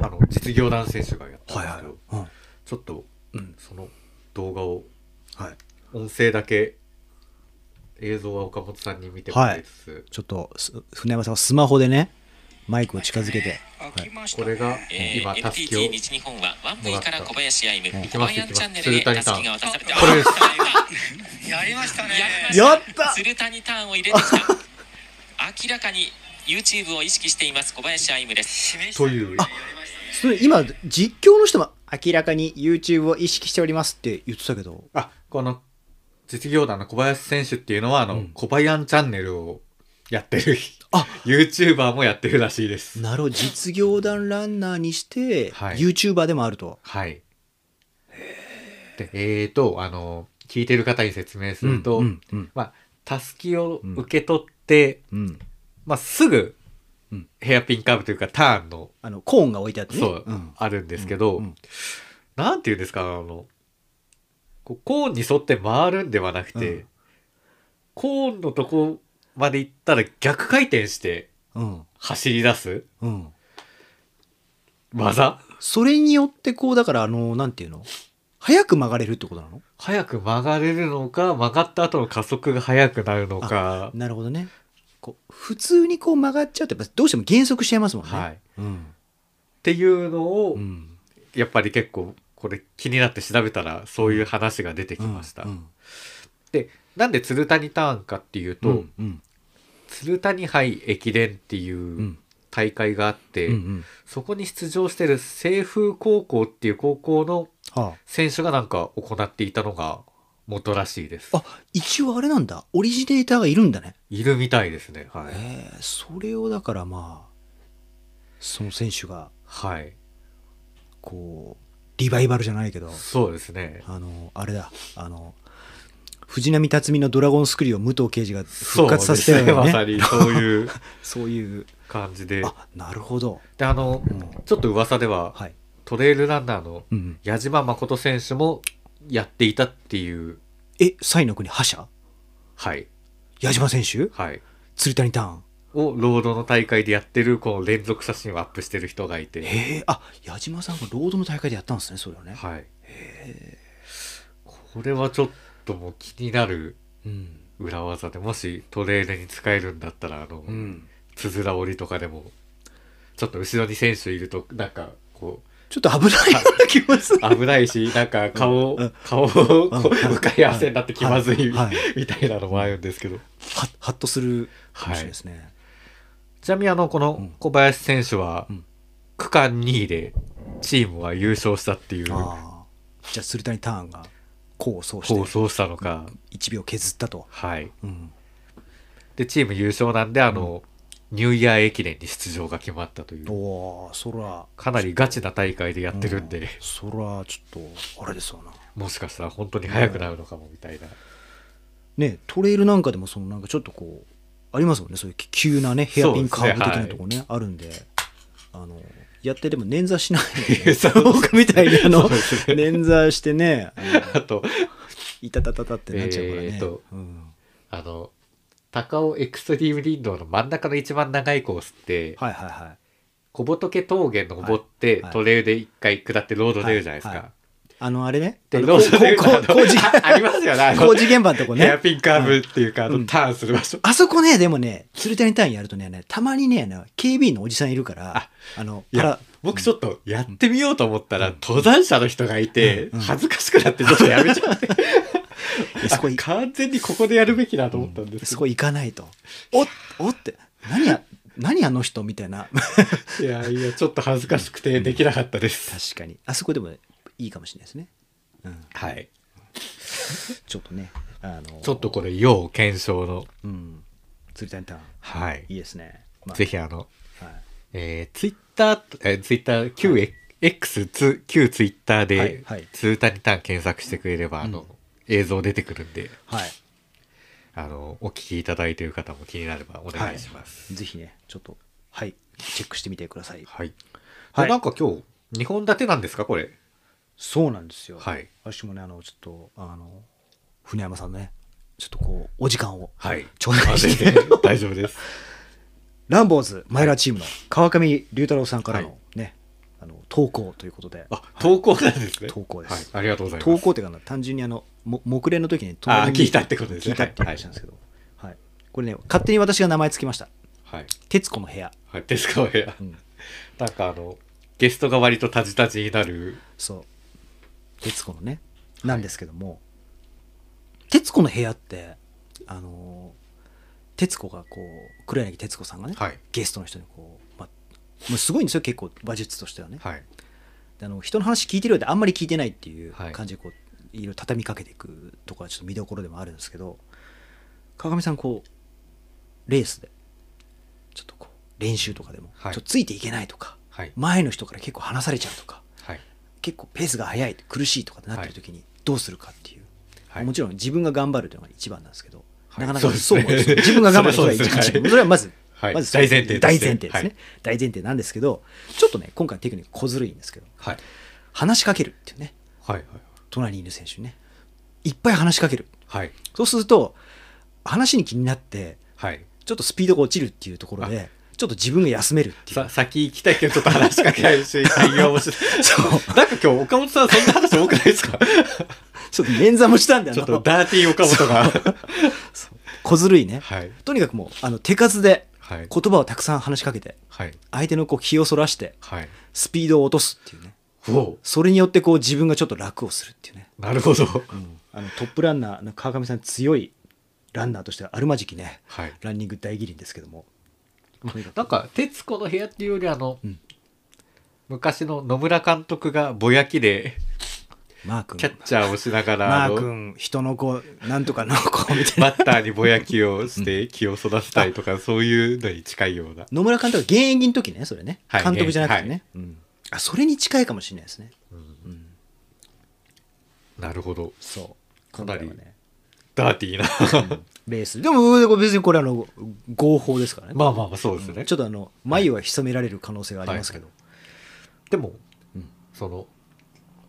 S4: あの実業団選手がやったん
S3: はい
S4: です
S3: は
S4: け
S3: い
S4: ど、
S3: うん
S4: ちょっと
S3: うん
S4: その動画を
S3: はい
S4: 音声だけ映像は岡本さんに見てもらいつつ、
S3: ちょっとす船山さんはスマホでねマイクを近づけて、はい、
S4: これが
S6: えー
S4: 今タスキを
S6: NTT 西日本はワンブイから小林歩
S4: い
S6: 夢、
S4: き
S6: 小
S4: ますい
S6: 林
S4: き
S6: チャ
S4: ま
S6: ンネ
S4: す
S6: ルで
S4: 鶴
S6: タ
S4: 谷
S6: ス
S4: さん
S6: キが渡されて
S4: これです
S7: やりましたね。
S3: やった
S6: 鶴谷ターンを入れてきた 明らかに YouTube を意識しています小林歩夢です
S4: という
S3: それ今実況の人も明らかに YouTube を意識しておりますって言ってたけど
S4: あこの実業団の小林選手っていうのはあの、小林チャンネルをやってる
S3: あ
S4: YouTuber もやってるらしいです
S3: なるほど実業団ランナーにして、
S4: はい
S3: YouTuber でもあると
S4: はいでえーとあの聞いてる方に説明すると、
S3: うんうん
S4: まあたすきを受け取って、
S3: うん
S4: まあ、すぐ
S3: うん
S4: ヘアピンカーブというかターンの
S3: あのコーンが置いてあってね
S4: そう、
S3: ん
S4: あるんですけど、
S3: うん
S4: なんていうんですかあのこうコーンに沿って回るんではなくて、
S3: うん
S4: コーンのとこまで行ったら逆回転して
S3: うん
S4: 走り出す
S3: うん
S4: 技、
S3: それによってこうだからあのなんていうの早く曲がれるってことなの
S4: 早く曲がれるのか曲がった後の加速が速くなるのか、
S3: なるほどねこう普通にこう曲がっちゃうとやっぱどうしても減速しちゃいますもんね
S4: はい、っ
S3: うん
S4: ていうのを、
S3: うん
S4: やっぱり結構これ気になって調べたらそういう話が出てきました。
S3: うん
S4: でなんで鶴谷ターンかっていうと、
S3: うんうん
S4: 鶴谷杯駅伝っていう、
S3: うん
S4: 大会があって、
S3: うんうん
S4: そこに出場してる清風高校っていう高校の
S3: は
S4: 選手がなんか行っていたのが元らしいです
S3: あ。あ一応あれなんだオリジネーターがいるんだね
S4: いるみたいですね。はい。
S3: ええそれをだからまあその選手が
S4: はい。
S3: こうリバイバルじゃないけど
S4: そうですね。
S3: あのあれだあの藤波辰巳の「ドラゴンスクリュー」を武藤刑事が復活させたよ
S4: そう
S3: う
S4: ですねま
S3: な
S4: さ
S3: ね
S4: にそういう
S3: そういう
S4: 感じで。
S3: あなるほど
S4: で、あの、
S3: ん
S4: ちょっと噂では、
S3: はい
S4: トレイルランナーの
S3: うん
S4: 矢島誠選手もやっていたっていう、
S3: えサイの国覇者
S4: はい。
S3: 矢島選手
S4: はい。
S3: 鶴谷ターン
S4: をロードの大会でやってる、この連続写真をアップしてる人がいて。
S3: ええあ矢島さんがロードの大会でやったんですねそれをね、
S4: はい。これはちょっともう気になる
S3: うん
S4: 裏技で、もしトレールに使えるんだったら、あの、
S3: うん、
S4: つづら折りとかでも、ちょっと後ろに選手いると、なんか、こ
S3: ちょっと危ないような気もする
S4: う、危ないし、なんか顔、
S3: うん
S4: 顔をこう
S3: うん
S4: 向かい合わせになって気まずい、
S3: はい
S4: みたいなのもあるんですけど。
S3: ははっとするかもしれないですね、
S4: ちなみにあの、この小林選手は
S3: うん、
S4: 区間2位で、チームは優勝したっていう、
S3: ああじゃあ鶴谷ターンが功を奏して
S4: 構想したのか、
S3: 1秒削ったと、
S4: はい。
S3: うん、
S4: で、チーム優勝なんで、あの、ニューイヤー駅伝に出場が決まったという、
S3: おおそら
S4: かなりガチな大会でやってるんで、
S3: うそらちょっとあれですわな
S4: もしかしたら本当に速くなるのかもみたいな。
S3: ねトレイルなんかでもそのなんかちょっとこうありますもんねそういう急なねヘアピンカーブ
S4: そうですね
S3: 的なとこねあるんであのやってでも捻挫しない
S4: いやそう
S3: 僕みたいにあ
S4: そ
S3: の
S4: うですね
S3: 捻挫してねあの
S4: あと
S3: いたたたたってなっちゃうからね、
S4: えーと
S3: うん
S4: あの高尾エクストリーム林道の真ん中の一番長いコースって
S3: はいはいはい
S4: 小仏峠登って、
S3: いはい
S4: トレイルで一回下ってロード出るじゃないですか、
S3: はいはいあのあれね
S4: で
S3: あの
S4: ロード出る
S3: ここ
S4: のあ
S3: こ工事
S4: の ありますよねあの
S3: 工事現場のとこ
S4: ヘア
S3: ね
S4: ピンカーブっていうか、
S3: う
S4: あ
S3: ん
S4: のターンする場所、
S3: あそこねでもね鶴谷タインやるとねたまにねあの警備員のおじさんいるからあ
S4: あ
S3: の
S4: い
S3: パラ
S4: や僕ちょっとやってみようと思ったら、登山者の人がいて、
S3: うんうん
S4: 恥ずかしくなってちょっとやめち ゃって
S3: いやそこい
S4: あ 完全にここでやるべきだと思ったんですけ
S3: そ
S4: ど、
S3: こ行かないとおっおって何や何あの人みたいな
S4: いやいやちょっと恥ずかしくてできなかったです、
S3: 確かにあそこでもいいかもしれないですね
S4: はい
S3: ちょっとねあの
S4: ちょっとこれ要検証の
S3: うん鶴谷ターン
S4: はい
S3: いいですね、まあ
S4: ぜひあの、
S3: はい
S4: えー、ツイッター、えー、ツイッター、旧、X、つ旧ツイッターで、
S3: はいはい
S4: ツータニタン検索してくれれば、あの、映像出てくるんで、
S3: はい
S4: あの、お聞きいただいている方も気になればお願いします。
S3: ぜひねちょっとはいチェックしてみてください
S4: はい。
S3: はい
S4: でなんか今日、2本立てなんですか、これ。
S3: そうなんですよ
S4: はい
S3: 私もねあのちょっとあの船山さんのねちょっとこうお時間を
S4: はい。
S3: 頂戴して
S4: あ全然大丈夫です。
S3: ランボーズマイラーチームの川上龍太郎さんからのね、あの投稿ということで
S4: あ、投稿なんですね。
S3: 投稿です
S4: はい。ありがとうございます。
S3: 投稿っていうか単純にあのも木蓮の時に
S4: あー
S3: 隣に
S4: 聞いたってことですね
S3: 聞いたっていう話なんですけど、はいこれねこれね勝手に私が名前つきました
S4: はい。
S3: 「徹子の部屋
S4: はい。ですか、お部屋」。
S3: うん、
S4: なんかあの、ゲストが割とタジタジになる。
S3: そう「徹子のね」なんですけども「徹子の部屋」ってあのー徹子がこう黒柳徹子さんがね、
S4: はい。
S3: ゲストの人にこう、まあ、もうすごいんですよ結構馬術としてはね、
S4: はい。
S3: であの人の話聞いてるようであんまり聞いてないっていう
S4: はい
S3: 感じでこう、い、ろいろ畳みかけていくとかちょっと見どころでもあるんですけど川上さんこうレースでちょっとこう練習とかでも、
S4: はい
S3: ちょっとついていけないとか
S4: はい。
S3: 前の人から結構離されちゃうとか
S4: はい。
S3: 結構ペースが速い苦しいとかってなってる時にどうするかっていう、
S4: はい
S3: もちろん自分が頑張るというのが一番なんですけど、
S4: はい
S3: なかなかそ
S4: そうう
S3: も
S4: ですね
S3: 自分が頑張ることが一番
S4: それはそうですね
S3: それはまず、
S4: はい
S3: まず
S4: 大前提と
S3: 大
S4: して
S3: 前提ですね、
S4: はい
S3: 大前提なんですけどちょっとね今回のテクニック小ずるいんですけど
S4: はい。
S3: 話しかけるっていうね
S4: はい。はい。
S3: 隣にいる選手にねいっぱい話しかける
S4: はい。
S3: そうすると話に気になって
S4: はい。
S3: ちょっとスピードが落ちるっていうところでちょっと自分が休めるっていう
S4: さ、先行きたいけど、ちょっと話しかけないし、対応もしない。 そう。なんか今日、岡本さん、そんな話多くない ですか
S3: ちょっと捻挫もしたんだ
S4: ちょ
S3: よ
S4: っと、
S3: な
S4: ダーティー岡本が。
S3: 小ずるいね、
S4: はい。
S3: とにかくもうあの手数で
S4: はい。
S3: 言葉をたくさん話しかけて
S4: はい。
S3: 相手のこう気をそらして
S4: はい。
S3: スピードを落とすっていうね
S4: お
S3: それによってこう自分がちょっと楽をするっていうね、
S4: なるほど。
S3: うんあのトップランナーの川上さん強いランナーとしてはあるまじきね
S4: はい。
S3: ランニング大義林ですけどもとにかく
S4: なんか、徹子の部屋っていうより、あの、
S3: うん
S4: 昔の野村監督がぼやきで、
S3: マー君
S4: キャッチャーをしながら、
S3: マー
S4: あの、
S3: 君人の子なんとかの子 みたいな
S4: バッターにぼやきをして、気を育てたりとか、そういうのに近いような。
S3: 野村監督は現役の時ねそれね、
S4: はい
S3: 監督じゃなくてね、
S4: はい
S3: うんあそれに近いかもしれないですね
S4: なるほど。
S3: そう
S4: かなり
S3: 今回はね
S4: ダーティーな。
S3: レースでも別にこれあの合法ですからね、
S4: まあまあまあ、そうですね。
S3: ちょっとあの眉は潜められる可能性がありますけど、
S4: でも、
S3: うん
S4: その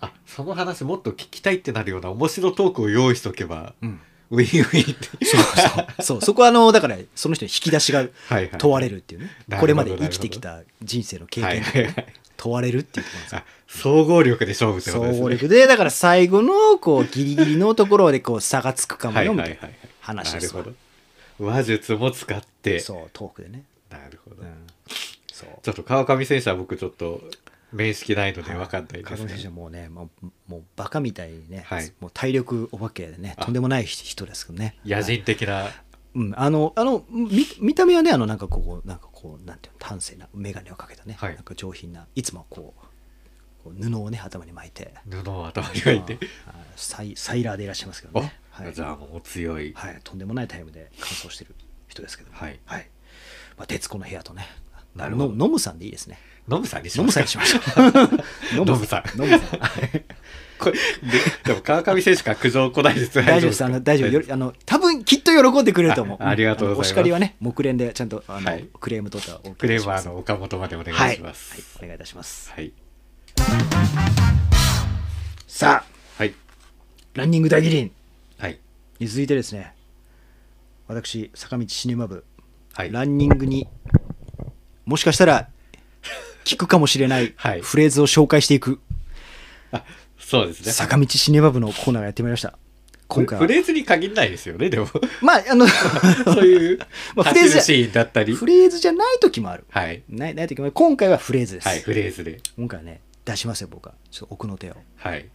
S4: あその話もっと聞きたいってなるような面白トークを用意しとけば、
S3: うん
S4: ウィンウィンって
S3: そうそうそうそこはあのだからその人の引き出しが
S4: はいはい
S3: 問われるっていうね、
S4: なるほど
S3: これまで生きてきた人生の経
S4: はい
S3: 験
S4: はい
S3: が
S4: はい
S3: 問われるっていうことなんですよ
S4: あ総合力で勝負ってことですね
S3: 総合力でだから最後のこうギリギリのところでこう差がつくかも
S4: はい
S3: よ
S4: はい
S3: み
S4: は
S3: たい
S4: い
S3: な
S4: はい
S3: 話
S4: な
S3: で
S4: る
S3: すわ
S4: ほど話術も使って
S3: そうトークでね、
S4: なるほど、
S3: うん、そう
S4: ちょっと川上選手は僕ちょっと面識ないので分かんないで
S3: 川
S4: す
S3: 上
S4: ね、
S3: 選手はもうねもうもうバカみたいにね、
S4: はい
S3: もう体力お化けでね
S4: あ
S3: とんでもない人ですけどね
S4: 野
S3: はい
S4: 人的な、
S3: うん、あのあの見見た目はねあのなんかこうなんかこうなんていうの端正な眼鏡をかけたね、
S4: はい
S3: なんか上品ないつもこうこう布をね頭に巻いて
S4: 布を頭に巻いて
S3: ああサイサイラーでいらっしゃいますけど
S4: あ、
S3: ね、はい
S4: じゃあもうお強い
S3: はい、とんでもないタイムで完走してる人ですけども
S4: はい
S3: まあ、徹子の部屋とね
S4: なるほど
S3: のノムさんでいいですね。
S4: ノブさんにし
S3: ノ
S4: ま
S3: ム
S4: す
S3: さん
S4: か
S3: にしましょう。
S4: ノムさん
S3: ノムさん。はい
S4: これででも川上選手から苦情来ないです
S3: 大丈夫です。あの大丈夫よ。あの多分きっと喜んでくれると思う。
S4: あありがとうございます
S3: お叱りはね、目連でちゃんとあの、
S4: はい
S3: クレームとかをお
S4: ク
S3: 受け
S4: レ
S3: し
S4: ーマ
S3: ま
S4: ー
S3: す
S4: の岡本までお願
S3: はいい
S4: します。
S3: はい、お願いいたします。
S4: はい。
S3: さあ、
S4: はい。
S3: ランニング大義林
S4: はい。
S3: に続いてですね、私坂道シネマ部、
S4: はい。
S3: ランニングにもしかしたら聞くかもしれない
S4: はい
S3: フレーズを紹介していく
S4: そうですね。
S3: 坂道シネマ部のコーナーがやってまいりました。今回は
S4: フレーズに限らないですよね、でも。
S3: まああの
S4: そういう、
S3: まあ
S4: 走るシーンだったり。
S3: フレーズじゃない時もある。
S4: はい。
S3: ないない時もある。今回はフレーズです。
S4: はい、フレーズで。
S3: 今回はね出しますよ僕は。ちょっと奥の手を
S4: はい。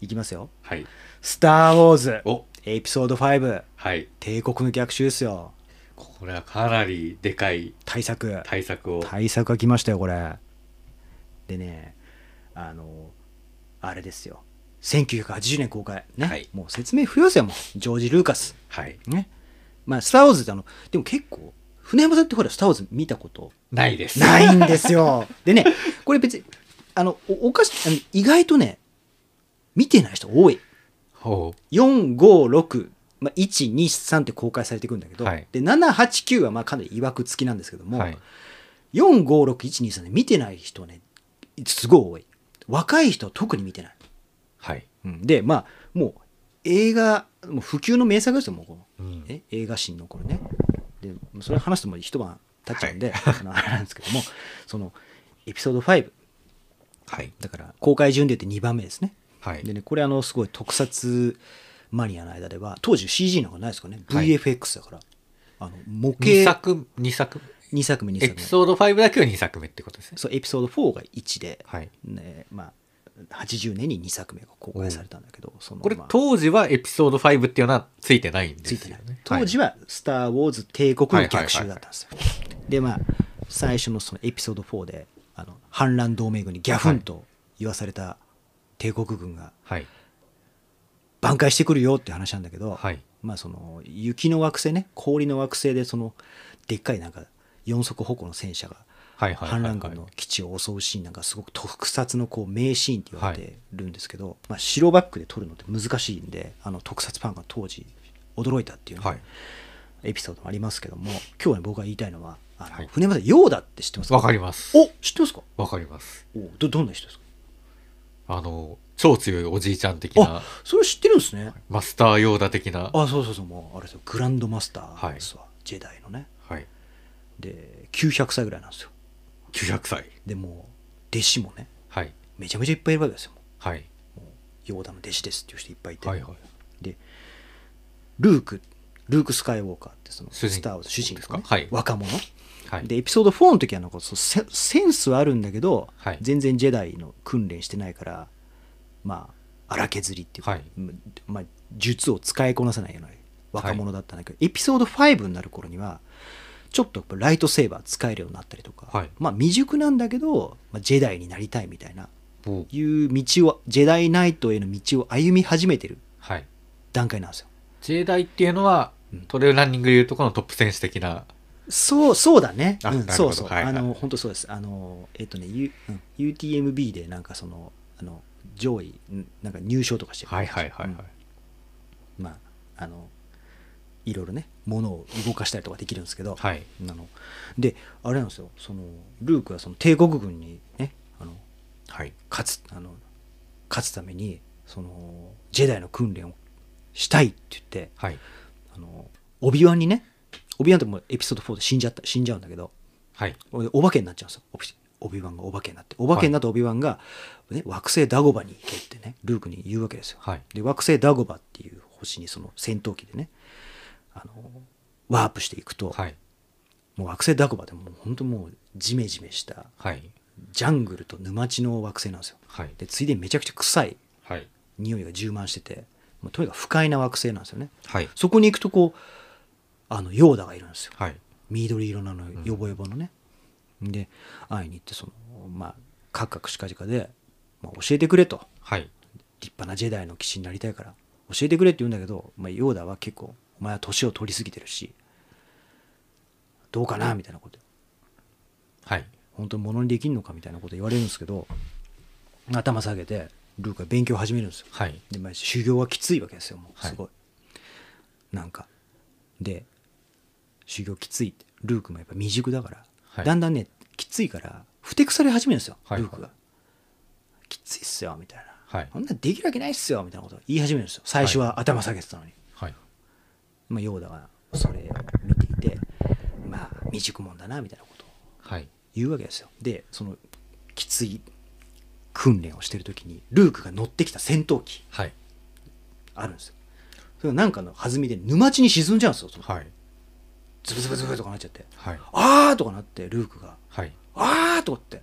S3: いきますよ。
S4: はい。
S3: スター・ウォーズ
S4: お
S3: エピソード5
S4: はい。
S3: 帝国の逆襲ですよ。
S4: これはかなりでかい
S3: 対策。
S4: 対策を。
S3: 対策が来ましたよこれでねあのあれですよ1980年公開ね、
S4: はい
S3: もう説明不要ですよもうジョージ・ルーカス
S4: はい。
S3: ねまあスター・ウォーズってあのでも結構船山さんってほらスター・ウォーズ見たこと
S4: ないです。
S3: ないんです よでねこれ別にあのおおかしあの意外とね見てない人多い
S4: ほ
S3: 456まあ、123って公開されていくんだけど、
S4: はい
S3: で789はまあかなりいわくつきなんですけど
S4: う。
S3: も、
S4: はい。
S3: 456123で見てない人ねすごい多い若い人は特に見てない、
S4: はい。
S3: うんでまあもう映画もう普及の名作ですよもうこの、
S4: うん
S3: え映画史の頃ねでそれ話すともう一晩経っちゃうんで、あのあれなんですけどもそのエピソード5
S4: はい。
S3: だから公開順で言って2番目ですね
S4: は
S3: で
S4: い。
S3: ねこれあのすごい特撮マニアの間では当時 CG なんかないですからね
S4: はい
S3: VFX だから、あの模
S4: 2
S3: 型
S4: 作、二作。
S3: 2作目2
S4: エ
S3: 作目
S4: ピソード5だけは2作目ってことですね。
S3: そうエピソード4が1で、
S4: はい。
S3: ねまあ、80年に2作目が公開されたんだけど、その
S4: これ
S3: まあ
S4: 当時はエピソード5っていうのはついてないんです
S3: つ
S4: よ
S3: いて
S4: ね
S3: ない。当時は「スター・ウォーズ帝国の逆襲」だったんですよ。でまあ最初のそのエピソード4であの反乱同盟軍にギャフンと言わされた帝国軍が
S4: はい。
S3: 挽回してくるよって話なんだけど、
S4: はい。
S3: まあその雪の惑星ね氷の惑星でそのでっかいなんか四足歩行の戦車が
S4: はい。はい。
S3: 反乱軍の基地を襲うシーンなんかすごく特撮のこう名シーンって言われてるんですけど、まあ、白バックで撮るのって難しいんであの特撮ファンが当時驚いたっていうね、
S4: はい。
S3: エピソードもありますけども今日ね僕が言いたいのはあの、
S4: はい
S3: 船山さんヨーダって知ってますか
S4: わかります。
S3: お知ってますか
S4: わかります。
S3: おどどんな人ですか
S4: あの、超強いおじいちゃん的な
S3: あ、それ知ってるんですね、
S4: マスターヨーダ的な。
S3: あそうそうそうもうあれですよグランドマスターですわ、ジェダイのね
S4: はい。
S3: で900歳ぐらいなんですよ
S4: 900歳。
S3: でもう弟子もね
S4: はい。
S3: めちゃめちゃいっぱいいるわけですよも
S4: はい。
S3: うヨーダの弟子ですっていう人いっぱいいて、
S4: はいはい。
S3: でルークルーク・スカイウォーカーってその
S4: 主人公
S3: スター・ウォーズ主人公、ね、
S4: ですかはい
S3: 若者、
S4: はい。
S3: でエピソード4の時はなんかそうセセンスはあるんだけど、
S4: はい
S3: 全然ジェダイの訓練してないからまあ荒削りっていうか、
S4: はい
S3: まあ、術を使いこなせないような若者だったんだけど、エピソード5になる頃にはちょっとやっぱライトセーバー使えるようになったりとか、
S4: はい
S3: まあ未熟なんだけど、まあ、ジェダイになりたいみたいな
S4: おう
S3: いう道をジェダイナイトへの道を歩み始めてる
S4: はい。
S3: 段階なんですよ。
S4: ジェダイっていうのは、トレイルランニングでいうとこのトップ選手的な。
S3: そう、そうだね。
S4: あ
S3: う、
S4: なんるほ
S3: そう
S4: ど
S3: そう。
S4: はいはい
S3: あの、本当そうです。あの、えっとね、U うん、UTMB で、なんかその、あの、上位、んなんか入賞とかしてる
S4: はいはいはいはい。
S3: うんまあ、あの、いろいろね、ものを動かしたりとかできるんですけど、
S4: はい。
S3: あの、で、あれなんですよ、その、ルークはその帝国軍にね、あの、
S4: はい。
S3: 勝つ、あの、勝つために、その、ジェダイの訓練をしたいって言って、
S4: はい。
S3: あの、オビワンにね、オビワンってもうエピソード4で死んじゃった、死んじゃうんだけど、
S4: はい。
S3: お化けになっちゃうんですよオビオビワンがお化けになってお化けになったオビワンが、ね、惑星ダゴバに行けってねルークに言うわけですよ、
S4: はい
S3: で惑星ダゴバっていう星にその戦闘機でねあのワープしていくと、
S4: はい。
S3: もう惑星ダゴバってもう本当もうジメジメした
S4: はい。
S3: ジャングルと沼地の惑星なんですよ
S4: はい。
S3: でついでにめちゃくちゃ臭い
S4: はい。
S3: 匂いが充満してて、まあ、とにかく不快な惑星なんですよね
S4: はい。
S3: そこに行くとこうあのヨーダがいるんですよ
S4: はい。
S3: 緑色なのよぼよぼのね、で会いに行ってそのまあカクカクしかじかで、まあ、教えてくれと
S4: はい。
S3: 立派なジェダイの騎士になりたいから教えてくれって言うんだけど、まあ、ヨーダは結構お前は年を取りすぎてるしどうかなみたいなこと
S4: はい
S3: 本当にものにできんのかみたいなこと言われるんですけど頭下げてルークは勉強を始めるんですよ
S4: はい
S3: でまあ修行はきついわけですよもう
S4: はい
S3: すごい、なんかで修行きついってルークもやっぱ未熟だから、
S4: はい
S3: だんだんねきついからふてくされ始めるんですよ、
S4: はい
S3: ルークがきついっすよみたいな、
S4: はい
S3: こんなんできるわけないっすよみたいなことを言い始めるんですよ最初は頭下げてたのに、
S4: はい
S3: まあ、ヨーダがそれを見ていてまあ未熟者だなみたいなことを
S4: はい
S3: 言うわけですよでそのきつい訓練をしてる時にルークが乗ってきた戦闘機
S4: はい
S3: あるんですよそれがなんかの弾みで沼地に沈んじゃうんですよその
S4: はい
S3: ズブズブズブとかなっちゃって
S4: はい
S3: あーとかなってルークが
S4: はい
S3: あーとかって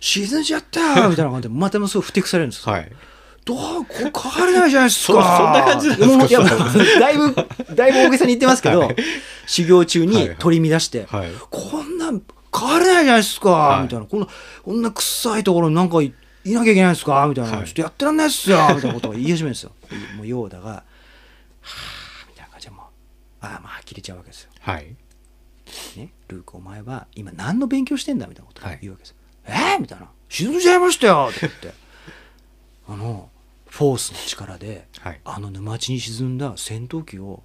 S3: 沈んじゃったーみたいな感じでまたすごいふてくされるんですよ、
S4: はい
S3: どうこれ変われないじゃないですか
S4: そそんな感じなんですか
S3: もういや
S4: それ
S3: もう だいぶだいぶ大げさに言ってますけど、
S4: はい
S3: 修行中
S4: はい
S3: に
S4: はい
S3: 取り乱して、
S4: はい
S3: こんなん変われないじゃないですか、
S4: はい
S3: みたいなこんなこんな臭いところになんかいいなきゃいけないんですかみたいな、
S4: はい
S3: ちょっとやってらんないっすよみたいなことを言い始めるんですよもうヨーダがはあみたいな感じでもうああまあ呆れちゃうわけですよ
S4: はい
S3: ね、ルークお前は今何の勉強してんだみたいなことを
S4: はい
S3: 言うわけです、えーみたいな沈んじゃいましたよって言って あのフォースの力で
S4: はい
S3: あの沼地に沈んだ戦闘機を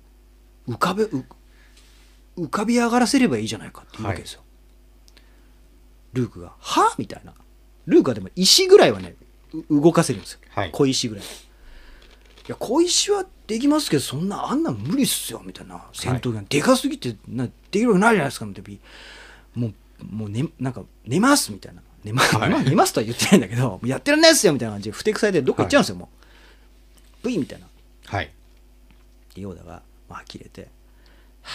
S3: 浮かべう浮かび上がらせればいいじゃないかっていうわけですよ、ルークが「はみたいなルークはでも石ぐらいはねう動かせるんですよ、
S4: はい
S3: 小石ぐらいいや小石はできますけどそんなあんなん無理っすよみたいな戦闘機が、でかすぎてなできるわけないじゃないですかみたいなもうもう、ね、なんか寝ますみたいな寝,、ま
S4: はい
S3: 寝ま寝ますとは言ってないんだけどもうやってらんないっすよみたいな感じでふてくされてどっか行っちゃうんですよ、もう V みたいな
S4: はい
S3: でヨーダが、まあ呆れて「は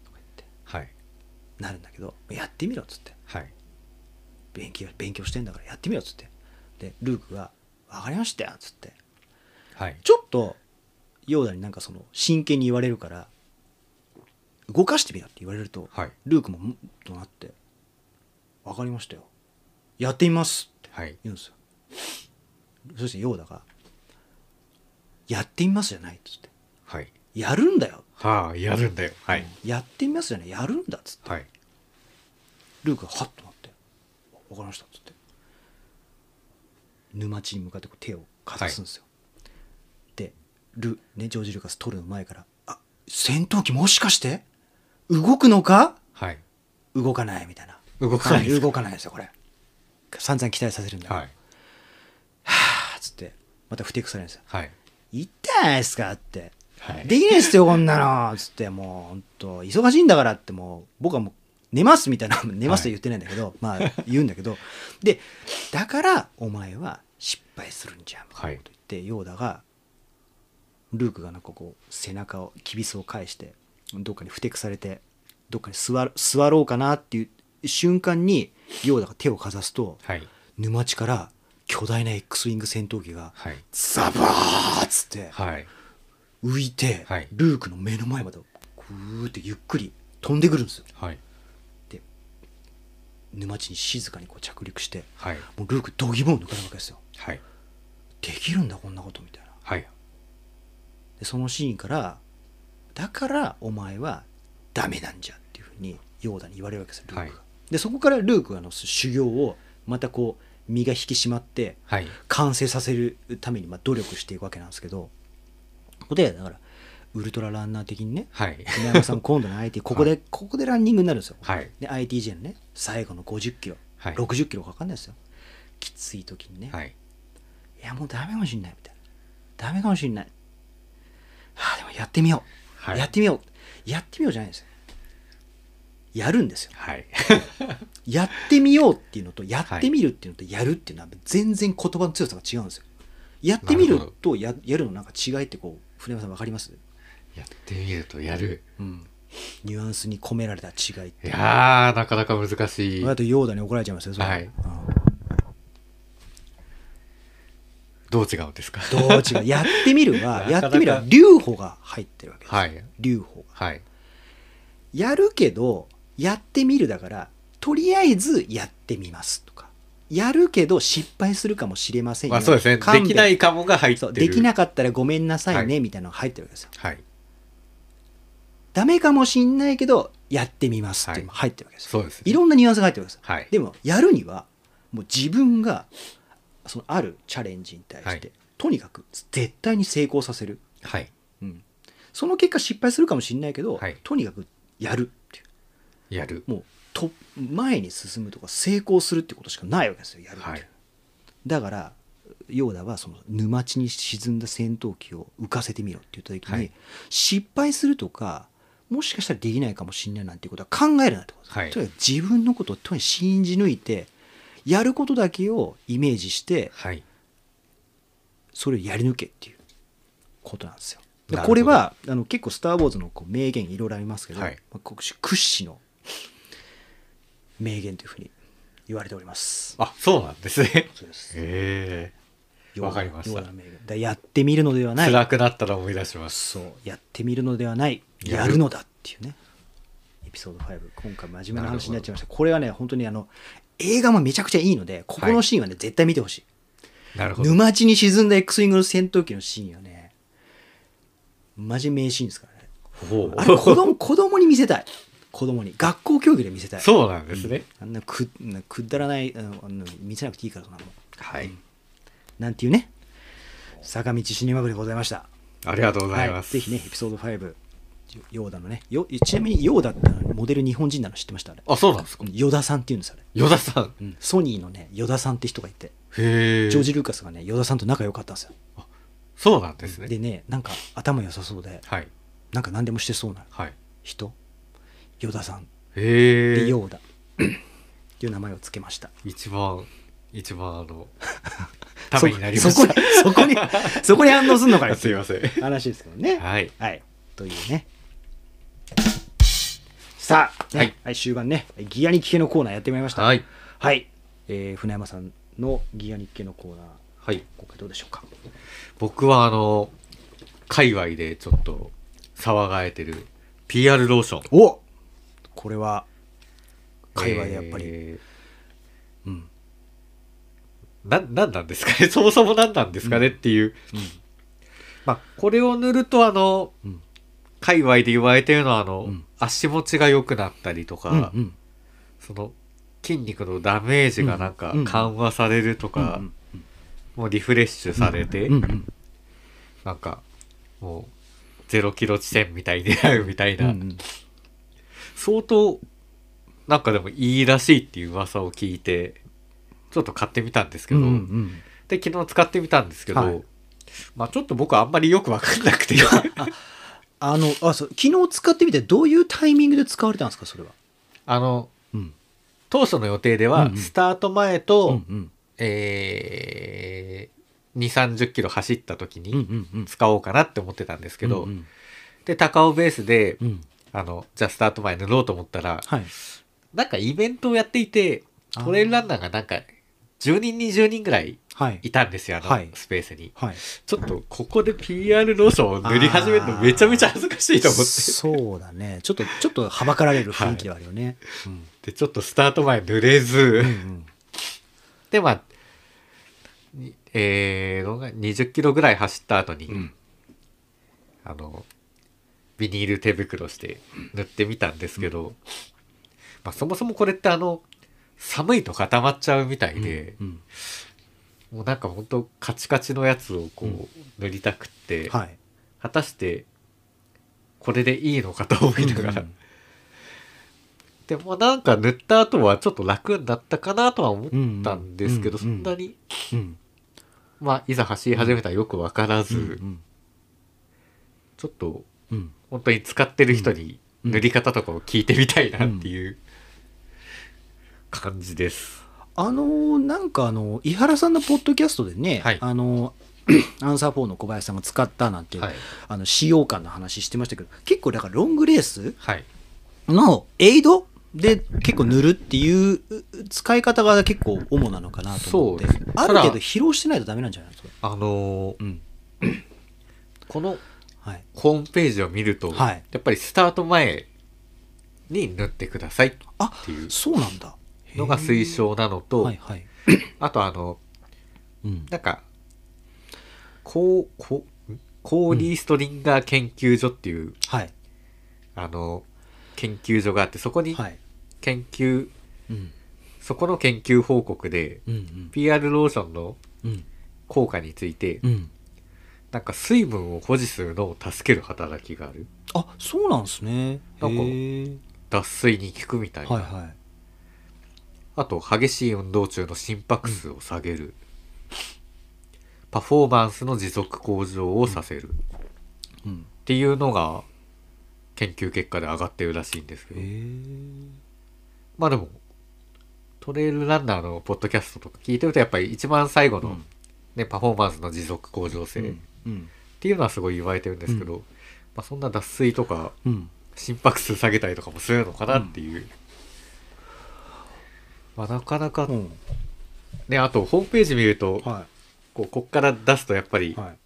S3: あ」とか言って
S4: はい
S3: なるんだけど「やってみろ」っつって
S4: はい
S3: 「勉強勉強してんだからやってみろ」っつってでルークが「分かりましたよ」っつって
S4: はい
S3: ちょっとヨーダになんかその真剣に言われるから動かしてみろって言われると、
S4: はい
S3: ルークもんとなって「分かりましたよやってみます」って
S4: はい
S3: 言うんですよそしてヨーダが「やってみます」じゃないっつって
S4: はい
S3: 「やるんだよ
S4: はあやるんだよはい
S3: やってみますじゃないやるんだ」っつって
S4: はい
S3: ルークがハッとなって「分かりました」っつって沼地に向かってこう手をかざすんですよ、でル、ね、ジョージ・ルーカス取るの前から「あ戦闘機もしかして動くのか
S4: はい
S3: 動かない」みたいな
S4: 動かない
S3: は動かないですよこれ散々期待させるんだよ
S4: はい
S3: あっつってまたふてくされるんですよ
S4: はい
S3: 「いいじゃないですか」って
S4: はい
S3: できないっすよ、こんなのつって、もう、ほんと、忙しいんだからって、もう、僕はもう、寝ますみたいな、寝ますとは言ってないんだけど、まあ、言うんだけど、で、だから、お前は失敗するんじゃん、みたいなこと言って、ヨーダが、ルークがなんかこう、背中を、きびすを返して、どっかにふてくされて、どっかに座る座ろうかなっていう瞬間に、ヨーダが手をかざすと、
S4: はい
S3: 沼地から巨大な X ウィング戦闘機が、
S4: はい
S3: ザバーっつって、
S4: はい
S3: 浮いて、
S4: はい
S3: ルークの目の前までぐーってゆっくり飛んでくるんですよ
S4: はい
S3: 沼地に静かにこう着陸して
S4: はい
S3: もうルーク度肝を抜かれるわけですよ
S4: はい
S3: できるんだこんなことみたいな
S4: はい
S3: でそのシーンからだからお前はダメなんじゃっていうふうにヨーダに言われるわけですよルークが、
S4: はい
S3: でそこからルークがあの修行をまたこう身が引き締まって
S4: はい
S3: 完成させるためにまあ努力していくわけなんですけどここでだからウルトラランナー的にね
S4: はい
S3: 稲山さん今度の IT ここで、ここでランニングになるんですよ、
S4: はい
S3: で ITJ のね最後の50キロ、
S4: はい
S3: 60キロかかんないですよきつい時にね、
S4: はい
S3: い、やもうダメかもしんないみたいなダメかもしんないはあでもやってみよう、
S4: はい
S3: やってみようやってみようじゃないんですよやるんですよ
S4: はい
S3: やってみようっていうのとやってみるっていうのとやるっていうのは全然言葉の強さが違うんですよやってみるとややるのなんか違いってこう船山さん分かります
S4: やってみるとやる
S3: うんニュアンスに込められた違いって
S4: いやーな かなか難しい
S3: あとヨーダに怒られちゃいますよ、それ
S4: はいどう違うんですか
S3: うんどう違う。やってみるは、
S4: なかなか
S3: やってみるは、留保が入ってるわけです。
S4: はい
S3: 留保が。
S4: はい
S3: やるけど、やってみるだから、とりあえずやってみますとか。やるけど失敗するかもしれませんよ。
S4: まあそうですね
S3: 勘弁
S4: できないかもが入って
S3: そう
S4: る
S3: できなかったらごめんなさいね、
S4: はい
S3: みたいなのが入ってるわけですよ。
S4: はい
S3: ダメかもしんないけど、やってみますっていうのも入ってるわけですよ、
S4: そうですね
S3: いろんなニュアンスが入ってるわけです、
S4: はい
S3: でもやるにはもう自分がそのあるチャレンジに対して、
S4: はい
S3: とにかく絶対に成功させる、
S4: はい
S3: うんその結果失敗するかもしれないけど、
S4: はい
S3: とにかくやるっていう
S4: やる
S3: もうと前に進むとか成功するってことしかないわけですよやるっていう、
S4: はい
S3: だからヨーダはその沼地に沈んだ戦闘機を浮かせてみろって言った時に、
S4: はい
S3: 失敗するとかもしかしたらできないかもしれないなんていうことは考えるなってことです、
S4: はい
S3: とにかく自分のことをとにかく信じ抜いてやることだけをイメージして
S4: はい
S3: それをやり抜けっていうことなんですよで
S4: なるほど
S3: これはあの結構「スター・ウォーズ」のこう名言いろいろありますけど、
S4: はい
S3: まあこう屈指の名言というふうに言われております。
S4: あそうなんですね
S3: そうです
S4: へえわかりまし
S3: よ
S4: た
S3: うな名言だからやってみるのではない
S4: 辛くなったら思い出します
S3: そうやってみるのではない
S4: やる
S3: やるのだっていうねエピソード5今回真面目な話になっちゃいましたこれはね本当にあの映画もめちゃくちゃいいのでここのシーンはね、絶対見てほしい
S4: なるほど
S3: 沼地に沈んだ X ウィングの戦闘機のシーンはねマジ名シーンですからね
S4: ほう
S3: あれ子供子供に見せたい子供に学校教育で見せたい
S4: そうなんですね、
S3: あんなくなくだらないあのあの見せなくていいからそんなの
S4: はい
S3: なんていうね坂道シネマ部でございました
S4: ありがとうございます、
S3: はい、ぜひねエピソード5ヨーダのねよちなみにヨーダってモデル日本人なの知ってましたあれ
S4: あそうなんですか
S3: ヨダさんっていうんですあれ、
S4: 与田さん
S3: うんソニーのねヨダさんって人がいて
S4: へえ
S3: ジョージ・ルーカスがねヨダさんと仲良かったんですよ
S4: そうなんですね
S3: でねなんか頭良さそうで
S4: はい
S3: なんか何でもしてそうな
S4: はい
S3: 人ヨダさん
S4: へ
S3: で
S4: え
S3: ヨーダ っていう名前をつけました
S4: 一番一番あ のためになりま
S3: そ
S4: し
S3: そこ
S4: た
S3: にそこにそこに反応すんのかよ
S4: すいません
S3: 話ですけどね
S4: はい
S3: はい、というね。さあ、ね
S4: は
S3: はいい終盤ね、ギアに聞けのコーナーやってまいりました。
S4: はい
S3: はいえー船山さんのギアに聞けのコーナー、
S4: はい
S3: 今回どうでしょうか。
S4: 僕はあの界隈でちょっと騒がれてる PR ローション
S3: おこれは、界隈でやっぱり、
S4: え
S3: うん、
S4: ーななんなんですかね そもそもなんなんですかねっていう、まあこれを塗るとあの、
S3: うん
S4: 界隈で言われてるのはあの、
S3: うん
S4: 足持ちが良くなったりとか、
S3: うん、うん、
S4: その筋肉のダメージがなんか
S3: うん
S4: 緩和されるとか、
S3: うん
S4: もうリフレッシュされて、
S3: うん、うん、
S4: なんかもうゼロキロ地点みたいになるみたいな、
S3: うん、
S4: 相当なんかでもいいらしいっていう噂を聞いてちょっと買ってみたんですけ
S3: う
S4: ど、
S3: ん、うん、
S4: で昨日使ってみたんですけど、
S3: はい
S4: まあちょっと僕あんまりよく分かんなく て
S3: あの、あ、そう、昨日使ってみて、どういうタイミングで使われたんですか、それは。
S4: あの
S3: うん、
S4: 当初の予定で
S3: うん
S4: は
S3: うん
S4: スタート前と、
S3: うん、うん、
S4: えー、2 3 0キロ走った時
S3: うん、
S4: に
S3: うん、うん、
S4: 使おうかなって思ってたんですけど、
S3: うん、
S4: で高尾ベースで、
S3: うん、
S4: あのじゃあスタート前塗ろうと思ったら
S3: はい、
S4: なんかイベントをやっていて
S3: あー
S4: トレイルランナーがなんか10人20人ぐらい
S3: はい
S4: い、たんですよあの、
S3: はい
S4: スペースに
S3: はい。
S4: ちょっとここで PR ローションを塗り始めるのめちゃめちゃ恥ずかしいと思って
S3: そうだねちょっとちょっとはばかられる雰囲気ではあるよね、
S4: でちょっとスタート前濡れず、
S3: うんうん
S4: でまあにえーどんぐらい20キロぐらい走った後に、
S5: ん
S4: あのビニール手袋して塗ってみたんですけど、まあ、そもそもこれってあの寒いと固まっちゃうみたいで、
S3: うん
S4: もうなんかほんとカチカチのやつをこう塗りたくって、
S3: はい
S4: 果たしてこれでいいのかと思いながら、
S3: うん
S4: でもなんか塗った後はちょっと楽になったかなとは思ったんですけど、
S3: うんうんうん
S4: そんなに、
S3: うん
S4: まあ、いざ走り始めたらよくわからず、
S3: うん
S4: ちょっと
S3: うん
S4: 本当に使ってる人に塗り方とかを聞いてみたいなっていう感じです。
S3: あのーなんかあの井原さんのポッドキャストでね、
S4: はい
S3: あのー アンサー4の小林さんが使ったなんて、
S4: はい
S3: あの使用感の話してましたけど結構だからロングレース
S4: はい。
S3: のエイドで結構塗るっていう使い方が結構主なのかなと思って
S4: そうですね
S3: ある程
S4: た
S3: 度
S4: だ
S3: 疲労してないとダメなんじゃないですか、
S4: あのー この
S3: はい、
S4: ホームページを見ると、
S3: はい
S4: やっぱりスタート前に塗ってくださいっていう
S3: そうなんだ
S4: のが推奨なのと、
S3: はいはい、
S4: あとあの、
S3: うん、
S4: なんか、コー、コー、コーリー・ストリンガー研究所っていう、
S3: はい
S4: あの、研究所があってそこに
S3: はい。
S4: 研究、
S3: うん。
S4: そこの研究報告で
S3: うん
S4: PR ローションの
S3: うん。うん。
S4: 効果について、
S3: うん。
S4: なんか水分を保持するのを助ける働きがある
S3: あ、そうなんですね。
S4: なん
S3: へ
S4: か
S3: ー
S4: 脱水に効くみたいな、
S3: はいはい。
S4: あと激しい運動中の心拍数を下げる、パフォーマンスの持続向上をさせる、
S3: うん
S4: っていうのが研究結果で上がってるらしいんですけ
S3: へ
S4: ど、
S3: え。
S4: まあでもトレイルランナーのポッドキャストとか聞いてるとやっぱり一番最後の、
S3: うん
S4: ね、パフォーマンスの持続向上性っ
S3: うん。
S4: ていうのはすごい言われてるんですけど、まあ、そんな脱水とか
S3: うん。
S4: 心拍数下げたりとかもするのかなっていう、まあ、なかなか
S3: うん。
S4: ねあとホームページ見ると、
S3: は
S4: こうこっから出すとやっぱり
S3: い。はい。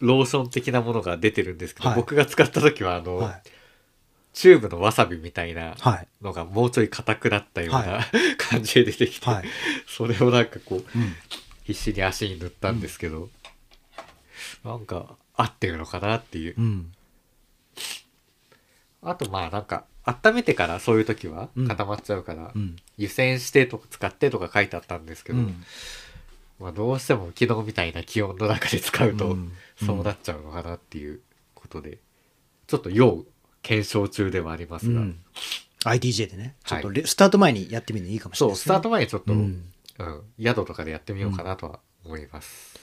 S4: ローション的なものが出てるんですけど、
S3: はい
S4: 僕が使った時はあの、
S3: はい。
S4: チューブのわさびみたいな
S3: はい。
S4: のがもうちょい硬くなったような、
S3: は
S4: 感じで出てきて、
S3: はい。
S4: それをなんかこう
S3: うん。
S4: 必死に足に塗ったんですけど、なんか合ってるのかなっていう、
S3: うん。
S4: あとまあなんか温めてからそういう時は
S3: うん
S4: 固まっちゃうから、
S3: うん。
S4: 湯煎してとか使ってとか書いてあったんですけ
S3: う
S4: ど、
S3: ん。
S4: まあ、どうしても昨日みたいな気温の中で使うと、
S3: うん
S4: そうなっちゃうのかなっていうことでちょっと要検証中ではありますが、
S3: うん。IDJ でね、ちょっと
S4: はい
S3: レスタート前にやってみるのいいかもしれ
S4: そ
S3: ないうです
S4: ス
S3: ね。
S4: タート前にちょっと、う
S3: うんん
S4: 宿とかでやってみようかなとは思います、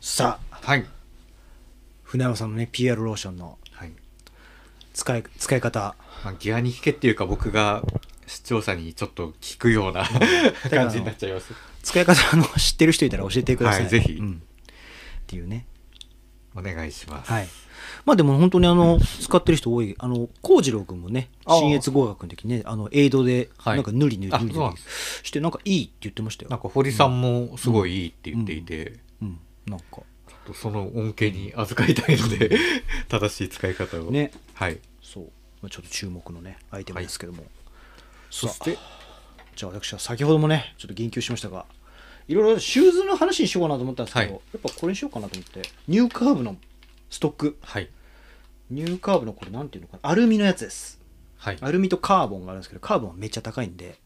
S3: さあ、
S4: はい、
S3: 船山さんのね、PR ローションの
S4: はい
S3: 使い使い方。
S4: まあ、ギアに引けっていうか僕が視聴者にちょっと聞くような感じになっちゃいます
S3: 使い方、あの、知ってる人いたら教えてください。
S4: はいぜひ
S3: うんっていうね。
S4: お願いします、
S3: はい。まあでも本当にあの、使ってる人多い。あの、幸次郎君もね、
S4: ああ
S3: 新越合学の時にね、あの、エイドで、
S4: はい
S3: なんかぬりぬり
S4: あ
S3: ぬり
S4: そうなんで
S3: して、なんかいいって言ってましたよ。
S4: なんか堀さんもすごいいいって言っていて、
S3: うん、なんか。
S4: ちょっとその恩恵に預かりたいので正しい使い方を
S3: ね
S4: はい
S3: そう、まあ、ちょっと注目のねアイテムですけども、
S4: そ
S3: さあ
S4: して
S3: じゃあ私は先ほどもねちょっと言及しましたがいろいろシューズの話にしようかなと思ったんですけど、
S4: はい
S3: やっぱこれにしようかなと思ってニューカーブのストック
S4: はい
S3: ニューカーブのこれなんていうのかなアルミのやつです
S4: はい
S3: アルミとカーボンがあるんですけどカーボンはめっちゃ高いんで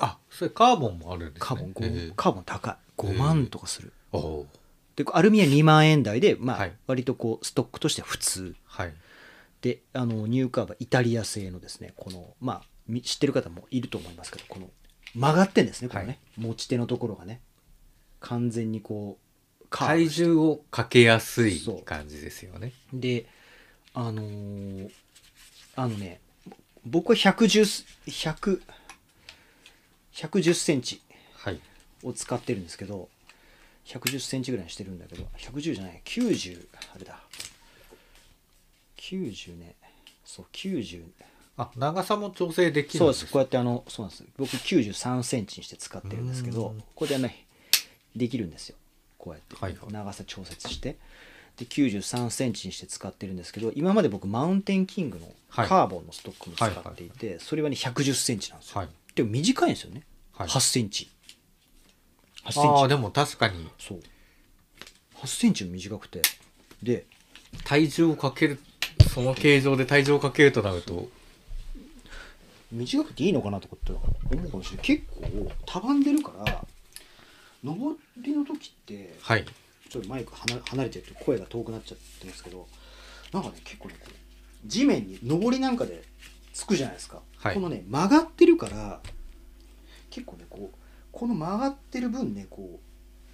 S4: あそれカーボンもあるんですね
S3: カーボン
S4: え
S3: 5、
S4: ー
S3: カーボン高い5万とかする、
S4: おお
S3: でアルミは2万円台で、ま
S4: は
S3: あ
S4: い、
S3: 割とこうストックとしては普通
S4: はい
S3: であのニューカーブはイタリア製のですねこのまあみ知ってる方もいると思いますけどこの曲がってんですねこのね、
S4: はい
S3: 持ち手のところがね完全にこうカー
S4: 体
S3: ブして
S4: 重をかけやすい感じですよね
S3: であのーあのね僕は110 100 110センチ
S4: はい
S3: を使ってるんですけど110センチぐらいにしてるんだけど110じゃない90あれだ90ねそう90
S4: あ長さも調整できる
S3: そうんですこうやってあのそうなんです僕9 3センチにして使ってるんですけど
S4: うん
S3: これであのできるんですよこうやって
S4: はいはい
S3: 長さ調節して、で9 3センチにして使ってるんですけど今まで僕マウンテンキングの
S4: はい
S3: カーボンのストックも使っていて、それはね1 1 0ンチなんですよ、
S4: はい
S3: でも短いんですよね、
S4: はい
S3: 8センチ8センチ
S4: ああでも確かに
S3: そう8センチも短くてで
S4: 体重をかけるその形状で体重をかけるとなると
S3: 短くていいのかなとかって思うかもしれない結構たばんでるから登りの時って
S4: はい
S3: ちょっとマイク離離れてると声が遠くなっちゃってますけどなんかね結構ねこう地面に登りなんかでつくじゃないですか、
S4: はい
S3: このね曲がってるから結構ねこうこの曲がってる分ねこ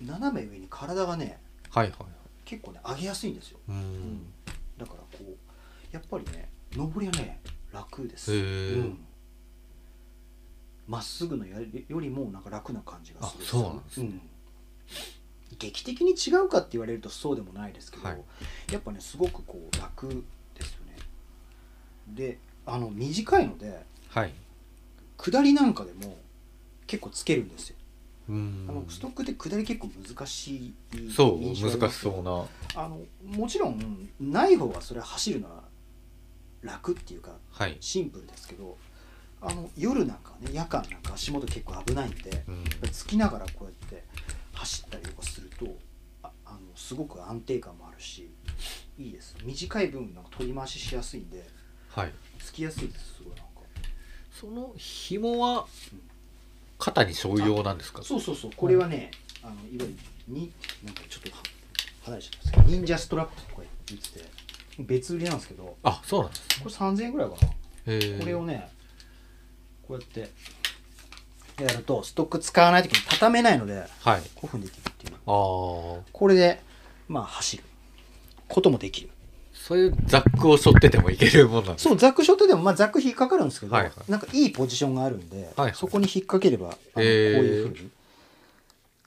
S3: う斜め上に体がね
S4: はいはい
S3: 結構ね上げやすいんですよ
S4: うー
S3: うんんだからこうやっぱりね登りはね楽です
S4: へ
S3: ま、う
S4: ー
S3: ん、まっすぐのやりよりもなんか楽な感じがする
S4: あそうなんですね
S3: うん劇的に違うかって言われるとそうでもないですけど、
S4: はい
S3: やっぱねすごくこう楽ですよねであの短いので
S4: はい
S3: 下りなんかでも結構つけるんですよ、
S4: うーん
S3: あのストックって下り結構難しい
S4: そう
S3: 印象ありま
S4: 難し
S3: すよ
S4: そうな
S3: あのもちろんない方はそれは走るのは楽っていうか
S4: はい
S3: シンプルですけどあの夜なんかね夜間なんか足元結構危ないんでやっ
S4: うん
S3: ぱりつきながらこうやって走ったりとかするとああのすごく安定感もあるしいいです短い分なんか取り回ししやすいんで
S4: はい
S3: つきやすいですすごいな
S4: その紐は肩に商用なんですか
S3: そうそうそうこれはねあのいわゆるになんかちょっとは離れちゃったんですけど忍者ストラップとか言ってて別売りなんですけどこ
S4: あそうなんです
S3: れ3000円ぐらいかな
S4: へー
S3: これをねこうやってやるとストック使わない時に畳めないので
S4: はい
S3: 5分できるっていう
S4: ああ
S3: これでまあ走ることもできる
S4: そういうザックを背負っててもいけるもんなんです
S3: そうザックショットでもまあザック引っかかるんですけど、
S4: はいはい
S3: なんかいいポジションがあるんで、
S4: はい
S3: そこに引っ掛ければあのこう
S4: へー
S3: いうふうに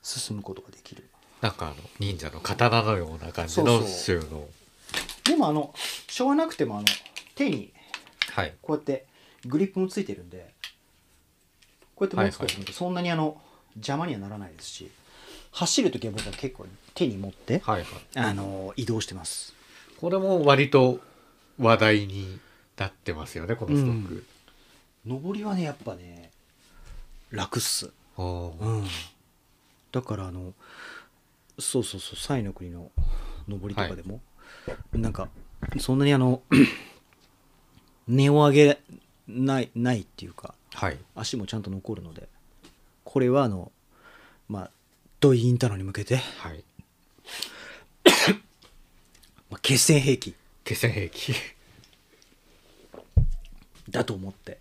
S3: 進むことができる
S4: なんかあの忍者の刀のような感じの
S3: そうそ
S4: 収納
S3: でもあのしょうがなくてもあの手に
S4: はい
S3: こうやってグリップもついてるんでこうやって持つことによってそんなにあの邪魔にはならないですし走るときは僕は結構手に持って、
S4: はいはい
S3: あの移動してます
S4: これも割と話題になってますよねこのストック、
S3: 上りはねやっぱね楽っす
S4: おー
S3: うん、だからあのそうそうそう西の国の上りとかでも、なんかそんなにあの 値を上げないないっていうか
S4: はい
S3: 足もちゃんと残るのでこれはあのまあドイインターノに向けて、
S4: はい
S3: まあ、決戦兵器
S4: 決戦兵器 い
S3: だと思って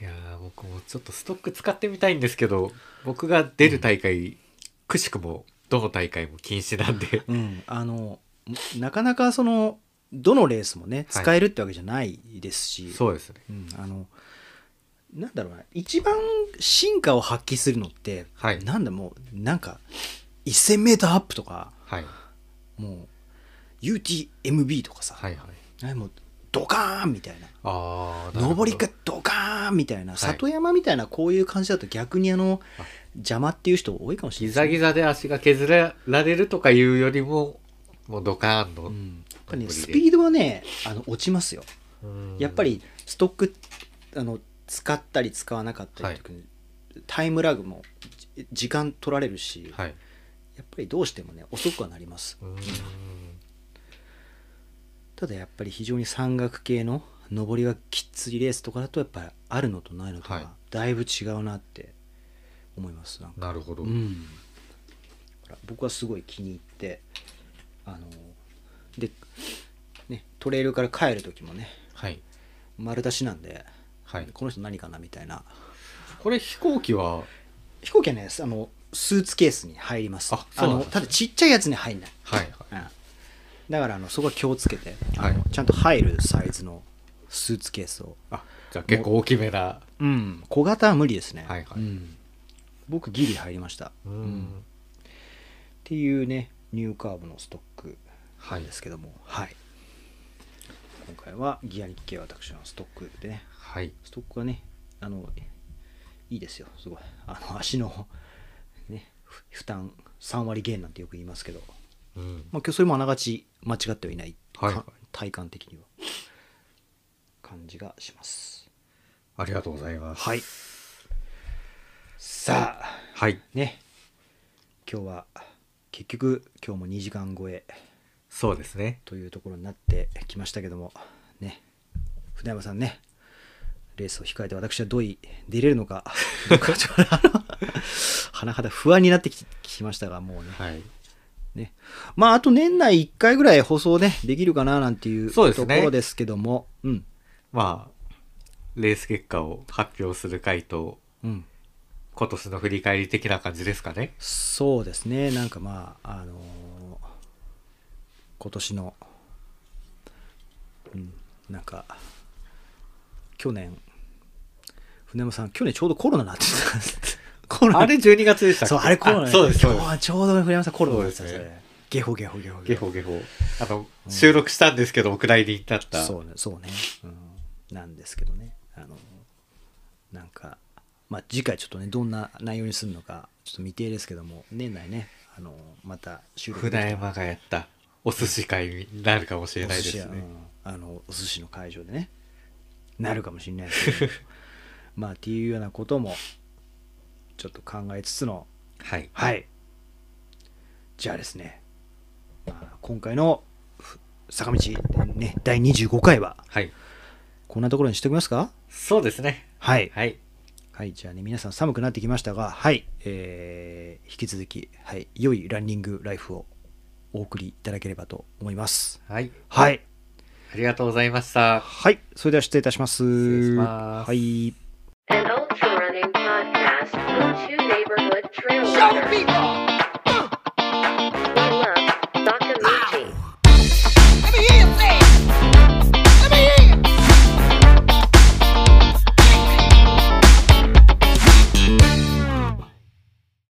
S4: やー僕もちょっとストック使ってみたいんですけど僕が出る大会、くしくもどの大会も禁止なんで
S3: うん、あのなかなかそのどのレースもね使えるってわけじゃないですし、
S4: そうですね
S3: うん、あのなんだろうな一番進化を発揮するのって、
S4: はい
S3: なんだもうなんか 1000m アップとか
S4: はい
S3: もう UTMB とかさ、
S4: はいはい
S3: あれもうドカーンみたいな
S4: ああ
S3: 上りがドカーンみたいな里山みたいなこういう感じだと逆にあの
S4: あ
S3: 邪魔っていう人多いかもし
S4: ギ
S3: れな
S4: ザ
S3: いですね
S4: ギザで足が削られるとかいうよりももうドカーンの、
S3: うんやっぱりね
S4: 上りで
S3: スピードはねあの落ちますよ
S4: うん
S3: やっぱりストックあの使ったり使わなかったりとか、タイムラグもじ時間取られるし、
S4: はい
S3: やっぱりどうしてもね遅くはなります
S4: うん
S3: ただやっぱり非常に山岳系の上りがきっつりレースとかだとやっぱりあるのとないのと
S4: はい
S3: はだいぶ違うなって思いますなんか、
S4: なるほど、
S3: うんだから僕はすごい気に入ってあのでねトレイルから帰る時もね
S4: はい
S3: 丸出しなんで、
S4: はい
S3: この人何かなみたいな
S4: これ飛行機は
S3: 飛行機はねあのスーツケースに入ります
S4: あそうな
S3: の
S4: んですね
S3: ただちっちゃいやつに入んない、
S4: はいはい
S3: うん、だからあのそこは気をつけて、
S4: はい
S3: あのちゃんと入るサイズのスーツケースを、
S4: あじゃあ結構大きめな
S3: うん、小型は無理ですね、
S4: はいは
S3: う
S4: い
S3: ん僕ギリ入りました、
S4: う
S3: うん
S4: ん
S3: っていうねニューカーブのストック
S4: はい
S3: ですけどもはい、今回はギアに聞け私のストックでね
S4: はい
S3: ストックはねあのいいですよすごいあの足のねふ負担3割減なんてよく言いますけど、
S4: うん
S3: まあ、今日それもあながち間違ってはいない、
S4: はい
S3: か体感的には感じがします
S4: ありがとうございます
S3: はいさあ
S4: はい
S3: ね今日は結局今日も2時間超え
S4: そうですね
S3: というところになってきましたけどもね船山さんねレースを控えて私はどうい出れるの かどうかちょっとあの甚だ不安になってききましたがもうね
S4: はい
S3: ねまああと年内1回ぐらい放送ねできるかななんていう
S4: そうで
S3: とこ
S4: すね
S3: ろですけどもう,、
S4: まあレース結果を発表する回と
S3: んうん
S4: 今年の振り返り的な感じですかね
S3: そうですねなんかまああのー今年のうんなんか去年船山さん去年ちょうどコロナになってたんですコロナ
S4: あれ12月でしたっけ
S3: そうあれコロナ
S4: あそうですそう
S3: 今
S4: で
S3: 日
S4: す
S3: はちょうど船山さんコロナだったんです
S4: そうです
S3: ねゲホゲホゲホ
S4: ゲホゲホあの収録したんですけど、お蔵入りになった
S3: そうねそうね、うん、なんですけどねあのなんかまあ次回ちょっとねどんな内容にするのかちょっと未定ですけども年内ねあのまた収録できたら
S4: 船山がやったお寿司会になるかもしれないですね
S3: お寿司屋うんあのお寿司の会場でねなるかもしれないですけ どまあっていうようなこともちょっと考えつつの
S4: はい
S3: はいじゃあですね、まあ今回のふ坂道ね第25回は
S4: はい
S3: こんなところにしておきますか
S4: そうですね
S3: はい。
S4: はい。
S3: はい、じゃあね、皆さん寒くなってきましたが、はい、えー引き続き、はい、良いランニングライフをお送りいただければと思います。
S4: はい。
S3: はい。
S4: ありがとうございました。
S3: はい、それでは失礼いたします。
S4: 失礼します
S3: はい。
S1: An ultra running podcast, Blue Chew Neighborhood Trail
S2: Show the
S1: Runner.
S2: people!